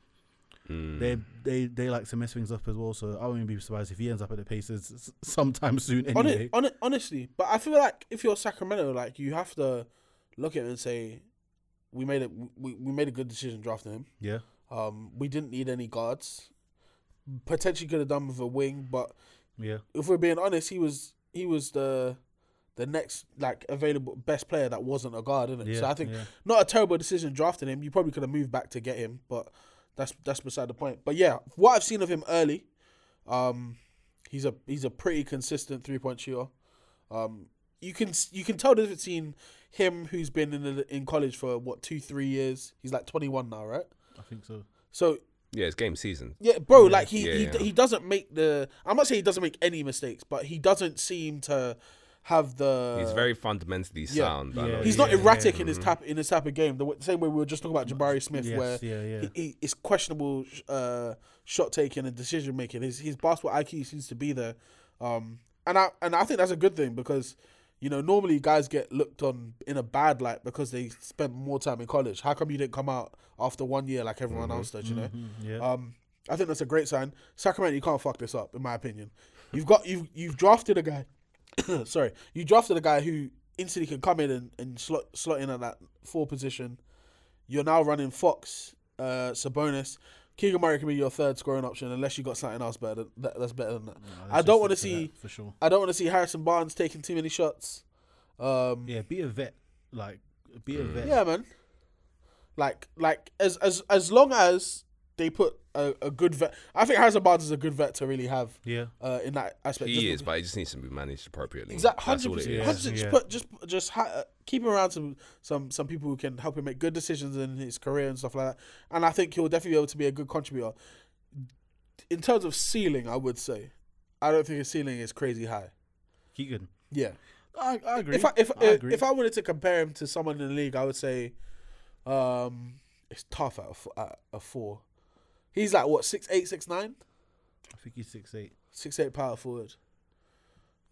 Speaker 6: they they they like to mess things up as well. So I wouldn't be surprised if he ends up at the Pacers s- sometime soon.
Speaker 3: Hon-
Speaker 6: Anyway,
Speaker 3: hon- honestly, but I feel like if you're Sacramento, like you have to look at it and say, we made it. We, we made a good decision drafting him.
Speaker 6: yeah,
Speaker 3: Um, we didn't need any guards. Potentially could have done with a wing, but
Speaker 6: yeah,
Speaker 3: if we're being honest, he was he was the the next like available best player that wasn't a guard, isn't it? so
Speaker 6: Yeah,
Speaker 3: I think
Speaker 6: yeah.
Speaker 3: not a terrible decision drafting him. You probably could have moved back to get him, but that's that's beside the point. But yeah, what I've seen of him early, um, he's a he's a pretty consistent three point shooter. Um, you can s- you can tell the difference between him who's been in the, in college for what two three years. He's like twenty one now, right?
Speaker 6: I think so.
Speaker 3: So
Speaker 4: Yeah, it's game season.
Speaker 3: yeah, bro. Like he
Speaker 4: Yeah,
Speaker 3: he,
Speaker 4: yeah.
Speaker 3: he doesn't make the. I'm not saying he doesn't make any mistakes, but he doesn't seem to have the.
Speaker 4: He's very fundamentally
Speaker 3: yeah.
Speaker 4: sound. I
Speaker 6: Uh, Yeah,
Speaker 4: know.
Speaker 3: He's not
Speaker 6: yeah,
Speaker 3: erratic in his tap in his type of game. The w- same way we were just talking about Jabari Smith,
Speaker 6: Yes,
Speaker 3: where
Speaker 6: yeah, yeah.
Speaker 3: He, he, it's questionable sh- uh, shot taking and decision making. His his basketball IQ seems to be there, um, and I and I think that's a good thing because you know normally guys get looked on in a bad light because they spend more time in college. How come you didn't come out after one year like everyone else did? You know,
Speaker 6: Mm-hmm, yeah.
Speaker 3: um, I think that's a great sign. Sacramento, you can't fuck this up, in my opinion. You've got you've you've drafted a guy. sorry, you drafted a guy who instantly can come in and, and slot slot in at that four position. You're now running Fox, uh, Sabonis. Keegan Murray can be your third scoring option unless you got something else better than, that, that's better than that. I
Speaker 6: let's
Speaker 3: don't
Speaker 6: just
Speaker 3: want to
Speaker 6: look for
Speaker 3: see
Speaker 6: that, for sure.
Speaker 3: I don't want to see Harrison Barnes taking too many shots. Um,
Speaker 6: Yeah, be a vet. Like, be a vet.
Speaker 3: yeah, man. Like, like as as as long as they put a, a good vet, I think Harrison Barnes is a good vet to really have.
Speaker 6: Yeah.
Speaker 3: Uh, in that aspect,
Speaker 4: He
Speaker 3: Just
Speaker 4: is, but he just needs to be managed appropriately.
Speaker 3: Exactly,
Speaker 4: That's
Speaker 3: hundred
Speaker 4: all it
Speaker 3: percent.
Speaker 4: is.
Speaker 3: Hundred percent.
Speaker 6: Yeah.
Speaker 3: Just put, just just ha- uh, keep him around some some some people who can help him make good decisions in his career and stuff like that. And I think he'll definitely be able to be a good contributor. In terms of ceiling, I would say, I don't think his ceiling is crazy high.
Speaker 6: Keegan.
Speaker 3: Yeah.
Speaker 6: I, I agree.
Speaker 3: If I if
Speaker 6: I
Speaker 3: if,
Speaker 6: agree.
Speaker 3: if I wanted to compare him to someone in the league, I would say, um, it's tough at a, f- at a four. He's like what six eight six nine
Speaker 6: I think he's six eight.
Speaker 3: six eight power forward.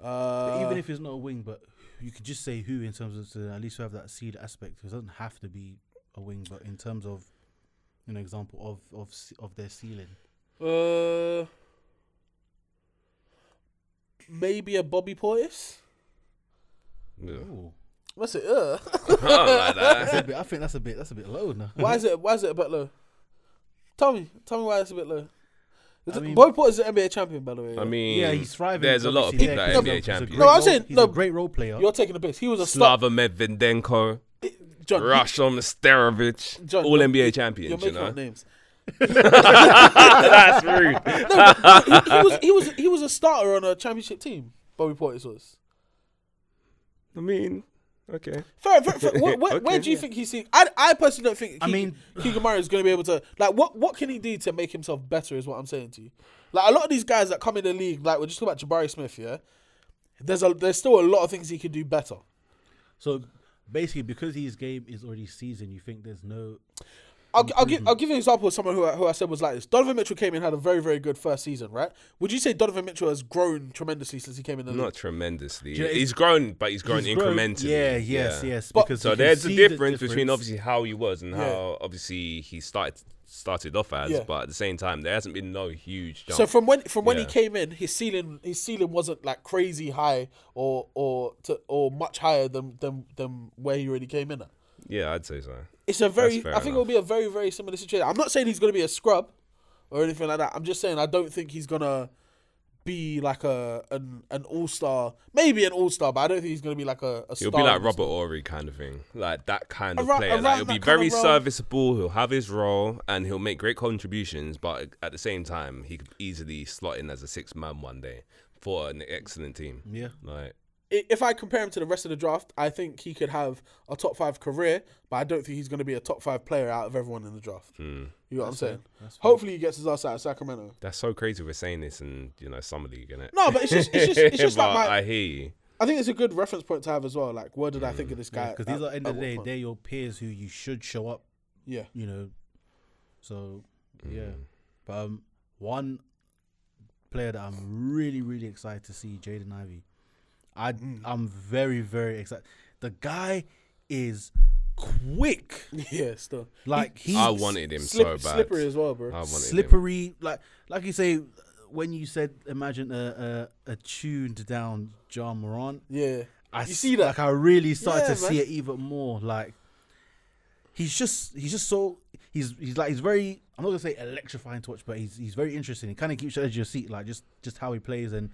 Speaker 3: Uh,
Speaker 6: even if it's not a wing, but you could just say who in terms of to at least have that seed aspect. 'cause it doesn't have to be a wing, but in terms of an example of of ce- of their ceiling.
Speaker 3: Uh, maybe a Bobby Portis.
Speaker 4: Yeah.
Speaker 6: Ooh.
Speaker 3: What's it? Uh?
Speaker 4: I don't like that.
Speaker 6: That's a bit, I think that's a bit that's a bit low now.
Speaker 3: why is it? Why is it a bit low? Tell me. Tell me why it's a bit low. Is
Speaker 6: I
Speaker 3: it-
Speaker 6: mean-
Speaker 3: Bobby Portis is an NBA champion, by the way.
Speaker 4: I mean,
Speaker 6: yeah, he's thriving.
Speaker 4: There's a lot of
Speaker 6: obviously
Speaker 4: people
Speaker 6: there,
Speaker 4: that
Speaker 6: for
Speaker 4: are NBA
Speaker 6: example. He's a
Speaker 4: champions.
Speaker 6: great
Speaker 3: No, I'm
Speaker 6: role-
Speaker 3: saying-
Speaker 6: he's
Speaker 3: no.
Speaker 6: a great role player.
Speaker 3: you're taking the piss. He was a star.
Speaker 4: Slava Medvedenko,
Speaker 3: John,
Speaker 4: Rashom Sterovic,
Speaker 3: John,
Speaker 4: all
Speaker 3: you're-
Speaker 4: NBA
Speaker 3: you're
Speaker 4: champions. You
Speaker 3: making
Speaker 4: know,
Speaker 3: up names.
Speaker 4: that's rude.
Speaker 3: he, he was he was he was a starter on a championship team. Bobby Portis was.
Speaker 4: I mean, okay.
Speaker 3: Fair, fair, fair. Where, where,
Speaker 4: Okay.
Speaker 3: where do you think he's seeing? I, I personally don't think. Keegan,
Speaker 6: I mean-
Speaker 3: Keegan Murray is going to be able to like what what can he do to make himself better? Is what I'm saying to you. Like a lot of these guys that come in the league, like we're just talking about Jabari Smith. Yeah, there's a there's still a lot of things he could do better.
Speaker 6: So basically, because his game is already seasoned, you think there's no
Speaker 3: I'll, I'll give I'll give you an example of someone who I, who I said was like this. Donovan Mitchell came in had a very very good first season, right? Would you say Donovan Mitchell has grown tremendously since he came in the league?
Speaker 4: Not tremendously.
Speaker 6: know, it's-
Speaker 4: he's grown, but he's grown
Speaker 6: He's grown-
Speaker 4: incrementally.
Speaker 6: Yeah, yes, yes.
Speaker 3: But-
Speaker 6: because
Speaker 4: So
Speaker 6: you can
Speaker 4: there's a
Speaker 6: see the
Speaker 4: difference between obviously how he was and
Speaker 3: Yeah.
Speaker 4: how obviously he started started off as,
Speaker 3: Yeah.
Speaker 4: but at the same time there hasn't been no huge jump.
Speaker 3: So from when from when he
Speaker 4: Yeah.
Speaker 3: came in, his ceiling his ceiling wasn't like crazy high or or to, or much higher than than than where he already came in at.
Speaker 4: yeah, I'd say so.
Speaker 3: It's a very I
Speaker 4: fair
Speaker 3: think it'll be a very very similar situation. I'm not saying he's going to be a scrub or anything like that. I'm just saying I don't think he's going to be like a an, an all star, maybe an all star, but I don't think he's gonna be like a. a
Speaker 4: He'll
Speaker 3: star
Speaker 4: be like
Speaker 3: all-star.
Speaker 4: Robert Ory kind of thing, like that kind of
Speaker 3: Around-
Speaker 4: player.
Speaker 3: around
Speaker 4: Like he'll be
Speaker 3: that kind
Speaker 4: very
Speaker 3: of role.
Speaker 4: serviceable. He'll have his role and he'll make great contributions, but at the same time, he could easily slot in as a six man one day for an excellent team.
Speaker 6: Yeah.
Speaker 4: like
Speaker 3: I- If I compare him to the rest of the draft, I think he could have a top five career, but I don't think he's gonna be a top five player out of everyone in the draft.
Speaker 6: Hmm.
Speaker 3: You know what I'm saying? Hopefully, he gets his ass out of Sacramento.
Speaker 4: that's so crazy. We're saying this in you know summer league, innit?
Speaker 3: No, but it's just it's just it's just like
Speaker 4: But
Speaker 3: my.
Speaker 4: I hear you.
Speaker 3: I think it's a good reference point to have as well. Like, where did I think of this guy?
Speaker 6: because Hmm.
Speaker 3: at-
Speaker 6: these
Speaker 4: uh,
Speaker 6: are at the end
Speaker 3: at
Speaker 6: of the
Speaker 3: what
Speaker 6: day,
Speaker 3: point?
Speaker 6: they're your peers who you should show up.
Speaker 3: Yeah.
Speaker 6: You know, so yeah.
Speaker 4: Mm.
Speaker 6: But um, one player that I'm really really excited to see, Jaden Ivey. I I'm very very excited. The guy is quick.
Speaker 3: Yeah, still
Speaker 6: Like he's
Speaker 4: I wanted him
Speaker 3: Slip-
Speaker 4: so bad.
Speaker 3: slippery as well,
Speaker 4: I
Speaker 3: bro.
Speaker 4: wanted him.
Speaker 6: slippery. Like like you say, when you said imagine a a, a tuned down John Morant.
Speaker 3: Yeah,
Speaker 6: I
Speaker 3: you
Speaker 6: s-
Speaker 3: see that?
Speaker 6: Like I really started
Speaker 3: Yeah,
Speaker 6: to
Speaker 3: man.
Speaker 6: see it even more. Like he's just he's just so he's he's like he's very I'm not gonna say electrifying to watch, but he's he's very interesting. He kind of keeps you edge of your seat, like just just how he plays, and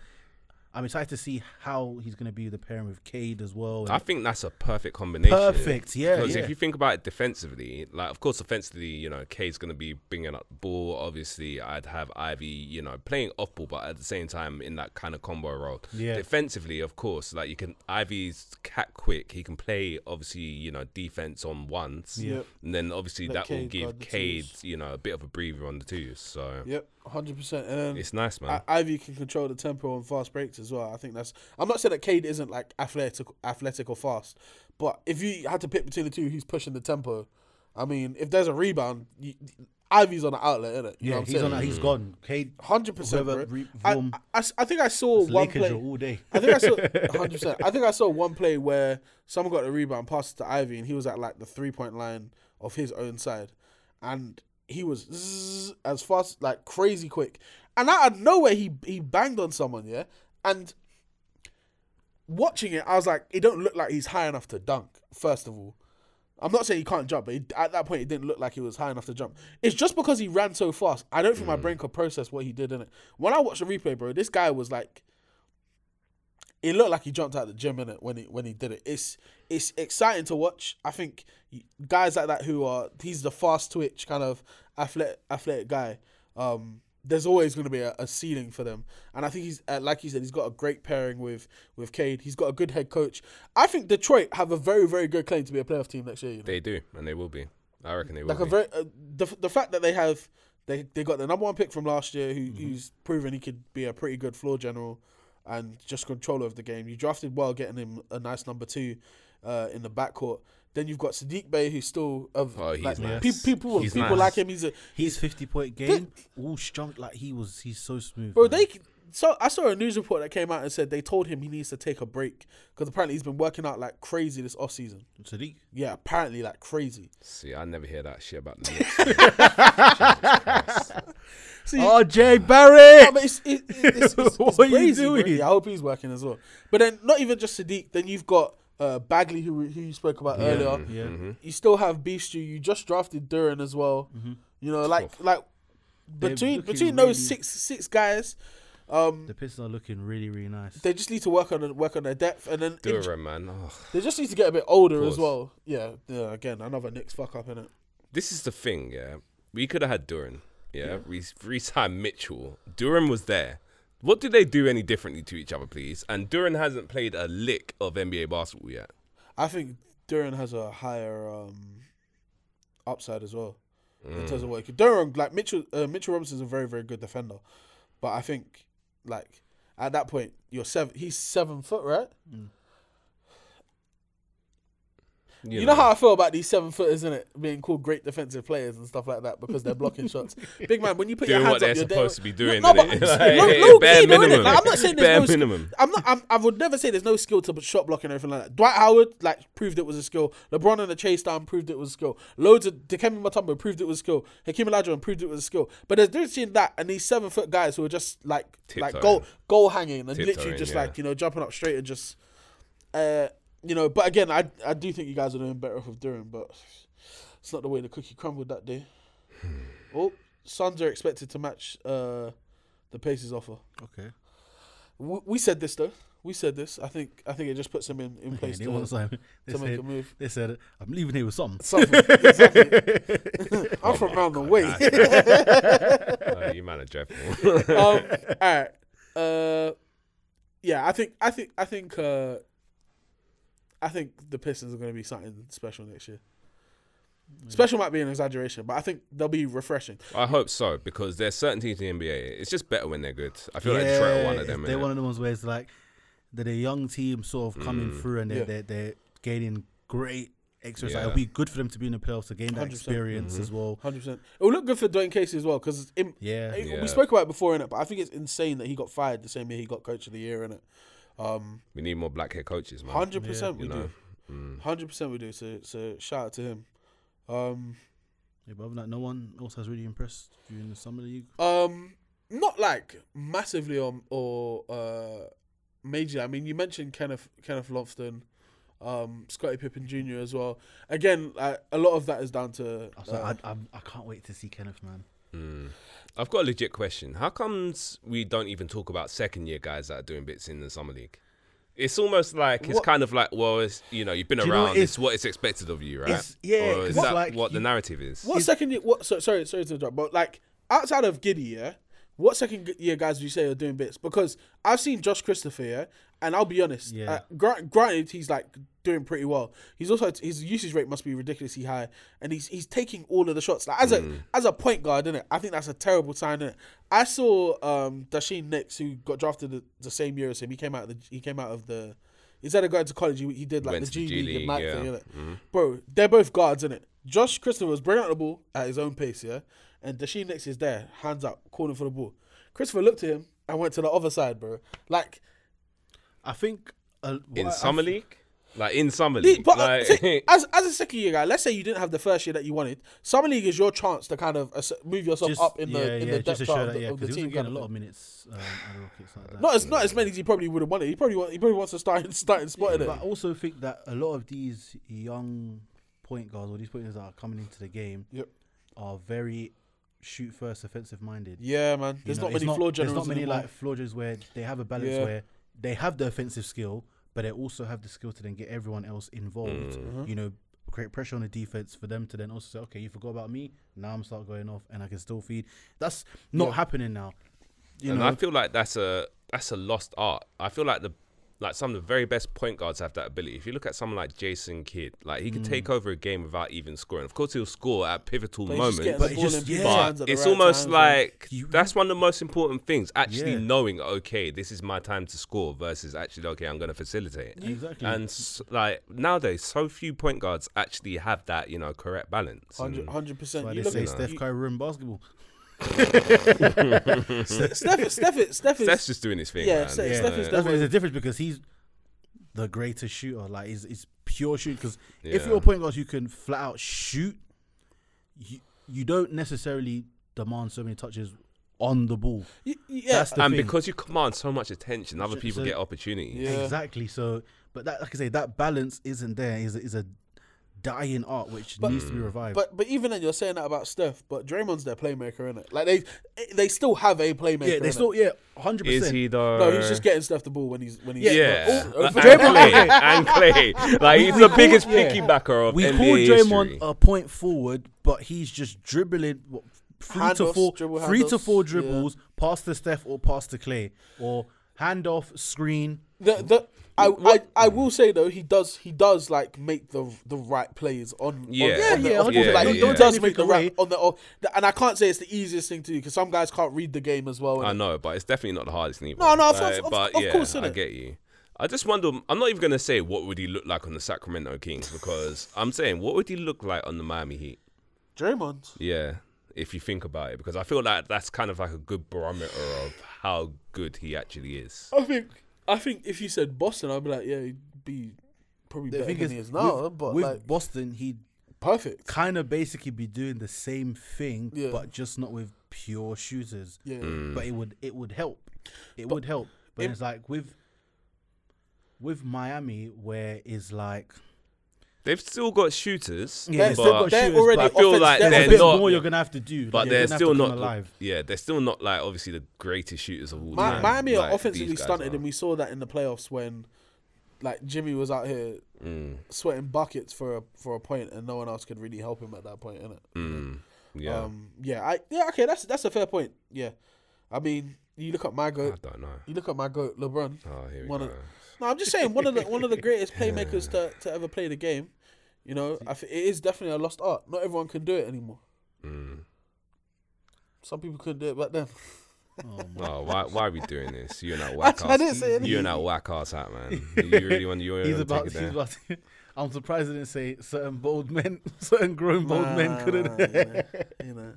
Speaker 6: I'm excited to see how he's gonna be the pairing with Cade as well. and-
Speaker 4: I think that's a perfect combination.
Speaker 6: Perfect, yeah,
Speaker 4: Because
Speaker 6: yeah.
Speaker 4: if you think about it defensively, like of course offensively, you know, K's going to be bringing up the ball. Obviously, I'd have Ivy, you know, playing off ball, but at the same time in that kind of combo role.
Speaker 6: Yeah.
Speaker 4: Defensively, of course, like you can Ivy's cat quick. He can play obviously, you know, defense on ones.
Speaker 3: Yeah. Yep.
Speaker 4: And then obviously
Speaker 3: Let
Speaker 4: that will
Speaker 3: Cade
Speaker 4: give
Speaker 3: guard the
Speaker 4: Cade,
Speaker 3: twos.
Speaker 4: you know, a bit of a breather on the twos. So
Speaker 3: yep, hundred percent. And then
Speaker 4: it's nice, man.
Speaker 3: I- Ivy can control the tempo on fast breaks as well. I think that's. I'm not saying that Cade isn't like athletic, athletic or fast, but if you had to pick between the two, who's pushing the tempo? I mean, if there's a rebound, you, Ivy's on the outlet, isn't it? You know what
Speaker 6: yeah,
Speaker 3: I'm
Speaker 6: he's on.
Speaker 3: saying?
Speaker 6: a- He's gone. Cade
Speaker 3: Hundred percent.
Speaker 6: Whoever
Speaker 3: bro.
Speaker 6: re-
Speaker 3: I,
Speaker 6: Vorm-
Speaker 3: I, I think I saw one
Speaker 6: Lakers
Speaker 3: play.
Speaker 6: all day.
Speaker 3: I think I saw 100. percent I think I saw one play where someone got the rebound, passed it to Ivy, and he was at like the three point line of his own side, and he was zzz, as fast like crazy quick, and out of nowhere he he banged on someone, yeah, and watching it, I was like, it don't look like he's high enough to dunk. First of all. I'm not saying he can't jump, but he, at that point, it didn't look like he was high enough to jump. It's just because he ran so fast. I don't think my brain could process what he did in it. When I watched the replay, bro, this guy was like, it looked like he jumped out the gym in it when he when he did it. It's it's exciting to watch. I think guys like that who are he's the fast twitch kind of athletic athletic guy. Um, there's always going to be a, a ceiling for them, and I think he's uh, like you said, he's got a great pairing with with Cade. He's got a good head coach. I think Detroit have a very very good claim to be a playoff team next year. You know?
Speaker 4: they do, and they will be. I reckon they will.
Speaker 3: like a
Speaker 4: be.
Speaker 3: very uh, the the fact that they have they they got the number one pick from last year who
Speaker 4: Mm-hmm.
Speaker 3: who's proven he could be a pretty good floor general and just controller of the game. You drafted well, getting him a nice number two uh, in the backcourt. Then you've got Sadiq Bey, who's still of
Speaker 4: Oh, he's
Speaker 3: like,
Speaker 4: nice.
Speaker 3: pe- people
Speaker 4: He's
Speaker 3: people
Speaker 4: nice.
Speaker 3: like him. He's a
Speaker 6: His 50 point game, all strong. Like he was. He's so smooth.
Speaker 3: Bro,
Speaker 6: man.
Speaker 3: they so I saw a news report that came out and said they told him he needs to take a break because apparently he's been working out like crazy this off season.
Speaker 6: Sadiq.
Speaker 3: Yeah, apparently like crazy.
Speaker 4: See, I never hear that shit about the Knicks.
Speaker 6: RJ Barrett.
Speaker 3: No, but it's, it, it, it's, it's,
Speaker 6: What
Speaker 3: it's
Speaker 6: are you
Speaker 3: crazy, bro.
Speaker 6: doing?
Speaker 3: Yeah, I hope he's working as well. But then, not even just Sadiq. Then you've got uh, Bagley, who who you spoke about earlier.
Speaker 6: yeah. Mm-hmm.
Speaker 3: You still have Beastu. You just drafted Duran as well.
Speaker 6: Mm-hmm.
Speaker 3: You know, like like between
Speaker 6: looking
Speaker 3: between
Speaker 6: really-
Speaker 3: those six six guys,
Speaker 6: The Pistons are looking really, really nice.
Speaker 3: they just need to work on work on their depth, and then inj-
Speaker 4: Dura, man. Oh.
Speaker 3: they just need to get a bit older as
Speaker 4: Pause.
Speaker 3: well. Yeah, yeah. Again, another Knicks fuck up in it.
Speaker 4: This is the thing, yeah. We could have had Duran. Yeah. We re signed Mitchell. Duran was there. What do they do any differently to each other, please? And Duran hasn't played a lick of NBA basketball yet.
Speaker 3: I think Duran has a higher um, upside as well in terms of what he could. Duran, like Mitchell, uh, Mitchell Robinson's a very very good defender, but I think like at that point you're seven. He's seven foot, right? You, know, how I feel about these seven footers, isn't it? Being called great defensive players and stuff like that because they're blocking shots. Big man, when you put
Speaker 4: Doing
Speaker 3: your hands
Speaker 4: what they're
Speaker 3: up, you're
Speaker 4: supposed to be doing,
Speaker 3: No,
Speaker 4: innit?
Speaker 3: but
Speaker 4: Like,
Speaker 3: low- low
Speaker 4: bare
Speaker 3: key, though, innit?
Speaker 4: minimum.
Speaker 3: Like, I'm not saying there's
Speaker 4: Bare
Speaker 3: no skill-
Speaker 4: minimum.
Speaker 3: I'm not. I'm, I would never say there's no skill to b- shot blocking or anything like that. Dwight Howard like proved it was a skill. LeBron and the chase down proved it was a skill. Loads of Dikembe Mutombo proved it was a skill. Hakeem Olajuwon proved it was a skill. But there's difference between that and these seven foot guys who are just like like goal goal hanging and literally
Speaker 4: Tiptoeing,
Speaker 3: just
Speaker 4: yeah.
Speaker 3: like you know jumping up straight and just uh you know. But again, I I do think you guys are doing better off of Durham, but it's not the way the cookie crumbled that day.
Speaker 6: Hmm.
Speaker 3: oh, Suns are expected to match uh the Pacers offer.
Speaker 6: Okay.
Speaker 3: we, we said this though. We said this. I think I think it just puts him in, in place.
Speaker 6: they,
Speaker 3: to-
Speaker 6: want some- they
Speaker 3: to make
Speaker 6: said,
Speaker 3: a move.
Speaker 6: They said, "I'm leaving here with something."
Speaker 3: something. Yeah, something. I'm
Speaker 6: Oh
Speaker 3: from round the way.
Speaker 4: Uh, you man are dreadful.
Speaker 3: um, all right. Uh, yeah, I think I think I think uh, I think the Pistons are going to be something special next year. Special might be an exaggeration, but I think they'll be refreshing.
Speaker 4: I hope so because there's certain teams in the NBA. It's just better when they're good. I feel like Detroit are one of them.
Speaker 6: They're
Speaker 4: innit?
Speaker 6: one of the ones where it's like they're a young team sort of coming
Speaker 4: Mm.
Speaker 6: through and they're,
Speaker 3: Yeah.
Speaker 6: they're, they're gaining great experience. Like,
Speaker 4: Yeah. Mm-hmm.
Speaker 6: it'll be good for them to be in the playoffs to gain that
Speaker 3: 100%.
Speaker 6: experience as well.
Speaker 3: Hundred percent. It will look good for Dwayne Casey as well because
Speaker 6: Yeah.
Speaker 4: Yeah.
Speaker 3: we spoke about it before in it, but I think it's insane that he got fired the same year he got Coach of the Year in it.
Speaker 4: We need more black hair coaches, man.
Speaker 3: Hundred percent, we
Speaker 4: You know. mm.
Speaker 3: do. Hundred percent, we do. So, so shout out to him. Um,
Speaker 6: Yeah, but other than that, no one else has really impressed during the summer league.
Speaker 3: Um, not like massively or or uh, major. I mean, you mentioned Kenneth Kenneth Lofton, um, Scottie Pippen Jr. as well. Again, like, a lot of that is down to
Speaker 6: I, was
Speaker 3: uh,
Speaker 6: like, I, I'm- I can't wait to see Kenneth, man.
Speaker 4: I've got a legit question. How comes we don't even talk about second year guys that are doing bits in the summer league? It's almost like it's
Speaker 3: What-
Speaker 4: kind of like well, it's, you know, you've been
Speaker 6: you know
Speaker 4: around.
Speaker 6: what it
Speaker 4: it's
Speaker 6: is?
Speaker 4: what is expected of you, right?
Speaker 6: It's- yeah,
Speaker 4: Or
Speaker 6: 'cause
Speaker 4: is
Speaker 6: it's
Speaker 4: that
Speaker 6: like
Speaker 4: what the
Speaker 6: you-
Speaker 4: narrative is?
Speaker 3: what second year? What so, sorry, sorry to interrupt, but like outside of Giddy, yeah, what second g- year guys do you say are doing bits? Because I've seen Josh Christopher, yeah, and I'll be honest,
Speaker 6: Yeah.
Speaker 3: uh, gr- granted he's like doing pretty well. He's also his usage rate must be ridiculously high, and he's he's taking all of the shots. Like as a as a point guard, innit? I think that's a terrible sign, innit? I saw um Dasheen Nix, who got drafted the, the same year as him. He came out of the he came out of the instead of going to college, he, he did like
Speaker 4: Went
Speaker 3: the
Speaker 4: to the
Speaker 3: G,
Speaker 4: G
Speaker 3: League and
Speaker 4: League,
Speaker 3: Mac
Speaker 4: yeah. Mm-hmm.
Speaker 3: thing, innit? Bro, they're both guards, innit? Josh Christopher was bringing out the ball at his own pace, yeah? And Dasheen Nix is there, hands up, calling for the ball. Christopher looked at him and went to the other side, bro. Like,
Speaker 6: I think uh,
Speaker 4: in
Speaker 6: what I-
Speaker 4: summer
Speaker 6: I, th-
Speaker 4: league, like in summer
Speaker 3: the-
Speaker 4: league,
Speaker 3: but uh,
Speaker 4: Mm, like,
Speaker 3: see, as, as a second year guy, let's say you didn't have the first year that you wanted. Summer League is your chance to kind of ass- move yourself
Speaker 6: just,
Speaker 3: up in
Speaker 6: yeah,
Speaker 3: the, in
Speaker 6: yeah,
Speaker 3: the
Speaker 6: just
Speaker 3: depth
Speaker 6: to
Speaker 3: chart
Speaker 6: show
Speaker 3: of
Speaker 6: that,
Speaker 3: the,
Speaker 6: yeah,
Speaker 3: of the
Speaker 6: because he was
Speaker 3: team.
Speaker 6: getting
Speaker 3: Kind
Speaker 6: a
Speaker 3: of
Speaker 6: lot of
Speaker 3: thing.
Speaker 6: minutes um, at the Rockets like that.
Speaker 3: Not as, not as many as he probably would have wanted. He probably want, he probably wants to start in starting spot
Speaker 6: But I
Speaker 3: innit?
Speaker 6: also think that a lot of these young point guards or these point guards that are coming into the game
Speaker 3: Yep.
Speaker 6: are very shoot first, offensive minded.
Speaker 3: Yeah, man. There's
Speaker 6: You know,
Speaker 3: not
Speaker 6: it's
Speaker 3: many floor
Speaker 6: There's
Speaker 3: generals.
Speaker 6: not many
Speaker 3: anymore.
Speaker 6: like floor generals where they have a balance
Speaker 3: Yeah.
Speaker 6: where they have the offensive skill, but they also have the skill to then get everyone else involved.
Speaker 3: Mm-hmm.
Speaker 6: You know, create pressure on the defense for them to then also say, okay, you forgot about me. Now I'm start going off, and I can still feed. That's not happening now. You
Speaker 4: and
Speaker 6: know,
Speaker 4: I feel like that's a that's a lost art. I feel like the like some of the very best point guards have that ability. If you look at someone like Jason Kidd, like he can take over a game without even scoring. Of course, he'll score at pivotal
Speaker 3: But he's
Speaker 4: moments,
Speaker 3: just getting
Speaker 6: But
Speaker 3: the
Speaker 6: it's
Speaker 3: ball
Speaker 6: just-
Speaker 3: in people's
Speaker 6: yeah.
Speaker 3: hands at
Speaker 4: but
Speaker 3: the
Speaker 4: it's
Speaker 3: right
Speaker 4: almost
Speaker 3: times, man.
Speaker 4: like
Speaker 6: You-
Speaker 4: that's one of the most important things. Actually
Speaker 6: Yeah.
Speaker 4: knowing, okay, this is my time to score versus actually, okay, I'm going to facilitate.
Speaker 6: Exactly.
Speaker 4: And s- like nowadays, so few point guards actually have that, you know, correct balance. And
Speaker 3: 100 percent.
Speaker 6: why
Speaker 3: You
Speaker 6: they
Speaker 3: look
Speaker 6: say
Speaker 3: at
Speaker 6: Steph
Speaker 3: you-
Speaker 6: Curry ruin basketball.
Speaker 3: Steph, Steph, Steph is
Speaker 4: Steph's just doing his thing.
Speaker 3: Yeah,
Speaker 4: man.
Speaker 3: Steph-
Speaker 6: Yeah,
Speaker 3: Steph is
Speaker 6: that's why there's a difference because he's the greatest shooter. Like, he's, he's pure shoot. Because if
Speaker 4: Yeah.
Speaker 6: you're a point guard, you can flat out shoot. You you don't necessarily demand so many touches on the ball.
Speaker 3: Y- yeah,
Speaker 6: That's the
Speaker 4: and
Speaker 6: thing.
Speaker 4: because you command so much attention, other people
Speaker 6: so-
Speaker 4: get opportunities.
Speaker 3: Yeah.
Speaker 6: exactly. So, but that like I say, that balance isn't there. Is is a dying art which needs to be revived.
Speaker 3: But but even then, you're saying that about Steph, but Draymond's their playmaker, innit? Like they they still have a playmaker.
Speaker 6: yeah, they
Speaker 3: innit?
Speaker 6: still yeah, hundred
Speaker 4: Is he
Speaker 6: percent.
Speaker 4: though?
Speaker 3: No, he's just getting Steph the ball when he's when he's
Speaker 4: Yeah,
Speaker 3: But- oh,
Speaker 4: and
Speaker 3: for-
Speaker 4: Clay, and Clay. Like he's the biggest
Speaker 6: yeah.
Speaker 4: piggybacker of
Speaker 6: We
Speaker 4: NBA
Speaker 6: call Draymond
Speaker 4: history.
Speaker 6: a point forward, but he's just dribbling what, three to
Speaker 3: Handoffs,
Speaker 6: four,
Speaker 3: dribble
Speaker 6: three to
Speaker 3: handoffs,
Speaker 6: four
Speaker 3: yeah.
Speaker 6: dribbles, past the Steph or past the Clay or handoff screen.
Speaker 3: the, the, I, I I will say though he does he does like make the the right plays on
Speaker 4: Yeah.
Speaker 3: on,
Speaker 4: Yeah,
Speaker 3: on the,
Speaker 4: yeah,
Speaker 3: on the-
Speaker 4: 100%.
Speaker 3: like, he
Speaker 4: Don't- don't
Speaker 3: does
Speaker 6: take
Speaker 3: make the
Speaker 6: anything
Speaker 3: right on the, on the and I can't say it's the easiest thing to do because some guys can't read the game as well.
Speaker 4: I
Speaker 3: innit?
Speaker 4: know, but it's definitely not the hardest thing.
Speaker 3: No, no, of-
Speaker 4: Like,
Speaker 3: of- of-
Speaker 4: but
Speaker 3: of
Speaker 4: yeah,
Speaker 3: course,
Speaker 4: I
Speaker 3: innit?
Speaker 4: get you. I just wonder. I'm not even gonna say what would he look like on the Sacramento Kings because I'm saying what would he look like on the Miami Heat.
Speaker 3: Draymond.
Speaker 4: Yeah, if you think about it, because I feel like that's kind of like a good barometer of how good he actually is.
Speaker 3: I think I think if you said Boston, I'd be like, yeah, he'd be probably
Speaker 6: The
Speaker 3: better
Speaker 6: thing
Speaker 3: than
Speaker 6: is,
Speaker 3: he is now,
Speaker 6: with,
Speaker 3: but
Speaker 6: with
Speaker 3: like
Speaker 6: Boston, he'd
Speaker 3: perfect.
Speaker 6: kind of basically be doing the same thing,
Speaker 3: Yeah.
Speaker 6: but just not with pure shooters.
Speaker 3: Yeah.
Speaker 4: Mm.
Speaker 6: But it would it would help. It would help. But
Speaker 3: it-
Speaker 6: it's like with with Miami, where it's like
Speaker 4: They've still got shooters.
Speaker 6: Yeah,
Speaker 3: they're
Speaker 6: but-
Speaker 3: still got
Speaker 6: They're
Speaker 3: shooters,
Speaker 4: already
Speaker 3: but
Speaker 4: I feel
Speaker 3: offense-
Speaker 4: like
Speaker 3: they're
Speaker 6: There's
Speaker 4: they're
Speaker 6: a bit
Speaker 3: offense-
Speaker 4: not-
Speaker 6: more you're gonna have to do,
Speaker 4: but
Speaker 6: like,
Speaker 4: they're
Speaker 6: you're gonna
Speaker 4: still
Speaker 6: have to
Speaker 4: not
Speaker 6: come alive.
Speaker 4: Yeah, they're still not like obviously the greatest shooters of all
Speaker 3: Mi-
Speaker 4: time.
Speaker 3: Miami
Speaker 4: like,
Speaker 3: are
Speaker 4: these
Speaker 3: offensively
Speaker 4: guys
Speaker 3: stunted,
Speaker 4: are.
Speaker 3: and we saw that in the playoffs when, like, Jimmy was out here
Speaker 4: Mm,
Speaker 3: sweating buckets for a for a point, and no one else could really help him at that point, innit?
Speaker 4: Mm, yeah,
Speaker 3: Um, yeah, I yeah, okay, that's that's a fair point. Yeah, I mean, you look at my
Speaker 4: I
Speaker 3: goat,
Speaker 4: don't know.
Speaker 3: you look at my goat, LeBron.
Speaker 4: Oh, here we
Speaker 3: one
Speaker 4: go.
Speaker 3: of- No, I'm just saying one of the one of the greatest playmakers to, to ever play the game. You know, I thi- it is definitely a lost art. Not everyone can do it anymore.
Speaker 4: Mm.
Speaker 3: Some people couldn't do it back then.
Speaker 4: Oh, why, why are we doing this? You and that whack
Speaker 3: I didn't
Speaker 4: ass.
Speaker 3: say anything.
Speaker 4: You and that whack ass hat, man. You really want you want
Speaker 6: He's
Speaker 4: to
Speaker 6: about.
Speaker 4: take it
Speaker 6: He's
Speaker 4: there?
Speaker 6: about. To, I'm surprised they didn't say certain bold men, certain grown bold men
Speaker 3: Nah,
Speaker 6: couldn't.
Speaker 3: Ah, you know, you know.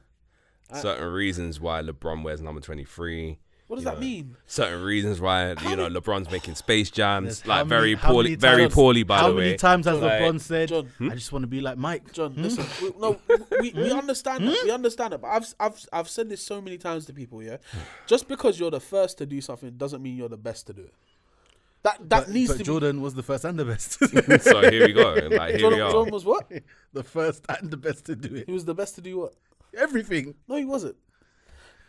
Speaker 4: Certain reasons why LeBron wears number twenty three.
Speaker 3: What does
Speaker 4: You
Speaker 3: that
Speaker 4: know.
Speaker 3: mean?
Speaker 4: Certain reasons why you know LeBron's making space jams
Speaker 6: There's
Speaker 4: like
Speaker 6: how
Speaker 4: very
Speaker 6: many- how
Speaker 4: poorly,
Speaker 6: many
Speaker 4: very
Speaker 6: times-
Speaker 4: poorly by
Speaker 6: how
Speaker 4: the
Speaker 6: many
Speaker 4: way. Hmm?
Speaker 6: times has
Speaker 4: Like-
Speaker 6: LeBron said,
Speaker 3: John.
Speaker 6: "I just want to be like Mike"?
Speaker 3: John, listen, we, no, we, we understand that. We understand it, but I've I've I've said this so many times to people. Yeah, just because you're the first to do something doesn't mean you're the best to do it. That that
Speaker 6: But,
Speaker 3: needs
Speaker 6: but
Speaker 3: to
Speaker 6: Jordan was the first and the best.
Speaker 4: So here we go. Like
Speaker 3: be.
Speaker 4: here we
Speaker 3: Jordan,
Speaker 4: are.
Speaker 3: Jordan was what?
Speaker 6: the first and the best to do
Speaker 3: He
Speaker 6: it.
Speaker 3: was the best to do what?
Speaker 6: Everything.
Speaker 3: No, he wasn't.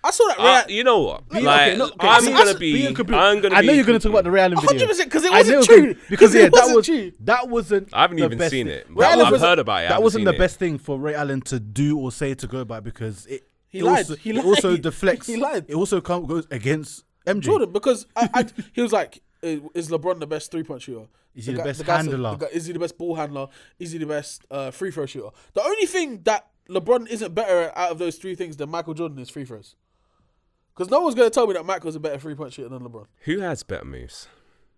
Speaker 3: I saw that.
Speaker 4: Uh,
Speaker 3: Ray-
Speaker 4: you know what?
Speaker 6: Be-
Speaker 4: like,
Speaker 6: okay, look, okay,
Speaker 4: I'm
Speaker 6: be-
Speaker 4: gonna be.
Speaker 6: be- be incomplete.
Speaker 4: I'm gonna.
Speaker 6: I know
Speaker 4: be-
Speaker 6: you're gonna talk about the Real Allen video.
Speaker 3: 100% because it
Speaker 6: I know
Speaker 3: wasn't
Speaker 6: you're gonna-
Speaker 3: true.
Speaker 6: Because yeah,
Speaker 3: it
Speaker 6: that
Speaker 3: wasn't
Speaker 6: was
Speaker 3: true.
Speaker 6: that wasn't.
Speaker 4: I haven't
Speaker 6: the
Speaker 4: even
Speaker 6: best
Speaker 4: seen
Speaker 6: thing-
Speaker 4: it, but
Speaker 6: Ray
Speaker 4: I've
Speaker 6: Allen wasn't-
Speaker 4: heard about it, I
Speaker 6: That
Speaker 4: haven't
Speaker 6: wasn't
Speaker 4: seen
Speaker 6: the
Speaker 4: it.
Speaker 6: best thing for Ray Allen to do or say to go by because it.
Speaker 3: He
Speaker 6: it
Speaker 3: lied.
Speaker 6: Also,
Speaker 3: He
Speaker 6: it
Speaker 3: lied.
Speaker 6: also deflects.
Speaker 3: He lied.
Speaker 6: It also come, goes against MJ.
Speaker 3: Jordan because I, I, he was like, "I- is LeBron the best three point shooter?
Speaker 6: Is he the best
Speaker 3: guy said-
Speaker 6: handler?
Speaker 3: the guy- is he the best ball handler? Is he the best uh, free throw shooter? The only thing that LeBron isn't better at out of those three things than Michael Jordan is free throws. Because no one's going to tell me that Michael's a better three point shooter than LeBron.
Speaker 4: Who has better moves?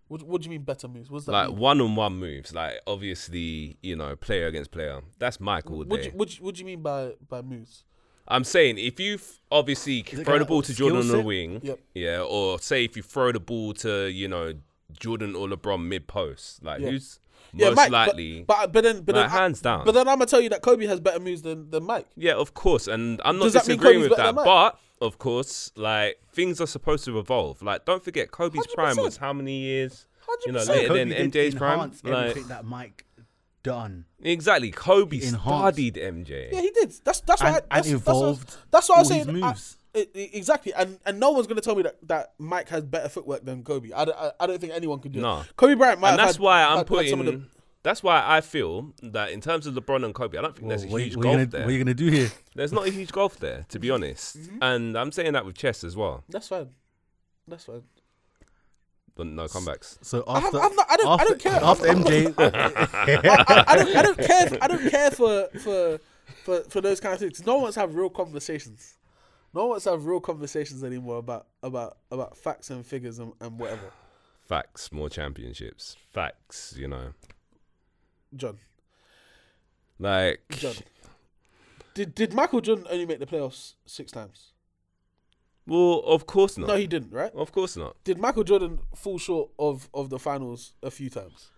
Speaker 3: What, what do you mean better moves? What's that?
Speaker 4: Like
Speaker 3: mean?
Speaker 4: one on one moves. Like obviously, you know, player against player. That's Michael. all
Speaker 3: What do,
Speaker 4: day.
Speaker 3: you, what, do you, what do you mean by by moves?
Speaker 4: I'm saying if you f- obviously
Speaker 6: it
Speaker 4: throw the
Speaker 6: kinda
Speaker 4: ball to
Speaker 6: skill
Speaker 4: Jordan on the
Speaker 6: set?
Speaker 4: wing,
Speaker 3: Yep.
Speaker 4: yeah, or say if you throw the ball to you know Jordan or LeBron mid post, like
Speaker 3: Yeah.
Speaker 4: who's
Speaker 3: Yeah,
Speaker 4: most
Speaker 3: Mike, but-
Speaker 4: likely?
Speaker 3: but but then but
Speaker 4: Like,
Speaker 3: then
Speaker 4: hands down.
Speaker 3: But then I'm gonna tell you that Kobe has better moves than than Mike.
Speaker 4: yeah, of course, and I'm not
Speaker 3: Does that mean
Speaker 4: disagreeing
Speaker 3: Kobe's
Speaker 4: with
Speaker 3: better
Speaker 4: that,
Speaker 3: than
Speaker 4: but of course, like things are supposed to evolve. Like don't forget, Kobe's prime was how many years? You know,
Speaker 3: 100%.
Speaker 4: later than
Speaker 6: Kobe did
Speaker 4: MJ's prime.
Speaker 6: enhance
Speaker 4: Like
Speaker 6: everything that Mike done.
Speaker 4: exactly, Kobe
Speaker 6: Enhanced.
Speaker 4: studied MJ.
Speaker 3: Yeah, he did. That's that's why.
Speaker 6: And-
Speaker 3: I-
Speaker 6: and
Speaker 3: that's,
Speaker 6: evolved
Speaker 3: That's what I was
Speaker 6: all his
Speaker 3: saying. I-
Speaker 6: moves.
Speaker 3: I- I- exactly, and and no one's gonna tell me that, that Mike has better footwork than Kobe. I, don't- I, I don't think anyone could do.
Speaker 4: No.
Speaker 3: it. Kobe Bryant might
Speaker 4: and
Speaker 3: have
Speaker 4: that's
Speaker 3: had-
Speaker 4: why I'm
Speaker 3: had- had
Speaker 4: putting.
Speaker 3: some of the-
Speaker 4: that's why I feel that in terms of LeBron and Kobe, I don't think there's a
Speaker 6: what,
Speaker 4: huge
Speaker 6: what,
Speaker 4: gulf
Speaker 6: you
Speaker 4: there.
Speaker 6: gonna, what you gonna do here?
Speaker 4: There's not a huge golf there, to be honest. And I'm saying that with chess as well.
Speaker 3: that's fine. That's fine.
Speaker 4: But no comebacks.
Speaker 6: So
Speaker 3: have-
Speaker 6: after,
Speaker 3: I've not- I don't- I
Speaker 6: after,
Speaker 3: don't care.
Speaker 6: After MJ,
Speaker 3: I, I don't. I don't care. I don't care for for for for those kind of things. No one's have real conversations. No one's have real conversations anymore about about about facts and figures and, and whatever.
Speaker 4: Facts, more championships. Facts, you know.
Speaker 3: John,
Speaker 4: Like,
Speaker 3: John, did did Michael Jordan only make the playoffs six times?
Speaker 4: well, of course not.
Speaker 3: No, he didn't. Right.
Speaker 4: of course not.
Speaker 3: Did Michael Jordan fall short of, of the finals a few times?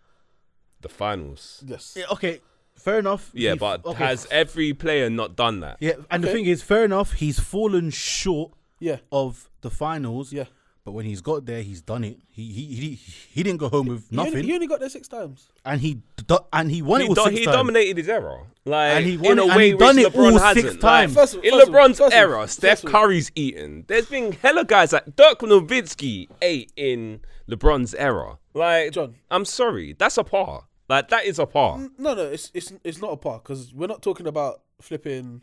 Speaker 4: The finals.
Speaker 3: Yes.
Speaker 6: Yeah, okay, fair enough.
Speaker 4: Yeah,
Speaker 6: He-
Speaker 4: but
Speaker 6: okay.
Speaker 4: has every player not done that?
Speaker 6: yeah, and the
Speaker 3: Okay.
Speaker 6: thing is, fair enough. He's fallen short
Speaker 3: Yeah.
Speaker 6: of the finals.
Speaker 3: Yeah.
Speaker 6: but when he's got there, he's done it. He he he, he didn't go home with
Speaker 3: He only-
Speaker 6: nothing,
Speaker 3: He only, got there six times.
Speaker 6: and he do- and he won
Speaker 4: He,
Speaker 6: it all
Speaker 4: do-
Speaker 6: six
Speaker 4: he
Speaker 6: times.
Speaker 4: dominated his era. Like,
Speaker 6: And he won
Speaker 4: in
Speaker 6: it-
Speaker 4: a
Speaker 6: and
Speaker 4: way
Speaker 6: he
Speaker 4: which
Speaker 6: done it
Speaker 4: LeBron
Speaker 6: all
Speaker 4: hasn't.
Speaker 6: six times.
Speaker 4: Like,
Speaker 3: First of-
Speaker 4: in
Speaker 3: first of-
Speaker 4: LeBron's
Speaker 3: first of-
Speaker 4: era,
Speaker 3: first
Speaker 4: Steph
Speaker 3: of-
Speaker 4: Curry's eaten. There's been hella guys like Dirk Nowitzki ate in LeBron's era. Like,
Speaker 3: John. Mm.
Speaker 4: I'm sorry, that's a par. Like, that is a par.
Speaker 3: No, no, it's it's it's not a par because we're not talking about flipping.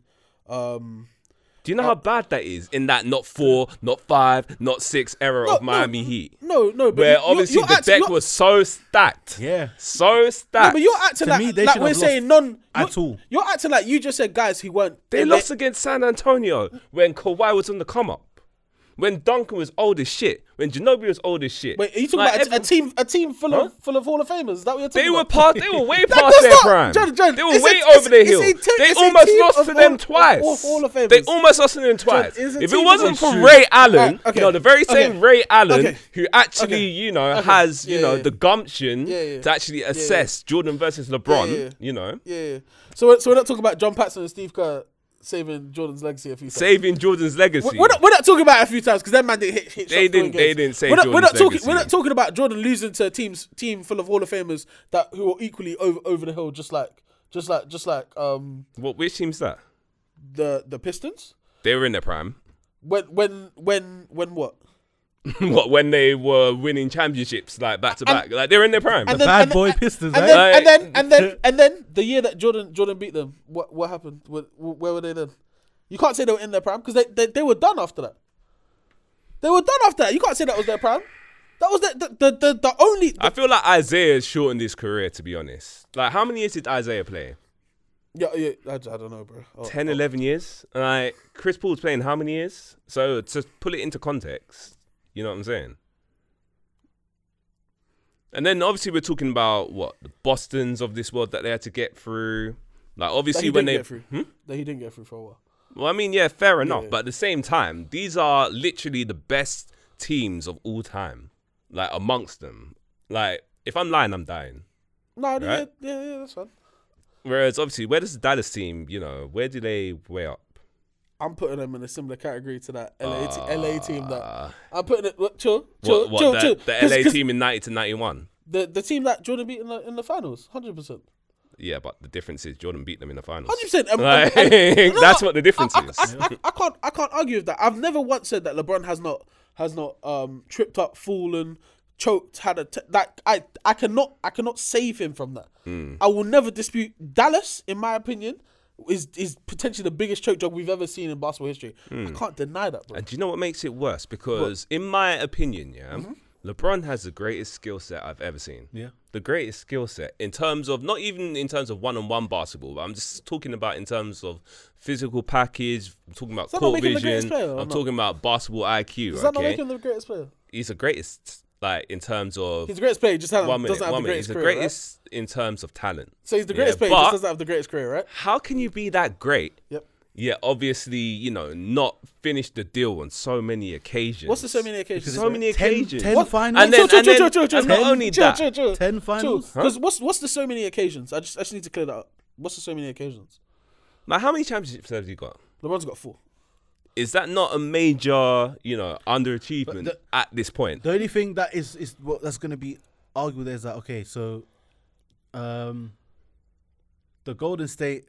Speaker 3: Um,
Speaker 4: Do you know how bad that is in that not four, not five, not six era
Speaker 3: no,
Speaker 4: of Miami
Speaker 3: no,
Speaker 4: Heat?
Speaker 3: No, no, but
Speaker 4: Where
Speaker 3: you- you're-
Speaker 4: obviously
Speaker 3: you're
Speaker 4: the
Speaker 3: acting-
Speaker 4: deck
Speaker 3: you're-
Speaker 4: was so stacked.
Speaker 6: Yeah.
Speaker 4: So
Speaker 3: No,
Speaker 4: stacked.
Speaker 3: but you're acting
Speaker 6: To
Speaker 3: like,
Speaker 6: me, they
Speaker 3: like
Speaker 6: should
Speaker 3: we're
Speaker 6: have
Speaker 3: saying
Speaker 6: lost
Speaker 3: none
Speaker 6: at
Speaker 3: you're-
Speaker 6: all.
Speaker 3: You're acting like you just said guys who weren't.
Speaker 4: they lost against San Antonio when Kawhi was on the come up. When Duncan was old as shit. When Ginobili was old as shit.
Speaker 3: Wait, are you talking
Speaker 4: Like,
Speaker 3: about a-
Speaker 4: every-
Speaker 3: a, team? A team full
Speaker 4: Huh?
Speaker 3: of full of Hall of Famers? Is that what you're talking
Speaker 4: They were
Speaker 3: about?
Speaker 4: past. They were way
Speaker 3: That
Speaker 4: past
Speaker 3: does
Speaker 4: their
Speaker 3: not-
Speaker 4: prime.
Speaker 3: John, John,
Speaker 4: they were
Speaker 3: it's a-
Speaker 4: way
Speaker 3: it's a-
Speaker 4: over the
Speaker 3: it's a
Speaker 4: hill.
Speaker 3: team-
Speaker 4: they
Speaker 3: it's a
Speaker 4: almost
Speaker 3: team
Speaker 4: lost
Speaker 3: of
Speaker 4: to them
Speaker 3: all-
Speaker 4: twice.
Speaker 3: of all of
Speaker 4: they
Speaker 3: famers.
Speaker 4: almost lost to them twice.
Speaker 3: it's a
Speaker 4: if it
Speaker 3: team
Speaker 4: wasn't
Speaker 3: of-
Speaker 4: for
Speaker 3: Shoot.
Speaker 4: Ray Allen,
Speaker 3: Alright,
Speaker 4: you
Speaker 3: okay.
Speaker 4: know, the very same
Speaker 3: Okay.
Speaker 4: Ray Allen
Speaker 3: Okay.
Speaker 4: who actually,
Speaker 3: Okay.
Speaker 4: you know,
Speaker 3: Okay.
Speaker 4: has you
Speaker 3: Yeah,
Speaker 4: know
Speaker 3: yeah.
Speaker 4: the gumption
Speaker 3: Yeah, yeah.
Speaker 4: to actually assess Jordan versus LeBron.
Speaker 3: yeah.
Speaker 4: You know,
Speaker 3: Yeah. yeah. So we're, so we're not talking about John Paxson and Steve Kerr saving Jordan's legacy a few times.
Speaker 4: saving Jordan's legacy.
Speaker 3: We're we're not, we're not talking about it a few times because that man didn't hit. hit
Speaker 4: They
Speaker 3: shots during
Speaker 4: didn't- they
Speaker 3: games.
Speaker 4: didn't save
Speaker 3: We're not, we're
Speaker 4: Jordan's
Speaker 3: not talking.
Speaker 4: legacy.
Speaker 3: We're not talking about Jordan losing to a team's team full of Hall of Famers that who are equally over over the hill, just like just like just like um
Speaker 4: what which team's that?
Speaker 3: the the Pistons
Speaker 4: They were in their prime.
Speaker 3: when when when when what
Speaker 4: what when they were winning championships like back to back? Like they were in their prime.
Speaker 3: then-
Speaker 6: Bad
Speaker 3: and-
Speaker 6: boy
Speaker 3: and-
Speaker 6: Pistons,
Speaker 3: and
Speaker 6: eh?
Speaker 3: then, and
Speaker 4: Like-
Speaker 3: then and then and then the year that Jordan Jordan beat them, what what happened? Where, where were they then? You can't say they were in their prime because they, they they were done after that. They were done after that. You can't say that was their prime. That was the the the, the, the only.
Speaker 4: I feel like Isaiah's shortened his career to be honest. Like how many years did Isaiah play?
Speaker 3: yeah, yeah, I, I don't know, bro. Oh,
Speaker 4: 10, 11 years. Like Chris Paul's playing how many years? So to put it into context, you know what I'm saying. And then obviously we're talking about what the Boston's of this world that they had to get through. Like
Speaker 3: that
Speaker 4: obviously
Speaker 3: he
Speaker 4: when they
Speaker 3: didn't
Speaker 4: Hmm?
Speaker 3: get through. That he didn't get through for a while.
Speaker 4: Well, I mean, yeah, fair enough. But at the same time, these are literally the best teams of all time. Like amongst them. Like, if I'm lying, I'm dying.
Speaker 3: No, they-
Speaker 4: Right.
Speaker 3: yeah, yeah, yeah, that's fine.
Speaker 4: Whereas obviously, where does the Dallas team, you know, where do they weigh up?
Speaker 3: I'm putting them in a similar category to that LA, te- LA team that I'm putting it. What, chill, chill,
Speaker 4: Uh, What, what
Speaker 3: chill,
Speaker 4: the,
Speaker 3: chill.
Speaker 4: the
Speaker 3: 'Cause-
Speaker 4: LA
Speaker 3: 'cause
Speaker 4: team in ninety to ninety one.
Speaker 3: the the team that Jordan beat in the, in the finals, hundred percent.
Speaker 4: Yeah, but the difference is Jordan beat them in the finals.
Speaker 3: 100%, um, um,
Speaker 4: Like,
Speaker 3: um, no,
Speaker 4: that's
Speaker 3: no,
Speaker 4: what the difference
Speaker 3: I, I-
Speaker 4: is.
Speaker 3: I, I- I can't I can't argue with that. I've never once said that LeBron has not has not um, tripped up, fallen, choked, had a t- that I I cannot I cannot save him from that.
Speaker 4: Hmm.
Speaker 3: I will never dispute Dallas, in my opinion, is is potentially the biggest choke job we've ever seen in basketball history. I can't deny that, bro.
Speaker 4: Hmm. And do you know what makes it worse? Because in my opinion, yeah,
Speaker 3: Mm-hmm.
Speaker 4: LeBron has the greatest skill set I've ever seen.
Speaker 6: Yeah.
Speaker 4: The greatest skill set in terms of not even in terms of one on one basketball, but I'm just talking about in terms of physical package, I'm talking about
Speaker 3: that not
Speaker 4: court
Speaker 3: make him the greatest
Speaker 4: vision.
Speaker 3: player or
Speaker 4: I'm
Speaker 3: not?
Speaker 4: talking about basketball IQ.
Speaker 3: Does that not
Speaker 4: okay.
Speaker 3: make him the greatest player?
Speaker 4: He's the greatest like in terms of
Speaker 3: He's the greatest player. He just hasn't-
Speaker 4: one minute,
Speaker 3: doesn't have
Speaker 4: one
Speaker 3: the
Speaker 4: minute. He's
Speaker 3: greatest
Speaker 4: the
Speaker 3: career. right?
Speaker 4: greatest in terms of talent.
Speaker 3: So he's the
Speaker 4: Yeah,
Speaker 3: greatest player. He just
Speaker 4: but-
Speaker 3: doesn't have the greatest career, right?
Speaker 4: how can you be that great?
Speaker 3: Yep.
Speaker 4: Yeah, obviously, you know, not finish the deal on so many occasions.
Speaker 3: What's the so many occasions?
Speaker 4: So many
Speaker 6: Ten-
Speaker 4: occasions.
Speaker 6: ten What? finals?
Speaker 4: And then,
Speaker 3: Chill, chill,
Speaker 4: and then-
Speaker 3: chill, chill, chill,
Speaker 4: and not
Speaker 3: chill.
Speaker 4: only
Speaker 3: Chill,
Speaker 4: that,
Speaker 3: chill, chill.
Speaker 6: Ten finals?
Speaker 3: Because what's what's the so many occasions? I just I just need to clear that up. What's the so many occasions?
Speaker 4: like, how many championships have you got?
Speaker 3: LeBron's got four.
Speaker 4: Is that not a major, you know, underachievement
Speaker 6: the-
Speaker 4: at this point?
Speaker 6: The only thing that is is what that's going to be argued is that okay, so um the Golden State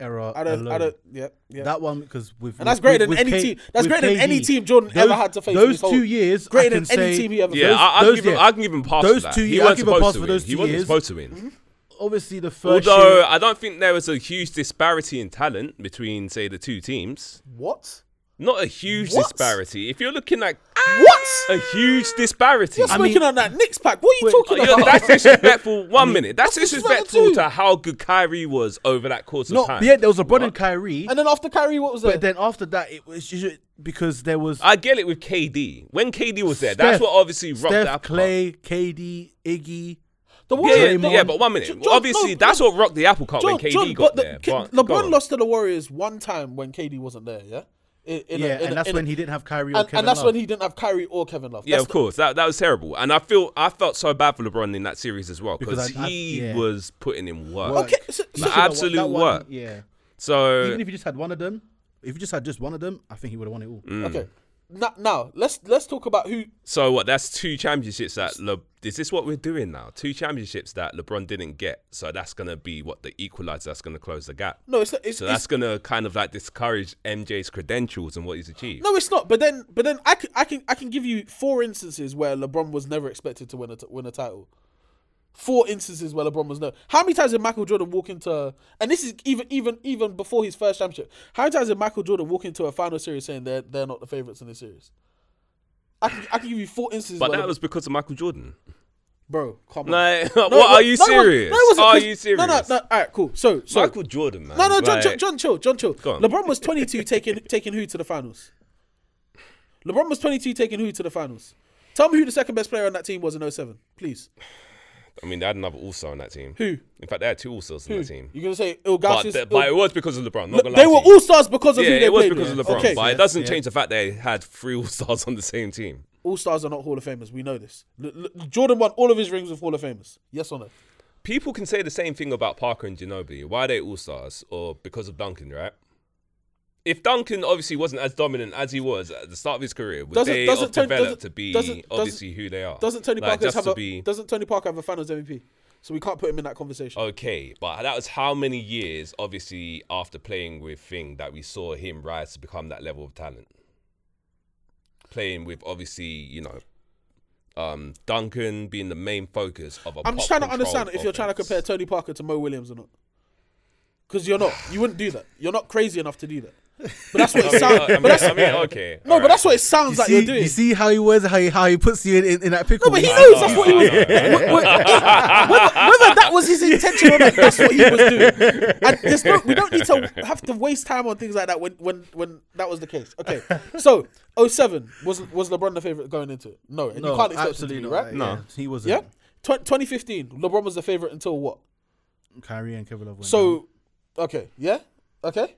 Speaker 6: era
Speaker 3: I don't.
Speaker 6: alone,
Speaker 3: I don't. Yeah. Yeah.
Speaker 6: that one because with
Speaker 3: and that's
Speaker 6: with-
Speaker 3: greater than
Speaker 6: with
Speaker 3: any
Speaker 6: K-
Speaker 3: team. That's
Speaker 6: with
Speaker 3: greater than any
Speaker 6: KD,
Speaker 3: team Jordan
Speaker 6: those-
Speaker 3: ever had to face. in
Speaker 6: Those
Speaker 3: his whole-
Speaker 6: two years, I
Speaker 3: greater
Speaker 6: can
Speaker 3: than any
Speaker 6: say-
Speaker 3: team he ever
Speaker 4: Yeah,
Speaker 3: faced.
Speaker 4: I, I'll,
Speaker 6: those
Speaker 4: give him,
Speaker 6: year-
Speaker 4: I'll give him pass.
Speaker 6: those
Speaker 4: for that.
Speaker 6: two
Speaker 4: He
Speaker 6: year- I'll
Speaker 4: wasn't
Speaker 6: give him
Speaker 4: supposed
Speaker 6: pass
Speaker 4: to
Speaker 6: for
Speaker 4: win.
Speaker 6: those
Speaker 4: He
Speaker 6: two
Speaker 4: wasn't
Speaker 6: years.
Speaker 4: supposed to win.
Speaker 6: Obviously, the first
Speaker 4: Although
Speaker 6: year,
Speaker 4: I don't think there was a huge disparity in talent between, say, the two teams.
Speaker 3: What?
Speaker 4: Not a huge
Speaker 3: What?
Speaker 4: disparity. If you're looking at
Speaker 3: What?
Speaker 4: a huge disparity,
Speaker 3: You're smoking on that Knicks pack. What are you
Speaker 4: Oh,
Speaker 3: talking
Speaker 4: yo,
Speaker 3: about?
Speaker 4: that's disrespectful. One minute. That's
Speaker 3: that's
Speaker 4: disrespectful
Speaker 3: disrespectful
Speaker 4: to how good Kyrie was over that course of
Speaker 6: no,
Speaker 4: time.
Speaker 6: yeah, there was LeBron and Kyrie,
Speaker 3: and then after Kyrie, what was
Speaker 6: but
Speaker 3: that?
Speaker 6: then after that, it was just because there was
Speaker 4: I get it with KD. When KD was there, that's
Speaker 6: Steph-
Speaker 4: what obviously rocked
Speaker 6: Steph,
Speaker 4: that apple.
Speaker 6: Clay, KD, Iggy.
Speaker 3: The
Speaker 4: Yeah, yeah,
Speaker 3: Warriors- the-
Speaker 4: yeah, but one minute.
Speaker 3: Jo- Jordan-
Speaker 4: obviously,
Speaker 3: no,
Speaker 4: that's
Speaker 3: no.
Speaker 4: what rocked the apple cart when KD got
Speaker 3: the-
Speaker 4: there.
Speaker 3: K-
Speaker 4: but- go
Speaker 3: LeBron
Speaker 4: on.
Speaker 3: lost to the Warriors one time when KD wasn't there. Yeah. In, in a-
Speaker 6: Yeah,
Speaker 3: in a-
Speaker 6: and that's
Speaker 3: in a-
Speaker 6: when he didn't have Kyrie or
Speaker 3: and,
Speaker 6: Kevin
Speaker 3: and that's
Speaker 6: Love.
Speaker 3: when he didn't have Kyrie or Kevin Love.
Speaker 4: Yeah,
Speaker 3: That's
Speaker 4: of course. That that was terrible, and I feel I felt so bad for LeBron in that series as well because
Speaker 6: Because I- I-
Speaker 4: he
Speaker 6: yeah.
Speaker 4: was putting in work.
Speaker 3: Okay, so-
Speaker 4: Like,
Speaker 3: so-
Speaker 6: That one-
Speaker 4: absolute
Speaker 6: that one-
Speaker 4: work.
Speaker 6: Yeah.
Speaker 4: So
Speaker 6: Even if you just had one of them, if you just had just one of them, I think he would have won it all.
Speaker 3: Okay. Now, now let's let's talk about who.
Speaker 4: so what? That's two championships that Le- is this what we're doing now? Two championships that LeBron didn't get. So that's gonna be what the equalizer. That's gonna close the gap.
Speaker 3: No, it's not. It's,
Speaker 4: So
Speaker 3: it's-
Speaker 4: that's gonna kind of like discourage MJ's credentials and what he's achieved.
Speaker 3: no, it's not. But then, but then I can I can I can give you four instances where LeBron was never expected to win a t- win a title. Four instances where LeBron was no. How many times did Michael Jordan walk into? And this is even even even before his first championship. How many times did Michael Jordan walk into a final series saying they're they're not the favorites in this series? I can, I can give you four instances.
Speaker 4: but
Speaker 3: where
Speaker 4: that
Speaker 3: LeBron-
Speaker 4: was because of Michael Jordan.
Speaker 3: bro. Come on.
Speaker 4: Like,
Speaker 3: No,
Speaker 4: what
Speaker 3: it wa-
Speaker 4: are you
Speaker 3: no, it wasn't-
Speaker 4: serious?
Speaker 3: no, it wasn't,
Speaker 4: are
Speaker 3: 'cause-
Speaker 4: you serious?
Speaker 3: No, no, no. All right, cool. So, so
Speaker 4: Michael Jordan, man.
Speaker 3: No, no, John, John,
Speaker 4: Like,
Speaker 3: John, chill, John, chill.
Speaker 4: on.
Speaker 3: LeBron was 22 taking taking who to the finals. LeBron was 22 taking who to the finals. Tell me who the second best player on that team was in 07, please.
Speaker 4: I mean, they had another all-star on that team.
Speaker 3: Who?
Speaker 4: In fact, they had two all-stars on
Speaker 3: Who?
Speaker 4: that team.
Speaker 3: You're gonna say
Speaker 4: But,
Speaker 3: Ilgauskas?
Speaker 4: the- but it was because of LeBron. Not gonna
Speaker 3: they
Speaker 4: lie
Speaker 3: were
Speaker 4: to you.
Speaker 3: all stars because of
Speaker 4: Yeah,
Speaker 3: who they
Speaker 4: it was
Speaker 3: played
Speaker 4: because of
Speaker 3: with.
Speaker 4: LeBron.
Speaker 3: Okay,
Speaker 4: But it doesn't
Speaker 6: yeah.
Speaker 4: change the fact they had three all-stars on the same team.
Speaker 3: all stars are not Hall of Famers. We know this. L- L- Jordan won all of his rings with Hall of Famers. Yes or no?
Speaker 4: People can say the same thing about Parker and Ginobili. Why are they all-stars? Or because of Duncan, right? if Duncan obviously wasn't as dominant as he was at the start of his career, would
Speaker 3: Doesn't-
Speaker 4: they have
Speaker 3: doesn't Tony- doesn't-
Speaker 4: developed to be
Speaker 3: doesn't- doesn't-
Speaker 4: obviously who they are?
Speaker 3: Doesn't Tony
Speaker 4: like,
Speaker 3: Parker
Speaker 4: just
Speaker 3: have
Speaker 4: to
Speaker 3: a
Speaker 4: be
Speaker 3: doesn't Tony Parker have a Finals MVP? So we can't put him in that conversation.
Speaker 4: okay? But that was how many years, obviously, after playing with Thing, that we saw him rise to become that level of talent. Playing with obviously, you know, um, Duncan being the main focus of a.
Speaker 3: I'm just
Speaker 4: pop
Speaker 3: trying to understand
Speaker 4: controlled
Speaker 3: if you're trying to
Speaker 4: offense.
Speaker 3: compare Tony Parker to Mo Williams or not. Because you're not. You wouldn't do that. You're not crazy enough to do that. But that's what it
Speaker 4: I mean,
Speaker 3: sounds.
Speaker 4: I mean,
Speaker 3: but that's,
Speaker 4: I mean, okay.
Speaker 3: no,
Speaker 4: alright.
Speaker 3: but that's what it sounds like
Speaker 6: see,
Speaker 3: you're doing.
Speaker 6: you see how he wears, it, how he, how he puts you in, in, in that pickle.
Speaker 3: No, but he
Speaker 6: Like,
Speaker 3: knows that's what he was. wh- wh- whether, whether that was his intention or not, that's what he was doing. And there's no, we don't need to have to waste time on things like that when when when that was the case. Okay, so 07 was was LeBron the favorite going into it? No, and you can't expect it to be, right?
Speaker 6: No, yeah, he wasn't.
Speaker 3: Yeah, Tw 2015, LeBron was the favorite until what?
Speaker 6: Kyrie and Kevin Love. went down.
Speaker 3: So, okay, yeah, okay.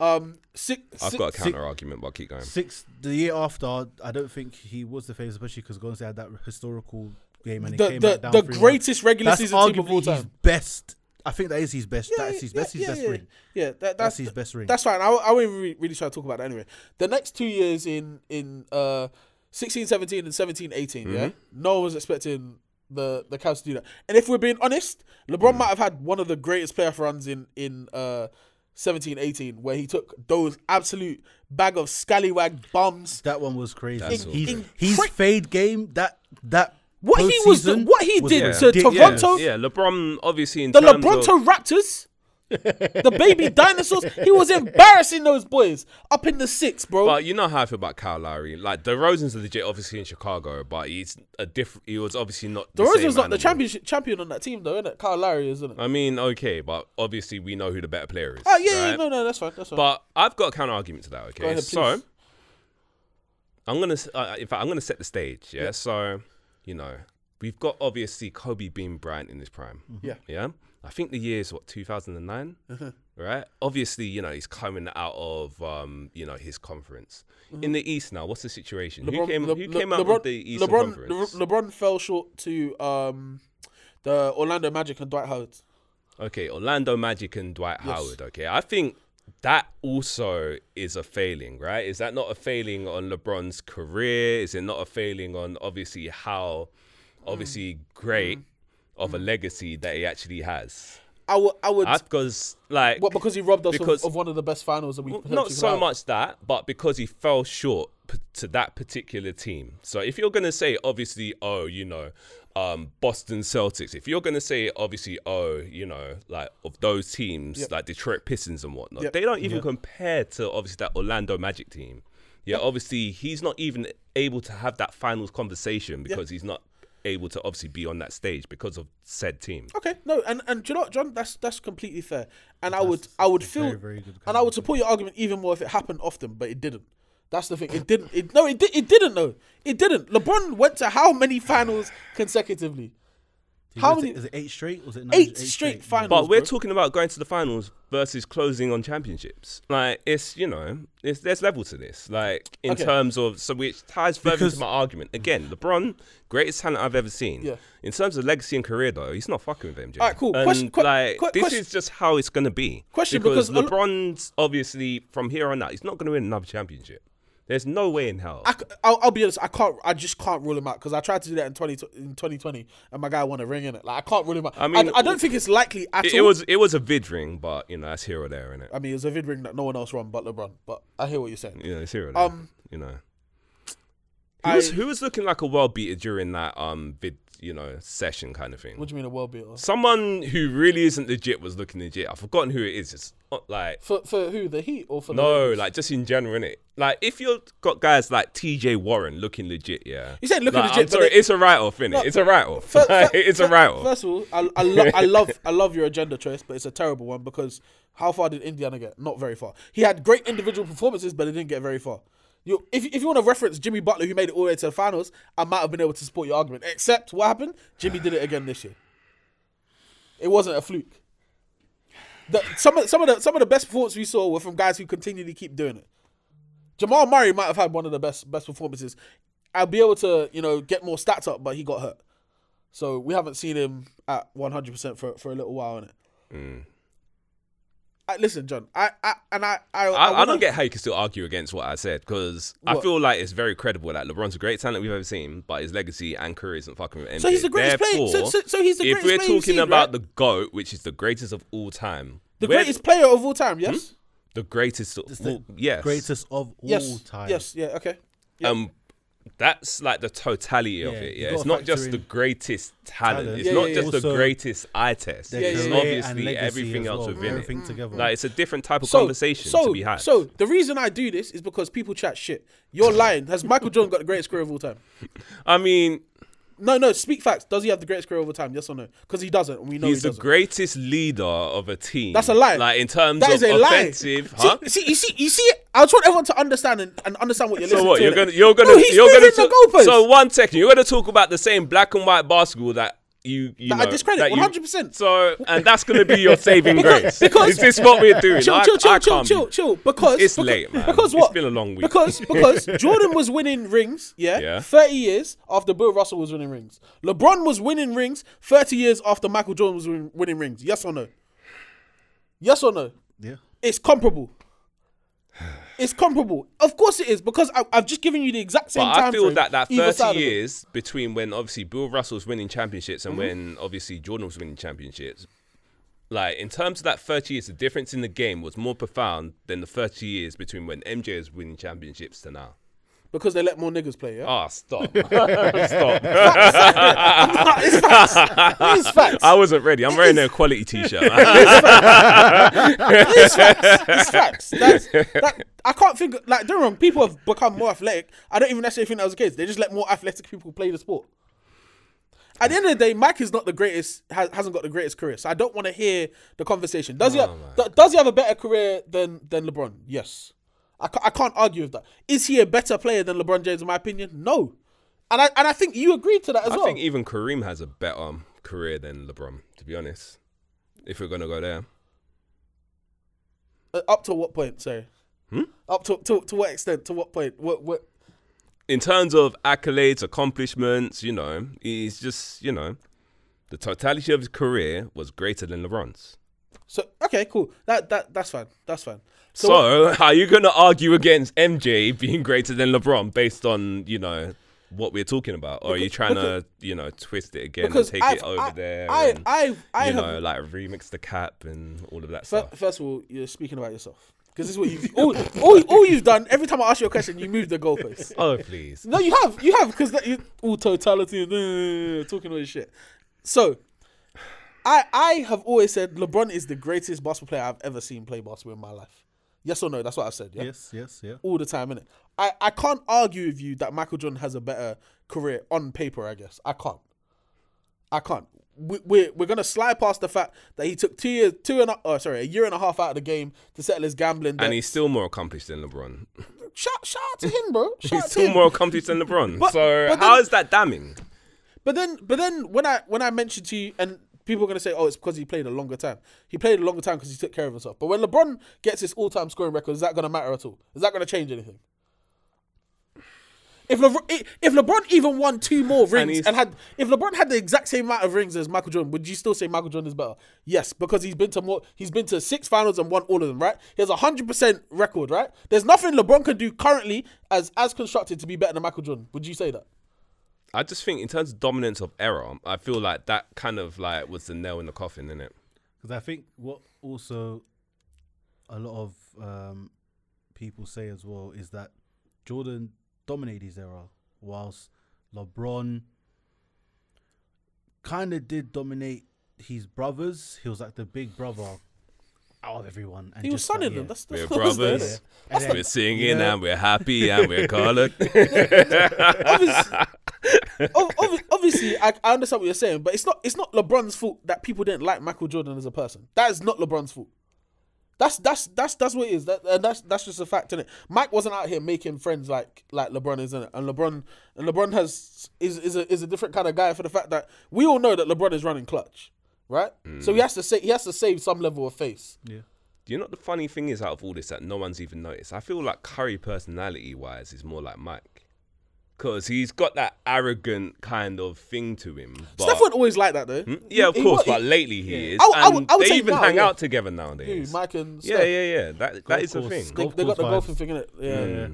Speaker 3: Um, six.
Speaker 4: I've
Speaker 3: six-
Speaker 4: got a counter argument, but keep going.
Speaker 6: six the year after, I don't think he was the favorite, especially because Gonzi had that historical game and he came
Speaker 3: the
Speaker 6: back
Speaker 3: the,
Speaker 6: down.
Speaker 3: the
Speaker 6: 3-1.
Speaker 3: greatest regular
Speaker 6: That's
Speaker 3: season team of all
Speaker 6: arguably
Speaker 3: time.
Speaker 6: his best. I think that is his best. that is his best. his best
Speaker 3: yeah.
Speaker 6: ring.
Speaker 3: Yeah, that, that's,
Speaker 6: his best ring.
Speaker 3: That's fine. I, I won't re- really try to talk about that anyway. The next two years in in uh 16, 17 and 17, 18, yeah,
Speaker 4: Mm-hmm.
Speaker 3: no one was expecting the the Cavs to do that. And if we're being honest, LeBron
Speaker 4: Mm.
Speaker 3: might have had one of the greatest playoff runs in in uh 17, 18, where he took those absolute bag of scallywag bums.
Speaker 6: That one was crazy.
Speaker 4: That's
Speaker 6: He-
Speaker 3: awful.
Speaker 6: his
Speaker 3: Incre-
Speaker 6: fade game. That that.
Speaker 3: What he was do-
Speaker 6: postseason
Speaker 3: what he
Speaker 6: was
Speaker 3: did
Speaker 4: Yeah.
Speaker 3: to
Speaker 6: ridiculous.
Speaker 3: Toronto,
Speaker 4: Yeah, LeBron obviously in
Speaker 3: the
Speaker 4: terms of-
Speaker 3: LeBronto Raptors, the baby dinosaurs. He was embarrassing those boys up in the six, bro.
Speaker 4: But you know how I feel about Kyle Lowry. Like DeRozan's legit, obviously in Chicago, but he's a different. He was obviously not. The
Speaker 3: DeRozan's
Speaker 4: same
Speaker 3: not the
Speaker 4: animal.
Speaker 3: championship champion on that team though, isn't it? Kyle Lowry is, isn't it?
Speaker 4: I mean, okay, but obviously we know who the better player is.
Speaker 3: oh yeah, yeah,
Speaker 4: right?
Speaker 3: no, no, that's fine, that's fine.
Speaker 4: But I've got a counter argument to that. Okay,
Speaker 3: ahead,
Speaker 4: so
Speaker 3: please.
Speaker 4: I'm gonna. s- Uh, in fact, I'm gonna set the stage. Yeah? So, you know, we've got obviously Kobe being Bryant in his prime.
Speaker 3: Yeah.
Speaker 4: Yeah. I think the year is what 2009,
Speaker 3: Uh-huh.
Speaker 4: right? Obviously, you know he's coming out of um, you know his conference in the East now. What's the situation? who came,
Speaker 3: Le-
Speaker 4: who
Speaker 3: Le-
Speaker 4: came out
Speaker 3: Mm-hmm. LeBron-
Speaker 4: of the Eastern
Speaker 3: LeBron,
Speaker 4: Conference?
Speaker 3: Le- LeBron fell short to um, the Orlando Magic and Dwight Howard.
Speaker 4: Okay, Orlando Magic and Dwight Howard. Okay, I think that also is a failing, right? Is that not a failing on LeBron's career? Is it not a failing on obviously how,
Speaker 3: Mm.
Speaker 4: obviously great of a legacy that he actually has?
Speaker 3: I would, I would,
Speaker 4: Because like,
Speaker 3: what because he robbed us
Speaker 4: because-
Speaker 3: of, of one of the best finals that we
Speaker 4: well, not
Speaker 3: potentially could
Speaker 4: so
Speaker 3: have.
Speaker 4: much that, but because he fell short p- to that particular team. So if you're gonna say obviously, oh, you know, um, Boston Celtics. If you're gonna say obviously, oh, you know, like of those teams like Detroit Pistons and whatnot,
Speaker 3: Yep.
Speaker 4: they don't even compare to obviously that Orlando Magic team. Yeah, obviously he's not even able to have that finals conversation because he's not able to obviously be on that stage because of said team.
Speaker 3: Okay, no, and and do you know what, John? That's that's completely fair, and I would I would feel
Speaker 6: very, very good
Speaker 3: and I would support your argument even more if it happened often, but it didn't. That's the thing. It didn't. It, no, it did. It didn't. though. it didn't. LeBron went to how many finals consecutively?
Speaker 6: He
Speaker 3: How
Speaker 6: was-
Speaker 3: many-
Speaker 6: Is it eight straight? Or was it nine,
Speaker 3: Eight, straight
Speaker 6: yeah.
Speaker 3: finals.
Speaker 4: But we're
Speaker 3: bro.
Speaker 4: talking about going to the finals versus closing on championships. Like it's you know, it's there's level to this. Like in
Speaker 3: Okay.
Speaker 4: terms of so which ties further
Speaker 6: Because-
Speaker 4: into my argument. Again, LeBron, greatest talent I've ever seen.
Speaker 3: Yeah.
Speaker 4: In terms of legacy and career though, he's not fucking with MJ.
Speaker 3: Alright, cool.
Speaker 4: And,
Speaker 3: Question- que-
Speaker 4: like
Speaker 3: que-
Speaker 4: this
Speaker 3: question-
Speaker 4: is just how it's gonna be.
Speaker 3: Question,
Speaker 4: because,
Speaker 3: because a lo-
Speaker 4: LeBron's obviously from here on out, he's not gonna win another championship. There's no way in hell.
Speaker 3: I, will I'll be honest. I can't. I just can't rule him out because I tried to do that in twenty in twenty twenty, and my guy won a ring in it. Like I can't rule him out. I
Speaker 4: mean,
Speaker 3: I, don't think it's likely at
Speaker 4: it,
Speaker 3: all.
Speaker 4: it was it was a vid ring, but you know, that's here or there, innit?
Speaker 3: I mean, it was a vid ring that no one else won but LeBron. But I hear what you're saying.
Speaker 4: You know, it's here or there.
Speaker 3: Um,
Speaker 4: you know. Who
Speaker 3: I-
Speaker 4: was, who was looking like a world beater during that um vid, you know, session kind of thing?
Speaker 3: What do you mean a world beater?
Speaker 4: Someone who really isn't legit was looking legit. I've forgotten who it is. It's not like
Speaker 3: For for who? The Heat or for the
Speaker 4: no,
Speaker 3: Lakers?
Speaker 4: like just in general, innit? Like if you've got guys like T.J. Warren looking legit, yeah.
Speaker 3: You said looking
Speaker 4: Like,
Speaker 3: legit,
Speaker 4: I'm
Speaker 3: but
Speaker 4: sorry,
Speaker 3: they-
Speaker 4: it's a write-off, innit? it's a write-off.
Speaker 3: Fir- fir-
Speaker 4: it's a
Speaker 3: fir-
Speaker 4: write-off.
Speaker 3: First of all, I, I, lo- I love I love your agenda choice, but it's a terrible one because how far did Indiana get? Not very far. He had great individual performances, but he didn't get very far. You, if, if you want to reference Jimmy Butler, who made it all the way to the finals, I might have been able to support your argument. Except what happened? Jimmy did it again this year. It wasn't a fluke. The, some of some of the some of the best performances we saw were from guys who continually keep doing it. Jamal Murray might have had one of the best best performances. I'll be able to you know get more stats up, but he got hurt.
Speaker 4: Mm.
Speaker 3: So we haven't seen him at 100% for, for a little while, innit? I, listen, John. I, I and I I,
Speaker 4: I, I
Speaker 3: wanna-
Speaker 4: don't get how you can still argue against what I said because I
Speaker 3: What?
Speaker 4: feel like it's very credible that LeBron's the greatest talent we've ever seen, but his legacy and career isn't fucking with MJ.
Speaker 3: So he's the greatest player- so-
Speaker 4: Therefore,
Speaker 3: so- so he's the
Speaker 4: if
Speaker 3: greatest
Speaker 4: we're
Speaker 3: player you've
Speaker 4: talking
Speaker 3: seen,
Speaker 4: about
Speaker 3: right?
Speaker 4: the goat, which is the greatest of all time,
Speaker 3: the
Speaker 4: we're-
Speaker 3: greatest player of all time. Yes.
Speaker 4: the greatest, of
Speaker 6: the
Speaker 4: all- yes,
Speaker 6: Greatest of
Speaker 3: Yes.
Speaker 6: all time.
Speaker 3: Yes. Yeah. Okay.
Speaker 4: Um, that's like the totality of
Speaker 6: Yeah,
Speaker 4: it.
Speaker 6: you
Speaker 4: Yeah,
Speaker 6: gotta
Speaker 4: it's not
Speaker 6: factor
Speaker 4: just
Speaker 6: in
Speaker 4: the greatest talent.
Speaker 6: talent.
Speaker 4: It's
Speaker 3: Yeah,
Speaker 4: not
Speaker 3: yeah,
Speaker 4: just
Speaker 6: yeah.
Speaker 4: the
Speaker 6: Also
Speaker 4: greatest eye test.
Speaker 6: Their
Speaker 3: Yeah, yeah,
Speaker 4: it's
Speaker 3: yeah.
Speaker 6: career and
Speaker 4: obviously
Speaker 6: legacy
Speaker 4: everything
Speaker 6: as
Speaker 4: else
Speaker 6: well,
Speaker 4: within
Speaker 6: everything
Speaker 4: it.
Speaker 6: together.
Speaker 4: Like it's a different type of conversation
Speaker 3: so,
Speaker 4: to be had.
Speaker 3: So the reason I do this is because people chat shit. You're lying. Has Michael Jordan got the greatest career of all time?
Speaker 4: I mean,
Speaker 3: No, no. Speak facts. Does he have the greatest career of all time? Yes or no? Because he doesn't. and We know
Speaker 4: he's
Speaker 3: he
Speaker 4: the
Speaker 3: doesn't.
Speaker 4: greatest leader of a team.
Speaker 3: That's a lie.
Speaker 4: Like in terms
Speaker 3: That
Speaker 4: of
Speaker 3: is a lie.
Speaker 4: offensive, huh?
Speaker 3: See, see, you see, you see. it? I just want everyone to understand and, and understand what you're
Speaker 4: So
Speaker 3: listening
Speaker 4: what?
Speaker 3: to.
Speaker 4: You're
Speaker 3: innit?
Speaker 4: gonna you're gonna
Speaker 3: no, he's
Speaker 4: you're gonna
Speaker 3: moving
Speaker 4: talk-
Speaker 3: the goalposts.
Speaker 4: So one second, you're gonna talk about the same black and white basketball that you you
Speaker 3: That I
Speaker 4: know,
Speaker 3: discredit,
Speaker 4: that you-
Speaker 3: 100%.
Speaker 4: So and that's gonna be your saving grace.
Speaker 3: because-
Speaker 4: is this what we're doing?
Speaker 3: chill,
Speaker 4: I-
Speaker 3: chill, chill,
Speaker 4: I
Speaker 3: chill,
Speaker 4: can't
Speaker 3: chill,
Speaker 4: be-
Speaker 3: chill. Because
Speaker 4: It's
Speaker 3: because,
Speaker 4: late, man.
Speaker 3: Because
Speaker 4: It's
Speaker 3: what?
Speaker 4: been a long week.
Speaker 3: Because because Jordan was winning rings, yeah,
Speaker 4: Yeah.
Speaker 3: thirty years after Bill Russell was winning rings. LeBron was winning rings thirty years after Michael Jordan was win- winning rings. Yes or no? Yes or no?
Speaker 6: Yeah.
Speaker 3: It's comparable. It's comparable. Of course it is because I, I've just given you the exact same.
Speaker 4: But I
Speaker 3: time
Speaker 4: feel
Speaker 3: frame,
Speaker 4: that that
Speaker 3: either side of
Speaker 4: 30
Speaker 3: it.
Speaker 4: years between when obviously Bill Russell was winning championships and
Speaker 3: Mm-hmm.
Speaker 4: when obviously Jordan was winning championships, like in terms of that 30 years, the difference in the game was more profound than the 30 years between when MJ was winning championships to now.
Speaker 3: because they let more niggas play. Yeah,
Speaker 4: Ah, stop. stop. Ah.
Speaker 3: it's facts. It's facts.
Speaker 4: I wasn't ready. I'm wearing a quality t shirt.
Speaker 3: it's facts. It's facts. That's, that, I can't think. Like, don't get me wrong. People have become more athletic. I don't even necessarily think that was the case. They just let more athletic people play the sport. At the end of the day, Mike is not the greatest. Has, hasn't got the greatest career. So I don't want to hear the conversation. Does
Speaker 4: Oh
Speaker 3: he? Have, th- does he have a better career than than LeBron? Yes. I, ca- I can't argue with that. Is he a better player than LeBron James? In my opinion, no. And I and I think you agreed to that as
Speaker 4: I
Speaker 3: well.
Speaker 4: think even Kareem has a better um, career than LeBron, to be honest. If we're going to go there.
Speaker 3: Uh, Up to what point? Sorry.
Speaker 4: Hmm?
Speaker 3: Up to, to to what extent? To what point? What what?
Speaker 4: in terms of accolades, accomplishments, you know, he's just, you know, the totality of his career was greater than LeBron's.
Speaker 3: So okay, cool. That that that's fine. That's fine.
Speaker 4: So, how are you going to argue against MJ being greater than LeBron based on, you know, what we're talking about? Or are you trying to, you know, twist it again and take
Speaker 3: I've-
Speaker 4: it over there?
Speaker 3: I
Speaker 4: and,
Speaker 3: I I, I
Speaker 4: you
Speaker 3: have.
Speaker 4: know, like uh, remix the cap and all of that
Speaker 3: fir-
Speaker 4: stuff.
Speaker 3: first of all, you're speaking about yourself because this is what you all, all all you've done. Every time I ask you a question, you move the goalpost.
Speaker 4: Oh, please.
Speaker 3: No, you have you have because that you, all totality and uh, talking all this shit. So. I, I have always said LeBron is the greatest basketball player I've ever seen play basketball in my life. Yes or no? That's what I've said. Yeah?
Speaker 6: Yes, yes, yeah.
Speaker 3: all the time, innit? I, I can't argue with you that Michael Jordan has a better career on paper, I guess. I can't. I can't. We, we're we're going to slide past the fact that he took two years, two and a, oh, sorry, a year and a half out of the game to settle his gambling debt.
Speaker 4: And he's still more accomplished than LeBron.
Speaker 3: shout, shout out to him, bro. Shout out
Speaker 4: He's
Speaker 3: to
Speaker 4: still
Speaker 3: him.
Speaker 4: more accomplished than LeBron.
Speaker 3: But-
Speaker 4: so,
Speaker 3: but
Speaker 4: how
Speaker 3: then-
Speaker 4: is that damning?
Speaker 3: But then, but then when I when I mentioned to you, and people are gonna say, "Oh, it's because he played a longer time. He played a longer time because he took care of himself." But when LeBron gets his all-time scoring record, is that gonna matter at all? Is that gonna change anything? If LeBron, i- if LeBron even won two more rings
Speaker 4: he's-
Speaker 3: and, had, if LeBron had the exact same amount of rings as Michael Jordan, would you still say Michael Jordan is better? Yes, because he's been to more, he's been to six finals and won all of them, right? He has a hundred percent record, right? There's nothing LeBron can do currently as as constructed to be better than Michael Jordan. Would you say that?
Speaker 4: I just think in terms of dominance of error, I feel like that kind of like was the nail in the coffin, innit?
Speaker 6: Because I think what also a lot of um, people say as well is that Jordan dominated his era, whilst LeBron kind of did dominate his brothers. He was like the big brother out of everyone. And
Speaker 3: He was
Speaker 6: just like,
Speaker 3: sunning
Speaker 6: yeah.
Speaker 3: them. That's, that's
Speaker 4: We're
Speaker 3: what was there,
Speaker 4: brothers.
Speaker 3: innit?
Speaker 6: And then-
Speaker 4: We're singing
Speaker 6: Yeah.
Speaker 4: and we're happy and we're colored.
Speaker 3: obviously, obviously, obviously I, I understand what you're saying, but it's not it's not LeBron's fault that people didn't like Michael Jordan as a person. That is not LeBron's fault. That's that's that's that's what it is. That and that's that's just a fact, innit? Mike wasn't out here making friends like like LeBron is, innit? And LeBron and LeBron has is is a is a different kind of guy for the fact that we all know that LeBron is running clutch, right? So
Speaker 4: Mm.
Speaker 3: he has to say he has to save some level of face.
Speaker 6: Yeah.
Speaker 4: you know what the funny thing is out of all this that no one's even noticed? I feel like Curry personality wise is more like Mike. because he's got that arrogant kind of thing to him. But,
Speaker 3: Stafford always like that though.
Speaker 4: Hmm? yeah, of
Speaker 3: He- he
Speaker 4: course,
Speaker 3: wa-
Speaker 4: but lately he is.
Speaker 3: I would- I would-
Speaker 4: and
Speaker 3: I would
Speaker 4: they
Speaker 3: say
Speaker 4: even
Speaker 3: now,
Speaker 4: hang
Speaker 3: yeah.
Speaker 4: out together
Speaker 3: he-
Speaker 4: nowadays.
Speaker 3: Mike and
Speaker 4: yeah,
Speaker 3: Steph.
Speaker 4: yeah, yeah. That that
Speaker 6: Golf
Speaker 4: is the
Speaker 6: course.
Speaker 4: thing.
Speaker 3: They,
Speaker 6: Golf
Speaker 3: they got
Speaker 6: course
Speaker 3: the
Speaker 6: vibes. Mm.
Speaker 3: golfing thing in it. Yeah.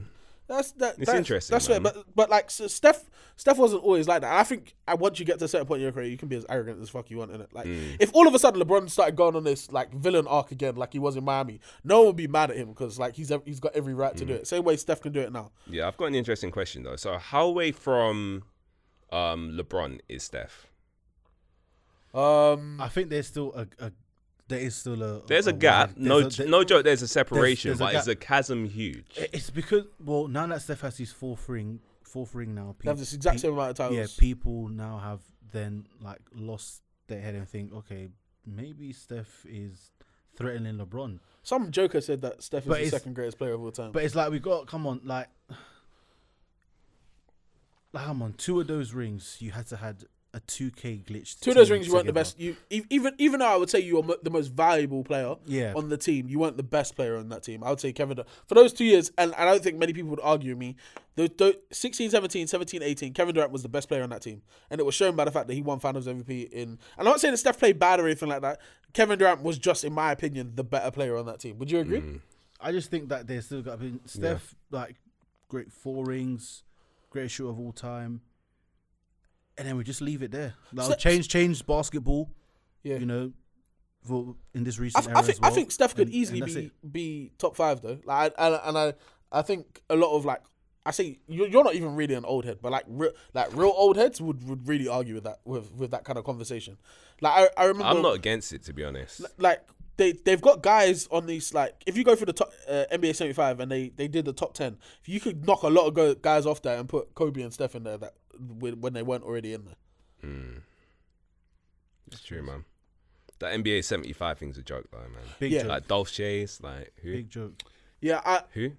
Speaker 3: That's that, that's
Speaker 4: interesting,
Speaker 3: That's fair,
Speaker 4: man.
Speaker 3: but but like so Steph, Steph wasn't always like that. I think uh, once you get to a certain point in your career, you can be as arrogant as fuck you want in it. Like
Speaker 6: Mm.
Speaker 3: if all of a sudden LeBron started going on this like villain arc again, like he was in Miami, no one would be mad at him because like he's ev- he's got every right
Speaker 6: Mm.
Speaker 3: to do it. Same way Steph can do it now.
Speaker 4: Yeah, I've got an interesting question though. So how away from um, LeBron is Steph?
Speaker 3: Um,
Speaker 6: I think there's still a, a there is still a
Speaker 4: There's a
Speaker 3: Oh,
Speaker 6: wide-
Speaker 4: gap. No,
Speaker 6: there's a-
Speaker 4: no joke. There's a separation,
Speaker 6: there's a
Speaker 4: but it's a
Speaker 6: gap.
Speaker 4: chasm huge.
Speaker 3: Eh,
Speaker 6: It's because well now that Steph has his fourth ring, fourth ring now.
Speaker 3: they have
Speaker 6: peop-
Speaker 3: this exact
Speaker 6: peop-
Speaker 3: same amount of titles.
Speaker 6: Yeah, people now have then like lost their head and think, okay, maybe Steph is threatening LeBron.
Speaker 3: Some joker said that Steph is
Speaker 6: But
Speaker 3: the
Speaker 6: it's-
Speaker 3: second greatest player of all time.
Speaker 6: But it's like we got come on, like, like come on, two of those rings you had to had a two K glitch.
Speaker 3: Two of those
Speaker 6: team
Speaker 3: rings, you weren't the
Speaker 6: together.
Speaker 3: best. You e- even even though I would say you were mo- the most valuable player
Speaker 6: Yeah.
Speaker 3: on the team, you weren't the best player on that team. I would say Kevin Durant for those two years, and I don't think many people would argue with me. The, the 16, 17, 17, 18, Kevin Durant was the best player on that team, and it was shown by the fact that he won Finals MVP. In and I'm not saying that Steph played bad or anything like that. Kevin Durant was just, in my opinion, the better player on that team. Would you agree?
Speaker 6: Mm. I just think that they still got. I mean, Steph like great four rings, greatest shooter of all time, and then we just leave it there. Like,
Speaker 3: Ste-
Speaker 6: change, change basketball.
Speaker 3: Yeah.
Speaker 6: you know, for in this
Speaker 3: I,
Speaker 6: recent
Speaker 3: th-
Speaker 6: era
Speaker 3: I think
Speaker 6: as well.
Speaker 3: I think Steph could
Speaker 6: And- and
Speaker 3: easily
Speaker 6: that's
Speaker 3: be
Speaker 6: it.
Speaker 3: be top five though. Like I, and, and I I think a lot of like I say you're, you're not even really an old head, but like re- like real old heads would, would really argue with that with with that kind of conversation. Like I, I remember
Speaker 4: I'm not against it to be honest.
Speaker 3: like they they've got guys on these like if you go through the top uh, NBA 75 and they they did the top 10 if you could knock a lot of go- guys off there and put Kobe and Steph in there that when when they weren't already in there
Speaker 4: It's true, man. That NBA 75 thing's a joke though, man.
Speaker 6: big
Speaker 3: yeah.
Speaker 6: joke.
Speaker 4: Like Dolph Chase, like who?
Speaker 6: Big joke.
Speaker 3: yeah I
Speaker 4: Who?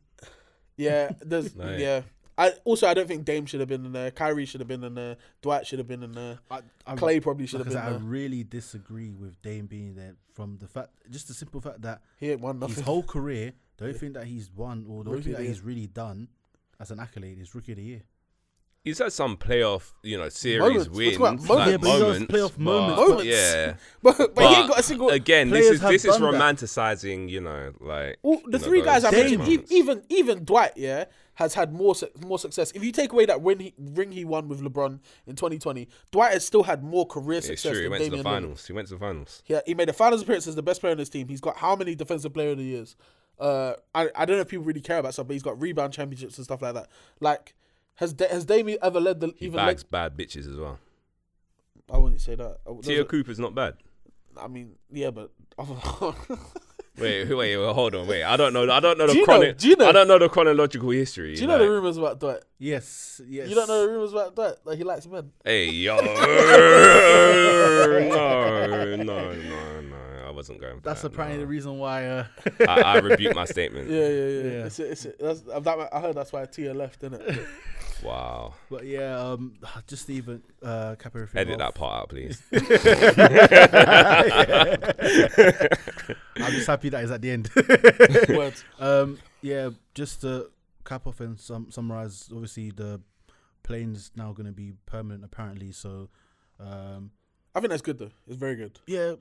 Speaker 3: Yeah, there's
Speaker 4: Like-
Speaker 3: yeah. I also I don't think Dame should have been in there. Kyrie should have been in there. Dwight should have been in there.
Speaker 6: I, I,
Speaker 3: Clay probably should
Speaker 6: Like
Speaker 3: have
Speaker 6: I, said, I
Speaker 3: been there.
Speaker 6: really disagree with Dame being there from the fact, just the simple fact that
Speaker 3: He ain't won
Speaker 6: his
Speaker 3: nothing.
Speaker 6: whole career, the only thing that he's won or the only
Speaker 3: Rookie
Speaker 6: thing
Speaker 3: of
Speaker 6: that
Speaker 3: the
Speaker 6: he's really done as an accolade is Rookie of the Year.
Speaker 4: He's had some playoff, you know, series
Speaker 3: Moments. We're
Speaker 4: wins,
Speaker 3: talking about
Speaker 4: like
Speaker 3: moments. Yeah,
Speaker 6: but those
Speaker 4: moments,
Speaker 6: playoff
Speaker 4: but-
Speaker 6: moments,
Speaker 3: Moments.
Speaker 4: Yeah,
Speaker 3: but, but, he ain't got a single.
Speaker 4: Again, this
Speaker 6: Players
Speaker 4: is
Speaker 6: have
Speaker 4: this is
Speaker 6: done that.
Speaker 4: romanticizing, you know, like
Speaker 3: All,
Speaker 4: you
Speaker 3: the
Speaker 4: know,
Speaker 3: three guys I
Speaker 4: those
Speaker 3: mentioned, e-
Speaker 4: moments.
Speaker 3: even even Dwight, yeah, has had more su- more success. If you take away that win he, ring he won with LeBron in 2020, Dwight has still had more career
Speaker 4: It's
Speaker 3: success
Speaker 4: true. He
Speaker 3: than
Speaker 4: went to the
Speaker 3: Damian Lillard.
Speaker 4: finals. He went to the finals.
Speaker 3: Yeah, he made a finals appearance as the best player on his team. He's got how many defensive player of the years? Uh, I, I don't know if people really care about stuff, but he's got rebound championships and stuff like that. Like, has da- has Dame ever led the
Speaker 4: He
Speaker 3: even led-
Speaker 4: bags bad bitches as well.
Speaker 3: I wouldn't say that. I, those
Speaker 4: Tia
Speaker 3: are-
Speaker 4: Cooper's not bad.
Speaker 3: I mean, yeah, but
Speaker 4: Wait, who- wait, wait, hold on, wait. I don't know. I don't know the
Speaker 3: Do you know-
Speaker 4: chrono-
Speaker 3: do you know-
Speaker 4: I don't know the chronological history.
Speaker 3: do you know the
Speaker 4: like-
Speaker 3: rumors about Dwight?
Speaker 6: Yes, yes.
Speaker 3: You don't know the rumors about Dwight that he likes men.
Speaker 4: Hey yo, no, no, no, no. I wasn't going. For
Speaker 6: That's
Speaker 4: that,
Speaker 6: apparently
Speaker 4: no.
Speaker 6: the reason why. Uh,
Speaker 4: I, I rebuke my statement.
Speaker 3: Yeah, yeah, yeah.
Speaker 6: Yeah.
Speaker 3: It's, it's, that's, that, I heard that's why Tia left, didn't it?
Speaker 4: Wow.
Speaker 6: but yeah, um, just to even uh, cap everything.
Speaker 4: Edit
Speaker 6: off,
Speaker 4: that part out, please.
Speaker 6: I'm just happy that is at the end.
Speaker 3: Words.
Speaker 6: Um, yeah, just to cap off and sum- summarize. Obviously, the plane's now going to be permanent, apparently. So, um,
Speaker 3: I think that's good though. It's very good.
Speaker 6: yeah,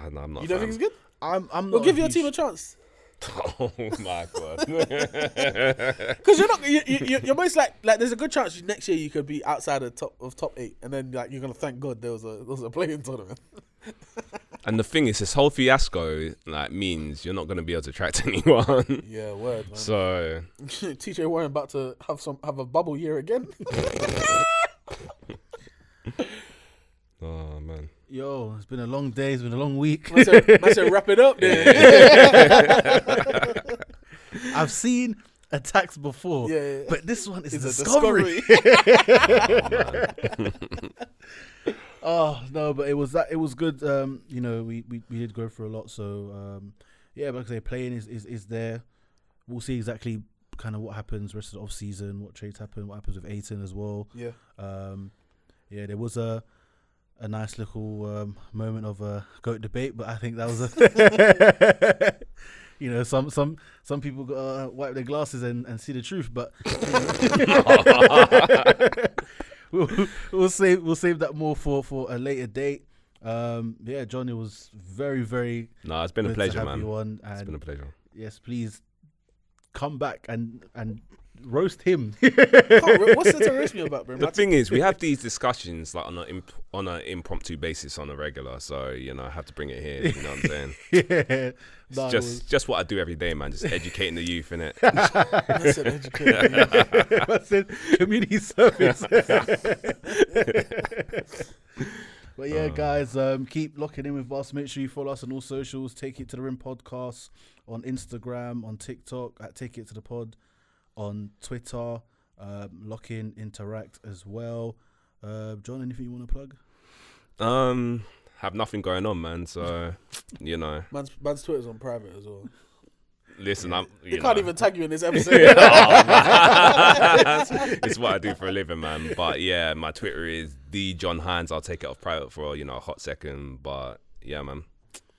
Speaker 4: Ah, no, I'm not.
Speaker 3: You don't
Speaker 4: a
Speaker 3: think it's good?
Speaker 6: I'm. I'm.
Speaker 3: Well,
Speaker 6: not
Speaker 3: give your
Speaker 6: huge-
Speaker 3: team a chance.
Speaker 4: fan. oh my god.
Speaker 3: Because you're not, you, you, you- you're most like, like there's a good chance next year you could be outside of top of top eight, and then like you're gonna thank God there was a there was a playing tournament.
Speaker 4: and the thing is, this whole fiasco like means you're not going to be able to attract anyone.
Speaker 3: Yeah, word. Man.
Speaker 4: so
Speaker 3: TJ Warren about to have some have a bubble year again.
Speaker 4: Oh man.
Speaker 6: Yo, it's been a long day. It's been a long week.
Speaker 3: I said, I said wrap it up then.
Speaker 6: I've seen attacks before,
Speaker 3: Yeah, yeah, yeah.
Speaker 6: but this one is
Speaker 3: It's a
Speaker 6: discovery.
Speaker 3: discovery.
Speaker 6: Oh no, but it was that. It was good. Um, you know, we, we, we did go through a lot. So um, yeah, but like I say, playing is, is is there. We'll see exactly kind of what happens rest of the off season, what trades happen, what happens with Aiton as well.
Speaker 3: yeah.
Speaker 6: Um, yeah, there was a a nice little um, moment of a goat debate, but I think that was a You know, some some some people gotta uh, wipe their glasses and, and see the truth, but we'll, we'll save we'll save that more for for a later date. Um, yeah, Johnny was very very
Speaker 4: No, it's been a
Speaker 6: good to
Speaker 4: pleasure,
Speaker 6: have
Speaker 4: man.
Speaker 6: you on,
Speaker 4: It's
Speaker 6: and
Speaker 4: been a pleasure.
Speaker 6: yes, please come back and and roast him.
Speaker 3: Can't- What's the terrorism about, bro?
Speaker 4: The thing is, we have these discussions like on a imp- on an impromptu basis on a regular, so you know I have to bring it here. You know what I'm saying?
Speaker 6: yeah,
Speaker 4: It's
Speaker 6: Nah, it
Speaker 4: just
Speaker 6: was-
Speaker 4: just what I do every day, man. Just educating the youth in it.
Speaker 3: That's an educator.
Speaker 6: I said community service. but yeah, guys, um, keep locking in with us. Make sure you follow us on all socials. Take it to the rim podcast on Instagram, on TikTok at Take It to the Pod, on Twitter. Um, lock in, interact as well. Uh, John, anything you want to plug?
Speaker 4: Um, have nothing going on, man. So you know,
Speaker 3: Man's, man's Twitter's on private as well.
Speaker 4: listen, I'm. You
Speaker 3: Can't
Speaker 4: know.
Speaker 3: even tag you in this episode.
Speaker 4: it's what I do for a living, man. But yeah, my Twitter is the John Hines. I'll take it off private for you know a hot second, but yeah, man,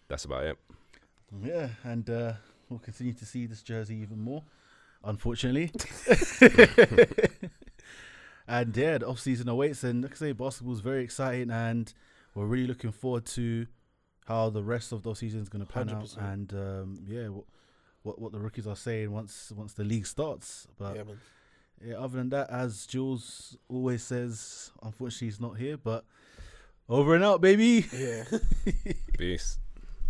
Speaker 4: that's about it.
Speaker 6: Yeah, and uh, we'll continue to see this jersey even more, unfortunately. and yeah, the off season awaits, and like I say, basketball's very exciting, and we're really looking forward to how the rest of the season is going to pan out,
Speaker 3: 100%.
Speaker 6: and um, yeah, what, what what the rookies are saying once once the league starts. But
Speaker 3: yeah, man.
Speaker 6: yeah, other than that, as Jules always says, unfortunately he's not here, but over and out, baby.
Speaker 3: Yeah.
Speaker 4: Peace.